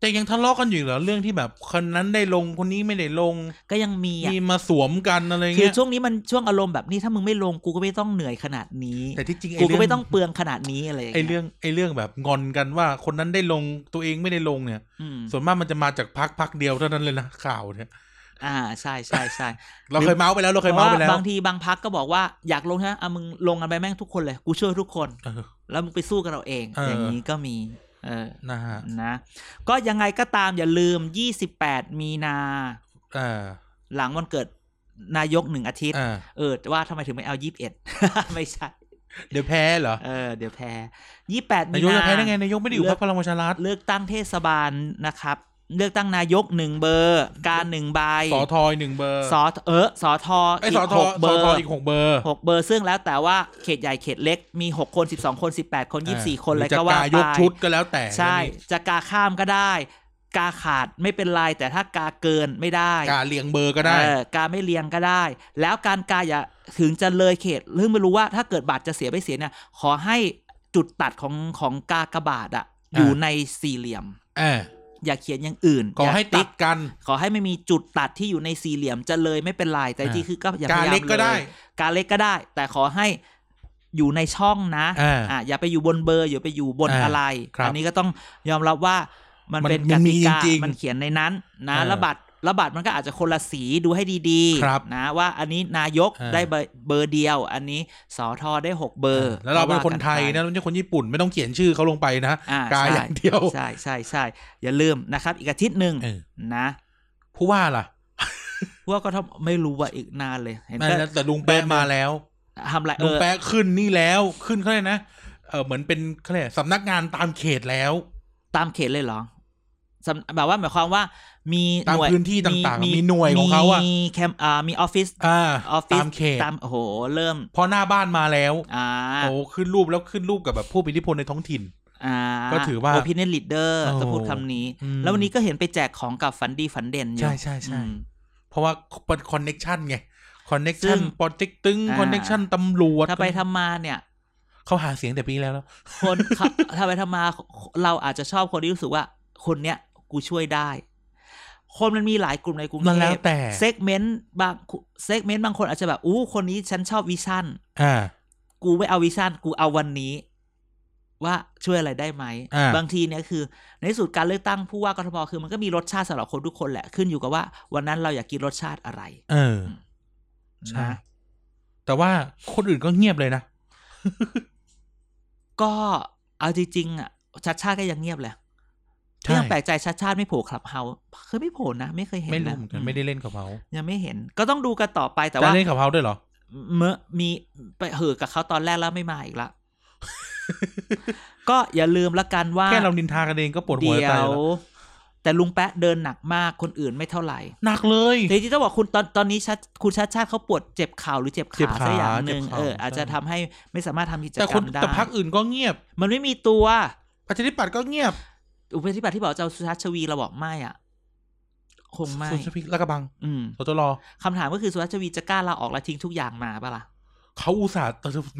Speaker 2: แต่ยังทะเลาะกันอยู่เหรอเรื่องที่แบบคนนั้นได้ลงคนนี้ไม่ได้ลง
Speaker 1: ก็ยังมีอ่ะ
Speaker 2: มีมาสวมกันอะไร
Speaker 1: คือ
Speaker 2: เงี้ย
Speaker 1: ช่วงนี้มันช่วงอารมณ์แบบนี้ถ้ามึงไม่ลงกูก็ไม่ต้องเหนื่อยขนาดนี้
Speaker 2: แต่ที่จริง
Speaker 1: กู
Speaker 2: ไอ้
Speaker 1: ก็
Speaker 2: เรื่
Speaker 1: ไม่ต้องเปลืองขนาดนี้อะไรย่า
Speaker 2: ไอ้
Speaker 1: ย
Speaker 2: เรื่องไอ้เรื่องแบบงอนกันว่าคนนั้นได้ลงตัวเองไม่ได้ลงเนี่ย
Speaker 1: อืม
Speaker 2: ส่วนมากมันจะมาจากพักพักเดียวเท่านั้นเลยนะข่าวเนี่ย
Speaker 1: อ่าใช่ใช่ใช่
Speaker 2: เราเคยเมาส์ไปแล้วเราเคย
Speaker 1: เพ
Speaker 2: เมา
Speaker 1: ราะ
Speaker 2: ส์ไปแล้ว
Speaker 1: ว่าบางทีบางพักก็บอกว่าอยากลงใช่ไหมอ่ะมึงลงกันไปแม่งทุกคนเลย กูช่วยทุกคน
Speaker 2: เออ
Speaker 1: แล้วมึงไปสู้กันเราเอง
Speaker 2: เอออ
Speaker 1: อย่างนี้ก็มี เออ
Speaker 2: นะฮะ
Speaker 1: นะ ก็ยังไงก็ตามอย่าลืม 28 มีนา
Speaker 2: เออ
Speaker 1: หลังวันเกิดนายกหนึ่งอาทิตย์
Speaker 2: เออ
Speaker 1: เออแต่ว่าทำไมถึงไม่เอา 21 ไม่ใช่
Speaker 2: เดี๋ยวแพ้เหรอ
Speaker 1: เออ เดี๋ยวแพ้ 28
Speaker 2: นา
Speaker 1: มี
Speaker 2: ยก
Speaker 1: นา
Speaker 2: จะแพ้ได้ไงนายกไม่ได้อยู่พรรคพลังประชารัฐ
Speaker 1: เลือกตั้งเทศบาลนะครับ เลือกตั้งนายกหนึ่งเบอร์ การหนึ่งใบ
Speaker 2: สอทอยหนึ่งเบอร์
Speaker 1: สอเออสอทอ
Speaker 2: ไอ้ย
Speaker 1: อี
Speaker 2: สอก ท
Speaker 1: ห
Speaker 2: อก
Speaker 1: เบ
Speaker 2: ส
Speaker 1: อ
Speaker 2: อ
Speaker 1: ร์
Speaker 2: ทออีกหกเบอร์
Speaker 1: หกเบอร์ซึ่งแล้วแต่ว่าเขตใหญ่เขตเล็กมีหกคนสิบสองคนสิบแปดคนยี่สิบสี่คนอะไรก็ว่า
Speaker 2: หรือจะ
Speaker 1: ไป
Speaker 2: ยกชุดก็แล้วแต่
Speaker 1: ใช่ จะกาข้ามก็ได้ กาขาดไม่เป็นไร แต่ถ้ากาเกินไม่ได้
Speaker 2: กาเลียงเบอร์ก็ได้
Speaker 1: เออกาไม่เลียงก็ได้ แล้วการกาอย่าถึงจะเลยเขตเรื่องไม่รู้ว่าถ้าเกิดบัตรจะเสียไม่เสียเนี่ย ขอให้จุดตัดของของกากบาทอะ
Speaker 2: อ่า
Speaker 1: อยู่ในสี่เหลี่ยม
Speaker 2: เออ
Speaker 1: อย่าเขียนอย่างอื่น
Speaker 2: ขอให้ติด
Speaker 1: ย่า
Speaker 2: กัน
Speaker 1: ขอให้ไม่มีจุดตัดที่อยู่ในสี่เหลี่ยมจะเลยไม่เป็นไรแต่จริงๆคือก็อย่า
Speaker 2: กาย
Speaker 1: พายาม
Speaker 2: เล็กก็ได้
Speaker 1: เลย การเล็กก็ได้ แต่ขอให้อยู่ในช่องนะ
Speaker 2: อ่า
Speaker 1: ะอย่าไปอยู่บนเบอร์อย่าไปอยู่บน
Speaker 2: อ่า
Speaker 1: อะไร
Speaker 2: ครับ
Speaker 1: อันี้ก็ต้องยอมรับว่ามัน
Speaker 2: มัน
Speaker 1: เป็น
Speaker 2: มั
Speaker 1: ก
Speaker 2: นมี
Speaker 1: ติกา
Speaker 2: จริงๆ
Speaker 1: มันเขียนในนั้นนะ
Speaker 2: เออ
Speaker 1: ระบัดระบัดมันก็อาจจะคนละสีดูให้ดี
Speaker 2: ครับ
Speaker 1: ๆนะว่าอันนี้นายก
Speaker 2: เออ
Speaker 1: ได้เบอร์เบอร์เดียว อันนี้สอทอได้หกเบอร์
Speaker 2: แล้วเราเป็นคนไทย
Speaker 1: ก็ว่ากัป
Speaker 2: นะไม่ใช่คนญี่ปุ่นไม่ต้องเขียนชื่อเขาลงไปนะ
Speaker 1: อ่าก
Speaker 2: า
Speaker 1: ใช่
Speaker 2: อย่างเดียว
Speaker 1: ใช่ใช่ใช่อย่าลืมนะครับ อีกอาทิตย์หนึ่ง
Speaker 2: เออ
Speaker 1: นะ
Speaker 2: ผู้ว่าล่ะ
Speaker 1: พวกก็ทำไม่รู้ว่าอีกนานเลยเห็น
Speaker 2: ไม่
Speaker 1: ก็
Speaker 2: นะแต่ลุงแปะมาแล้ว
Speaker 1: ทำอะไรเอ
Speaker 2: ลุง
Speaker 1: อ
Speaker 2: แปะขึ้นนี่แล้วขึ้นเขาเลยกนะเออเหมือนเป็นเขาเรียกสำนักงานตามเขตแล้ว
Speaker 1: ตามเขตเลยเหรอสำแบบว่าหมายความว่ามี
Speaker 2: ตาม
Speaker 1: หวย
Speaker 2: พื้นที่ต่างๆมีหน่วยของเขาอะ
Speaker 1: มีแคมอ่ามีออฟฟิศ
Speaker 2: อ่า
Speaker 1: ออฟฟิศ
Speaker 2: ตามเขต
Speaker 1: ตามโอ้โห เริ่ม
Speaker 2: พอหน้าบ้านมาแล้ว
Speaker 1: อ่า
Speaker 2: โอ้ขึ้นรูปแล้วขึ้นรูปกับแบบผู้มีอิทธิพลในท้องถิ่น
Speaker 1: อ่า
Speaker 2: ก็ถือว่า
Speaker 1: opinion leader
Speaker 2: โอ้โห
Speaker 1: จะพูดคำนี้
Speaker 2: อืม
Speaker 1: แล้ววันนี้ก็เห็นไปแจกของกับฝันดีฝันเด่นอยู่
Speaker 2: ใช่ใช่ใช่
Speaker 1: อืม
Speaker 2: เพราะว่าเป็นคอนเน็ชันไงคอนเน็
Speaker 1: ซึ่
Speaker 2: ชัน
Speaker 1: ง
Speaker 2: ปอติกตึง
Speaker 1: อ่า
Speaker 2: คอนเน็ชันตำรวจ
Speaker 1: ถ้าไปทำมาเนี่ย
Speaker 2: เขาหาเสียงแต่ปีแล้วแล้ว
Speaker 1: คนเขา ถ้าไปทำมาเราอาจจะชอบคนที่รู้สึกว่า คนเนี้ยกูช่วยได้ คนมันมีหลายกลุ่มในกรุง
Speaker 2: มั
Speaker 1: เท
Speaker 2: นแล้ว
Speaker 1: พ
Speaker 2: แต่
Speaker 1: เซกเมนต์บางเซกเมนต์บางคนอาจจะแบบอู้คนนี้ฉันชอบวิชั่น
Speaker 2: อ่า
Speaker 1: กูไม่เอาวิชั่นกูเอาวันนี้ ว่าช่วยอะไรได้ไหม
Speaker 2: อ่า
Speaker 1: บางทีเนี่ยคือ ในที่สุดการเลือกตั้งผู้ว่ากทมคือมันก็มีรสชาติสำหรับคนทุกคนแหละขึ้นอยู่กับว่าวันนั้นเราอยากกินรสชาติอะไร
Speaker 2: เออ ใช่
Speaker 1: นะ
Speaker 2: แต่ว่าคนอื่นก็เงียบเลยนะ
Speaker 1: ก็เอาจริงๆอ่ะชัดชาติก็ยังเงียบแหละ
Speaker 2: ใช่
Speaker 1: ยังแปลกใจชัดชาติไม่โผล่คลับเฮาเคยไม่โผล่นะไม่เคยเห็น
Speaker 2: ไม่รู้
Speaker 1: นะ
Speaker 2: เหมือนกันไม่ได้เล่นกับเขา
Speaker 1: ยังไม่เห็น ก็ต้องดูกันต่อไปแต่
Speaker 2: จะ
Speaker 1: ว่า
Speaker 2: เล่นกับเขาด้วยเหรอ
Speaker 1: เมื่อมีไปเหือะกับเขาตอนแรกแล้วไม่มาอีก ละ ก็อย่าลืมละกันว่า
Speaker 2: แค่เรานินทากันเองก็ปวดหัว
Speaker 1: เดียว
Speaker 2: ใจแล้ว
Speaker 1: แต่ลุงแปะเดินหนักมากคนอื่นไม่เท่าไหร่
Speaker 2: หนักเลย
Speaker 1: แต่จริงๆต้องบอกคุณตอนตอนนี้ชัดคุณชาติชาติเขาปวดเจ็บเข่าหรือเจ็บ
Speaker 2: เจ็บ
Speaker 1: ขา
Speaker 2: ขา
Speaker 1: สักอย่างหนึ่ง
Speaker 2: เจ็บเข่า
Speaker 1: เอออาจจะ
Speaker 2: ใช่
Speaker 1: ทำให้ไม่สามารถทำกิจก
Speaker 2: แต่
Speaker 1: ร
Speaker 2: ค
Speaker 1: ร
Speaker 2: น
Speaker 1: มได้
Speaker 2: แต่พักอื่นก็เงียบ
Speaker 1: มันไม่มีตัว
Speaker 2: ประชาธิปัตย์ก็เงียบ
Speaker 1: อุปนิบัติที่บอกจะเอาสุชาติชวีเราบอกไม่อ่ะ คงไม่
Speaker 2: ส่วนสพิกลาดกระบัง
Speaker 1: อืม
Speaker 2: สตรอ
Speaker 1: คำถามก็คือสุชาติชวีจะกล้าลาออกและทิ้งทุกอย่างมาปะล่ะ
Speaker 2: เขาอุตส่าห์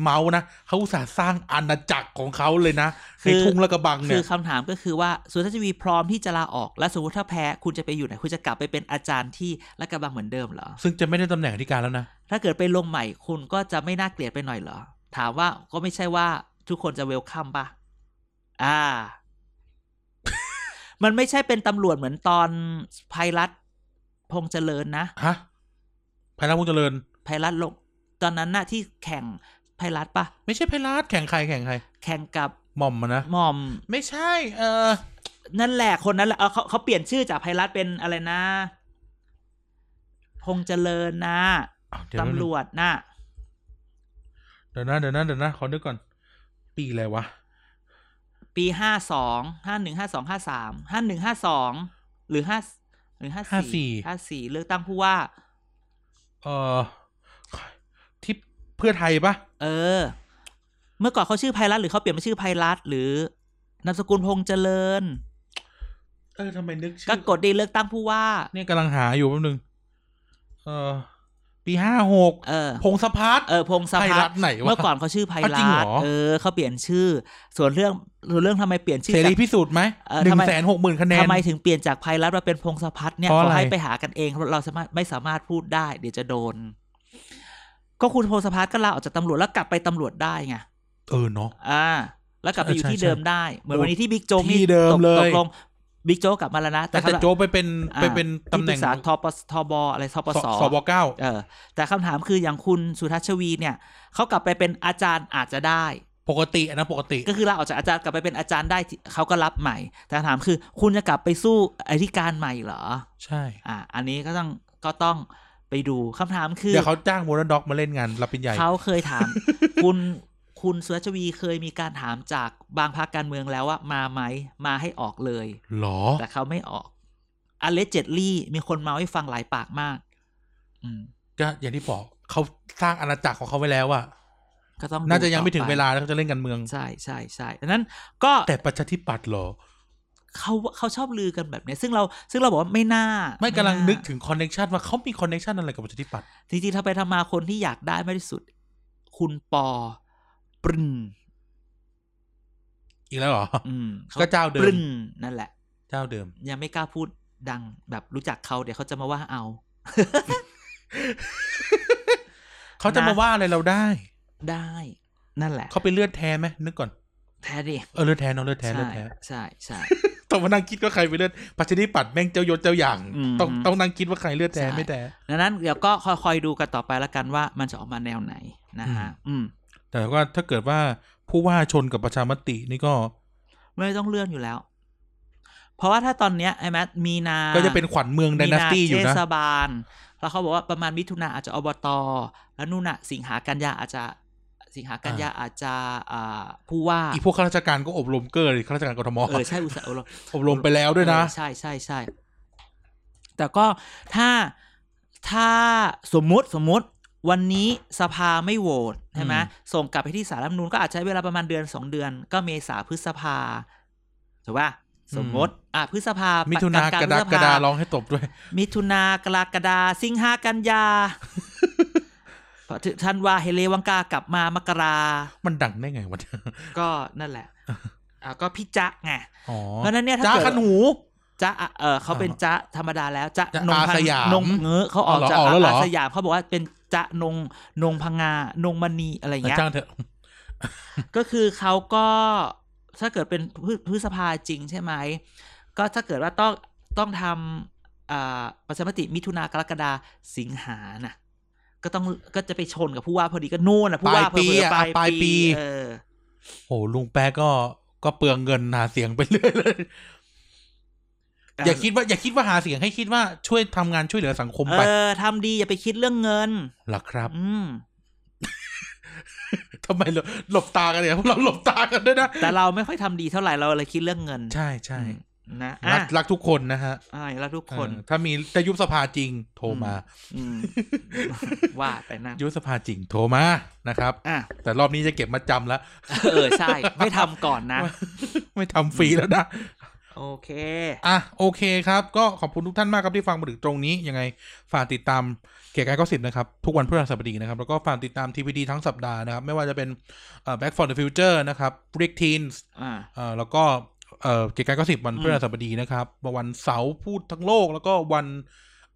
Speaker 2: เมาส์นะเขาอุตส่าห์สร้างอาณาจักรของเขาเลยนะ
Speaker 1: คื
Speaker 2: ใน
Speaker 1: อ
Speaker 2: ทุ่งลาดกระบัง
Speaker 1: คื
Speaker 2: เนี่
Speaker 1: อย คำถามก็คือว่าสุชาติชวีพร้อมที่จะลาออก และสมมติถ้าแพ้คุณจะไปอยู่ไหนคุณจะกลับไปเป็นอาจารย์ที่รักกระบังเหมือนเดิมเหรอ
Speaker 2: ซึ่งจะไม่ได้ตำแหน่งอธิการแล้วนะ
Speaker 1: ถ้าเกิดไปลงใหม่คุณก็จะไม่น่าเกลียดไปหน่อยเหรอ ถามว่าก็ไม่ใช่ว่าทุกคนจะเวลคัมป่ะ อ่า มันไม่ใช่เป็นตำรวจเหมือนตอนไพรัตพงษ์เจริญนะ
Speaker 2: ฮะไพรัตพงษ์เจริญ
Speaker 1: ไพรัตลง ตอนนั้นน่ะที่แข่งไพรัตป่ะ
Speaker 2: ไม่ใช่ไพรัตแข่งใครแข่งใคร
Speaker 1: แข่งกับ
Speaker 2: หม่อมมานะ
Speaker 1: หม่อม
Speaker 2: ไม่ใช่ เออ
Speaker 1: นั่นแหละคนนั้นแหละเอาเขาเขาเปลี่ยนชื่อจากไพรัตเป็นอะไรนะ พงษ์เจริญนะ
Speaker 2: อ้าวเดี๋ยวนะ
Speaker 1: ตำรวจนะ
Speaker 2: เดี๋ยวนะเดี๋ยวนะเดี๋ยวนะขอนึกก่อน ปีอะไรวะ
Speaker 1: ปีห้าสองห้าหนึ่งห้าสองห้าสามห้าหนึ่งห้าสองหรือห้าหรือห้าสี่
Speaker 2: 54
Speaker 1: ห้าสี่เลือกตั้งผู้ว่า
Speaker 2: เออที่เพื่อไทยปะ
Speaker 1: เออ เมื่อก่อนเขาชื่อไพรัตหรือเขาเปลี่ยนมาชื่อไพรัตหรือนามสกุลพงษ์เจริญ
Speaker 2: เออทำไมนึกชื่
Speaker 1: ก็กดดีเลือกตั้งผู้ว่า
Speaker 2: เนี่ยกำลังหาอยู่แป๊บนึง เออ ปีห้าหก
Speaker 1: เออ
Speaker 2: พงศพัฒน์
Speaker 1: เออพงศ
Speaker 2: ไทย
Speaker 1: พั
Speaker 2: รั
Speaker 1: ฒ
Speaker 2: ฐ
Speaker 1: น์
Speaker 2: ไหนวะ
Speaker 1: เมื่อก่อนเขาชื่อไพ
Speaker 2: อ้าวจ
Speaker 1: รั
Speaker 2: ริงเหร
Speaker 1: ต
Speaker 2: อ
Speaker 1: เออเขาเปลี่ยนชื่อ ส่วนเรื่องส่วนเรื่องทำไมเปลี่ยนชื่อ
Speaker 2: เส
Speaker 1: จา
Speaker 2: รี
Speaker 1: ก
Speaker 2: พิสูจน์ไหม
Speaker 1: เออ
Speaker 2: หนึ่
Speaker 1: ทำ
Speaker 2: ง
Speaker 1: ไม
Speaker 2: แสนหกหมื่นคะแนน
Speaker 1: ทำไมถึงเปลี่ยนจากไพรัตมาเป็นพงศพัฒน์เนี่ย
Speaker 2: เพราะ
Speaker 1: ขอ
Speaker 2: อะไร
Speaker 1: ให้ไปหากันเองเพราะเราสามารถไม่สามารถพูดได้ เดี๋ยวจะโดน ก็คุณพงศพัฒน์ก็ลาออกจากตำรวจแล้วกลับไปตำรวจได้ไง
Speaker 2: เออเนาะ
Speaker 1: อ่า แล้วกลับไปอยู่
Speaker 2: เออใช่
Speaker 1: ที่เดิมได้ เหมือนวันนี้ที่บิ๊กโจ๊ก
Speaker 2: ที่
Speaker 1: นี่
Speaker 2: เดิม
Speaker 1: ตก
Speaker 2: เลย
Speaker 1: ตกลงบิ๊กโจ๊กกลับมาแล้วนะ
Speaker 2: แต่แต่
Speaker 1: คำถาม
Speaker 2: โจกไปเป็น
Speaker 1: อ่า
Speaker 2: ไปเป็นตำแหน่ง
Speaker 1: ที่ปรึกษาทปสทบอะไรทปส
Speaker 2: สบเก้า
Speaker 1: เออ แต่คำถามคืออย่างคุณสุทัชวีเนี่ยเขากลับไปเป็นอาจารย์อาจจะได้
Speaker 2: ปกตินะปกติ
Speaker 1: ก็คือลาออกจากอาจารย์กลับไปเป็นอาจารย์ได้ที่เขาก็รับใหม่ แต่คำถามคือ คุณจะกลับไปสู้อธิการใหม่เหรอ
Speaker 2: ใช่
Speaker 1: อ่า อันนี้ก็ต้องก็ต้องไปดูคำถามคือ
Speaker 2: เดี๋ยวเขาจ้างโมเดิร์นด็อกมาเล่นงานรับปริญญา
Speaker 1: เขาเคยถาม คุณคุณสุทัชวีเคยมีการถามจากบางพรรคการเมืองแล้วว่ามาไหมมาให้ออกเลย
Speaker 2: หรอ
Speaker 1: แต่เขาไม่ออกอเลเจดลี่มีคนเมาให้ฟังหลายปากมาก อืม
Speaker 2: ก็อย่างที่บอกเขาสร้างอาณาจักรของเขาไว้แล้วอะ
Speaker 1: ก็ต้องดู
Speaker 2: น่าจะยังไม่ถึง
Speaker 1: ต่อป
Speaker 2: เวลาแล้วเขาจะเล่นการเมือง
Speaker 1: ใช่ใช่ใช่ดังนั้นก็
Speaker 2: แต่ประชาธิปัตย์เหรอ
Speaker 1: เขาเขาชอบลือกันแบบเนี้ยซึ่งเราซึ่งเราบอกว่าไม่น่า
Speaker 2: ไม่กำลัง
Speaker 1: า
Speaker 2: นึกถึงคอนเน t ชันว่าเขามีคอนเน t ชันอะไรกับประชาธิปัตย์
Speaker 1: จริงๆถ้าไปทำมาคนที่อยากได้มากที่สุด คุณปอปรึน
Speaker 2: อีกแล้วเหรอ
Speaker 1: อืมข
Speaker 2: ก็เจ้าเดิ
Speaker 1: ปรึ
Speaker 2: ม
Speaker 1: นนั่นแหละ
Speaker 2: เจ้าเดิม
Speaker 1: ยังไม่กล้าพูดดังแบบรู้จักเขาเดี๋ยวเขาจะมาว่าเอา
Speaker 2: เขาจะ
Speaker 1: นะ
Speaker 2: มาว่าอะไรเราได้
Speaker 1: ได้ นั่นแหละ
Speaker 2: เขาไปเลือดแท้ไหมนึกก่อน
Speaker 1: แท้ดิ
Speaker 2: เออเลือดแท้เนอะเลือดแท้
Speaker 1: ใช่
Speaker 2: เลือดแท้
Speaker 1: ใช่ใช่
Speaker 2: ต้องมานั่งคิดว่าใครไปเลือดประชาธิปัตย์แม่งเจ้ายศเจ้าอย่าง
Speaker 1: อืม
Speaker 2: ต้องต้องนั่งคิดว่าใครเลือดแท้
Speaker 1: ใช่
Speaker 2: ไม่แท้
Speaker 1: ดังนั้นเดี๋ยวก็คอยคอยดูกันต่อไปละกันว่ามันจะออกมาแนวไหนนะฮะ อืม
Speaker 2: แต่ว่าถ้าเกิดว่าผู้ว่าชนกับประชามตินี่ก็
Speaker 1: ไม่ต้องเลื่อนอยู่แล้ว เพราะว่าถ้าตอนเนี้ยไอ้แมทมีนา
Speaker 2: ก็จะเป็นขวัญเมือง d y
Speaker 1: มี
Speaker 2: n a สตี้อยู่นะ
Speaker 1: เทศบาล แล้วเขาบอกว่าประมาณมิถุนาอาจจะอบต แล้วนู่นน่ะ สิงหากันยาอาจจะ สิงหากันยาอาจจะอ่าผู้ว่า
Speaker 2: อีพวกข้าราชการก็อบรมเกอร์เลยข้าราชการกทม
Speaker 1: เออ ใช่ อุตสาหะ
Speaker 2: อบรมไปแล้วด้วยนะ
Speaker 1: เออใช่ใช่ใช่ แต่ก็ถ้าถ้าสมมุติสมมุติวันนี้สภาไม่โหวตใช่ไหม
Speaker 2: อืม
Speaker 1: ส่งกลับไปที่สารรัฐธรรมนูนก็อาจจะใช้เวลาประมาณเดือนสองเดือน ก็เมษาพฤษภาถูกป่ะสมมติ อ่ะพฤษภา
Speaker 2: มิ
Speaker 1: มิ
Speaker 2: ถุนากระดากระดาร้องให้ตบด้วย
Speaker 1: มิถุนากรกฎาสิงหากันยาท่านว่าเฮเลวังกากลับมามกรา
Speaker 2: มันดังได้ไงวะ
Speaker 1: ก็นั่นแหละอ่ะก็พี่จ๊ะไง
Speaker 2: อ๋อ
Speaker 1: เพราะฉะนั้นเนี่ยถ้า
Speaker 2: จ้า
Speaker 1: เกิด
Speaker 2: คันหู
Speaker 1: จ๊ะอ่ะเออเขาเป็นจ๊ะธรรมดาแล้วจ๊ะ
Speaker 2: จ๊ะ
Speaker 1: นง
Speaker 2: อา
Speaker 1: พั
Speaker 2: สยาม
Speaker 1: นงเงื้อเขาออกจาก
Speaker 2: อ๋อเหรอออกแล้วเหรอ
Speaker 1: อาสยามเขาบอกว่าเป็นจ๊ะนงนงพังงานงมณีอะไรอย่างเงี้ย
Speaker 2: จ้างเถอะ
Speaker 1: ก็คือเขาก็ถ้าเกิดเป็นพฤพฤษภาจริงใช่ไหมก็ถ้าเกิดว่าต้องต้องทำอ่าประชามติมิถุนากรกฎาสิงหาน่ะ ก็ต้องก็จะไปชนกับผู้ว่าพอดีก็นู่นน่ะผู้ว่า
Speaker 2: ปลายปี
Speaker 1: เผลอๆป
Speaker 2: อ่ะ
Speaker 1: ลาย
Speaker 2: ปลายปี
Speaker 1: ปีเออ
Speaker 2: โหลุงแป๊ะก็ก็เปลืองเงินหาเสียงไปเรื่อยเลย อย่าคิดว่าอย่าคิดว่าหาเสียงให้คิดว่าช่วยทำงานช่วยเหลือสังคมไป
Speaker 1: เออทำดีอย่าไปคิดเรื่องเงิน
Speaker 2: เหรอครับ
Speaker 1: อืม
Speaker 2: ทำไมเราหลบตากันเนี่ยพวกเราหลบตากันด้วยนะ
Speaker 1: แต่เราไม่ค่อยทำดีเท่าไหร่เราเลยคิดเรื่องเงิน
Speaker 2: ใช่ใช่
Speaker 1: อืมนะ
Speaker 2: รั
Speaker 1: อ่ะ
Speaker 2: กรักทุกคนนะฮะ
Speaker 1: อ่าแล้วทุกคน
Speaker 2: เออถ้ามีจะยุบสภาจริงโทรมา
Speaker 1: อื ม ว่า ไปนะ
Speaker 2: ยุบสภาจริงโทรมานะครับ
Speaker 1: อ่ะ
Speaker 2: แต่รอบนี้จะเก็บมาจำแล้ว
Speaker 1: เออ ใช่ ไม่ทำก่อนนะ
Speaker 2: ไม่ทำฟรีแล้วนะ
Speaker 1: โอเค
Speaker 2: อ่ะโอเคครับ ก็ขอบคุณทุกท่านมากครับที่ฟังมาถึงตรงนี้ยังไงฝากติดตามเกียร์กายก็สิบนะครับ ทุกวันพฤหัสบดีนะครับ แล้วก็ฝากติดตาม TPD ทั้งสัปดาห์นะครับ ไม่ว่าจะเป็นเอ่อ Back for the Future นะครับ Break Teens
Speaker 1: อ่า
Speaker 2: เอ่อแล้วก็เอ่อเกียร์กายก็สิบวัน
Speaker 1: อืม
Speaker 2: พฤหัสบดีนะครับวันเสาร์พูดทั้งโลก แล้วก็วัน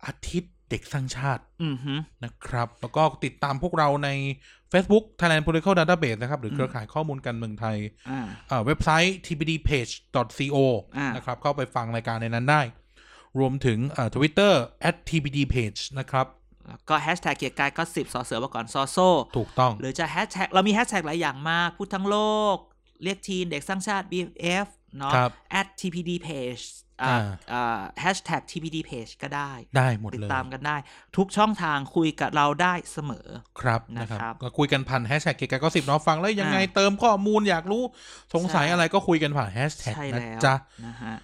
Speaker 2: อาทิตย์เด็กสร้างชาติ
Speaker 1: อือหือ
Speaker 2: นะครับ แล้วก็ติดตามพวกเราใน Facebook Thailand Political Database นะครับ หรือ
Speaker 1: อืม
Speaker 2: เครือข่ายข้อมูลการเมืองไทย
Speaker 1: อ่า
Speaker 2: เอ่อเว็บไซต์ tbdpage.co
Speaker 1: อ่าน
Speaker 2: นะครับ เข้าไปฟังรายการในนั้นได้ รวมถึงเอ่อ Twitter at tbdpage นะครับ
Speaker 1: แล้วก็แฮชแท็กเกียร์กายก็สิบสอเสือมาก่อนซอโซ
Speaker 2: ถูกต้อง
Speaker 1: หรือจะแฮชแท็กเรามีแฮชแท็กหลายอย่างมาก พูดทั้งโลก เรียกทีนเด็กสร้างชาติ BF เนาะ
Speaker 2: ครับ
Speaker 1: at TPD page อ่า
Speaker 2: อ่า
Speaker 1: อ่าแฮชแท็ก TPD page ก็ได้
Speaker 2: ได้หมด
Speaker 1: ติด
Speaker 2: เลย
Speaker 1: ตามกันได้ ทุกช่องทางคุยกับเราได้เสมอ
Speaker 2: ครับ
Speaker 1: นะ
Speaker 2: นะครับ
Speaker 1: ครับ
Speaker 2: ก็คุยกันผ่านแฮชแท็กเกกก็สิบเนาะฟังแล้วยังไง
Speaker 1: อ่า
Speaker 2: เติมข้อมูลอยากรู้สงสัย
Speaker 1: ใช่
Speaker 2: อะไรก็คุยกันผ่านแฮชแท็ก
Speaker 1: ใช่
Speaker 2: นะ
Speaker 1: แล้ว
Speaker 2: จ๊ะ
Speaker 1: นะฮะ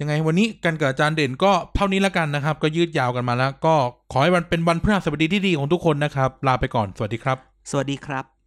Speaker 2: ยังไงวันนี้กันกับอาจารย์เด่นก็เท่านี้ละกันนะครับ ก็ยืดยาวกันมาแล้ว ก็ขอให้วันเป็นวันพฤหัสบดีที่ดีของทุกคนนะครับ ลาไปก่อนสวัสดีครับ
Speaker 1: สวัสดีครับ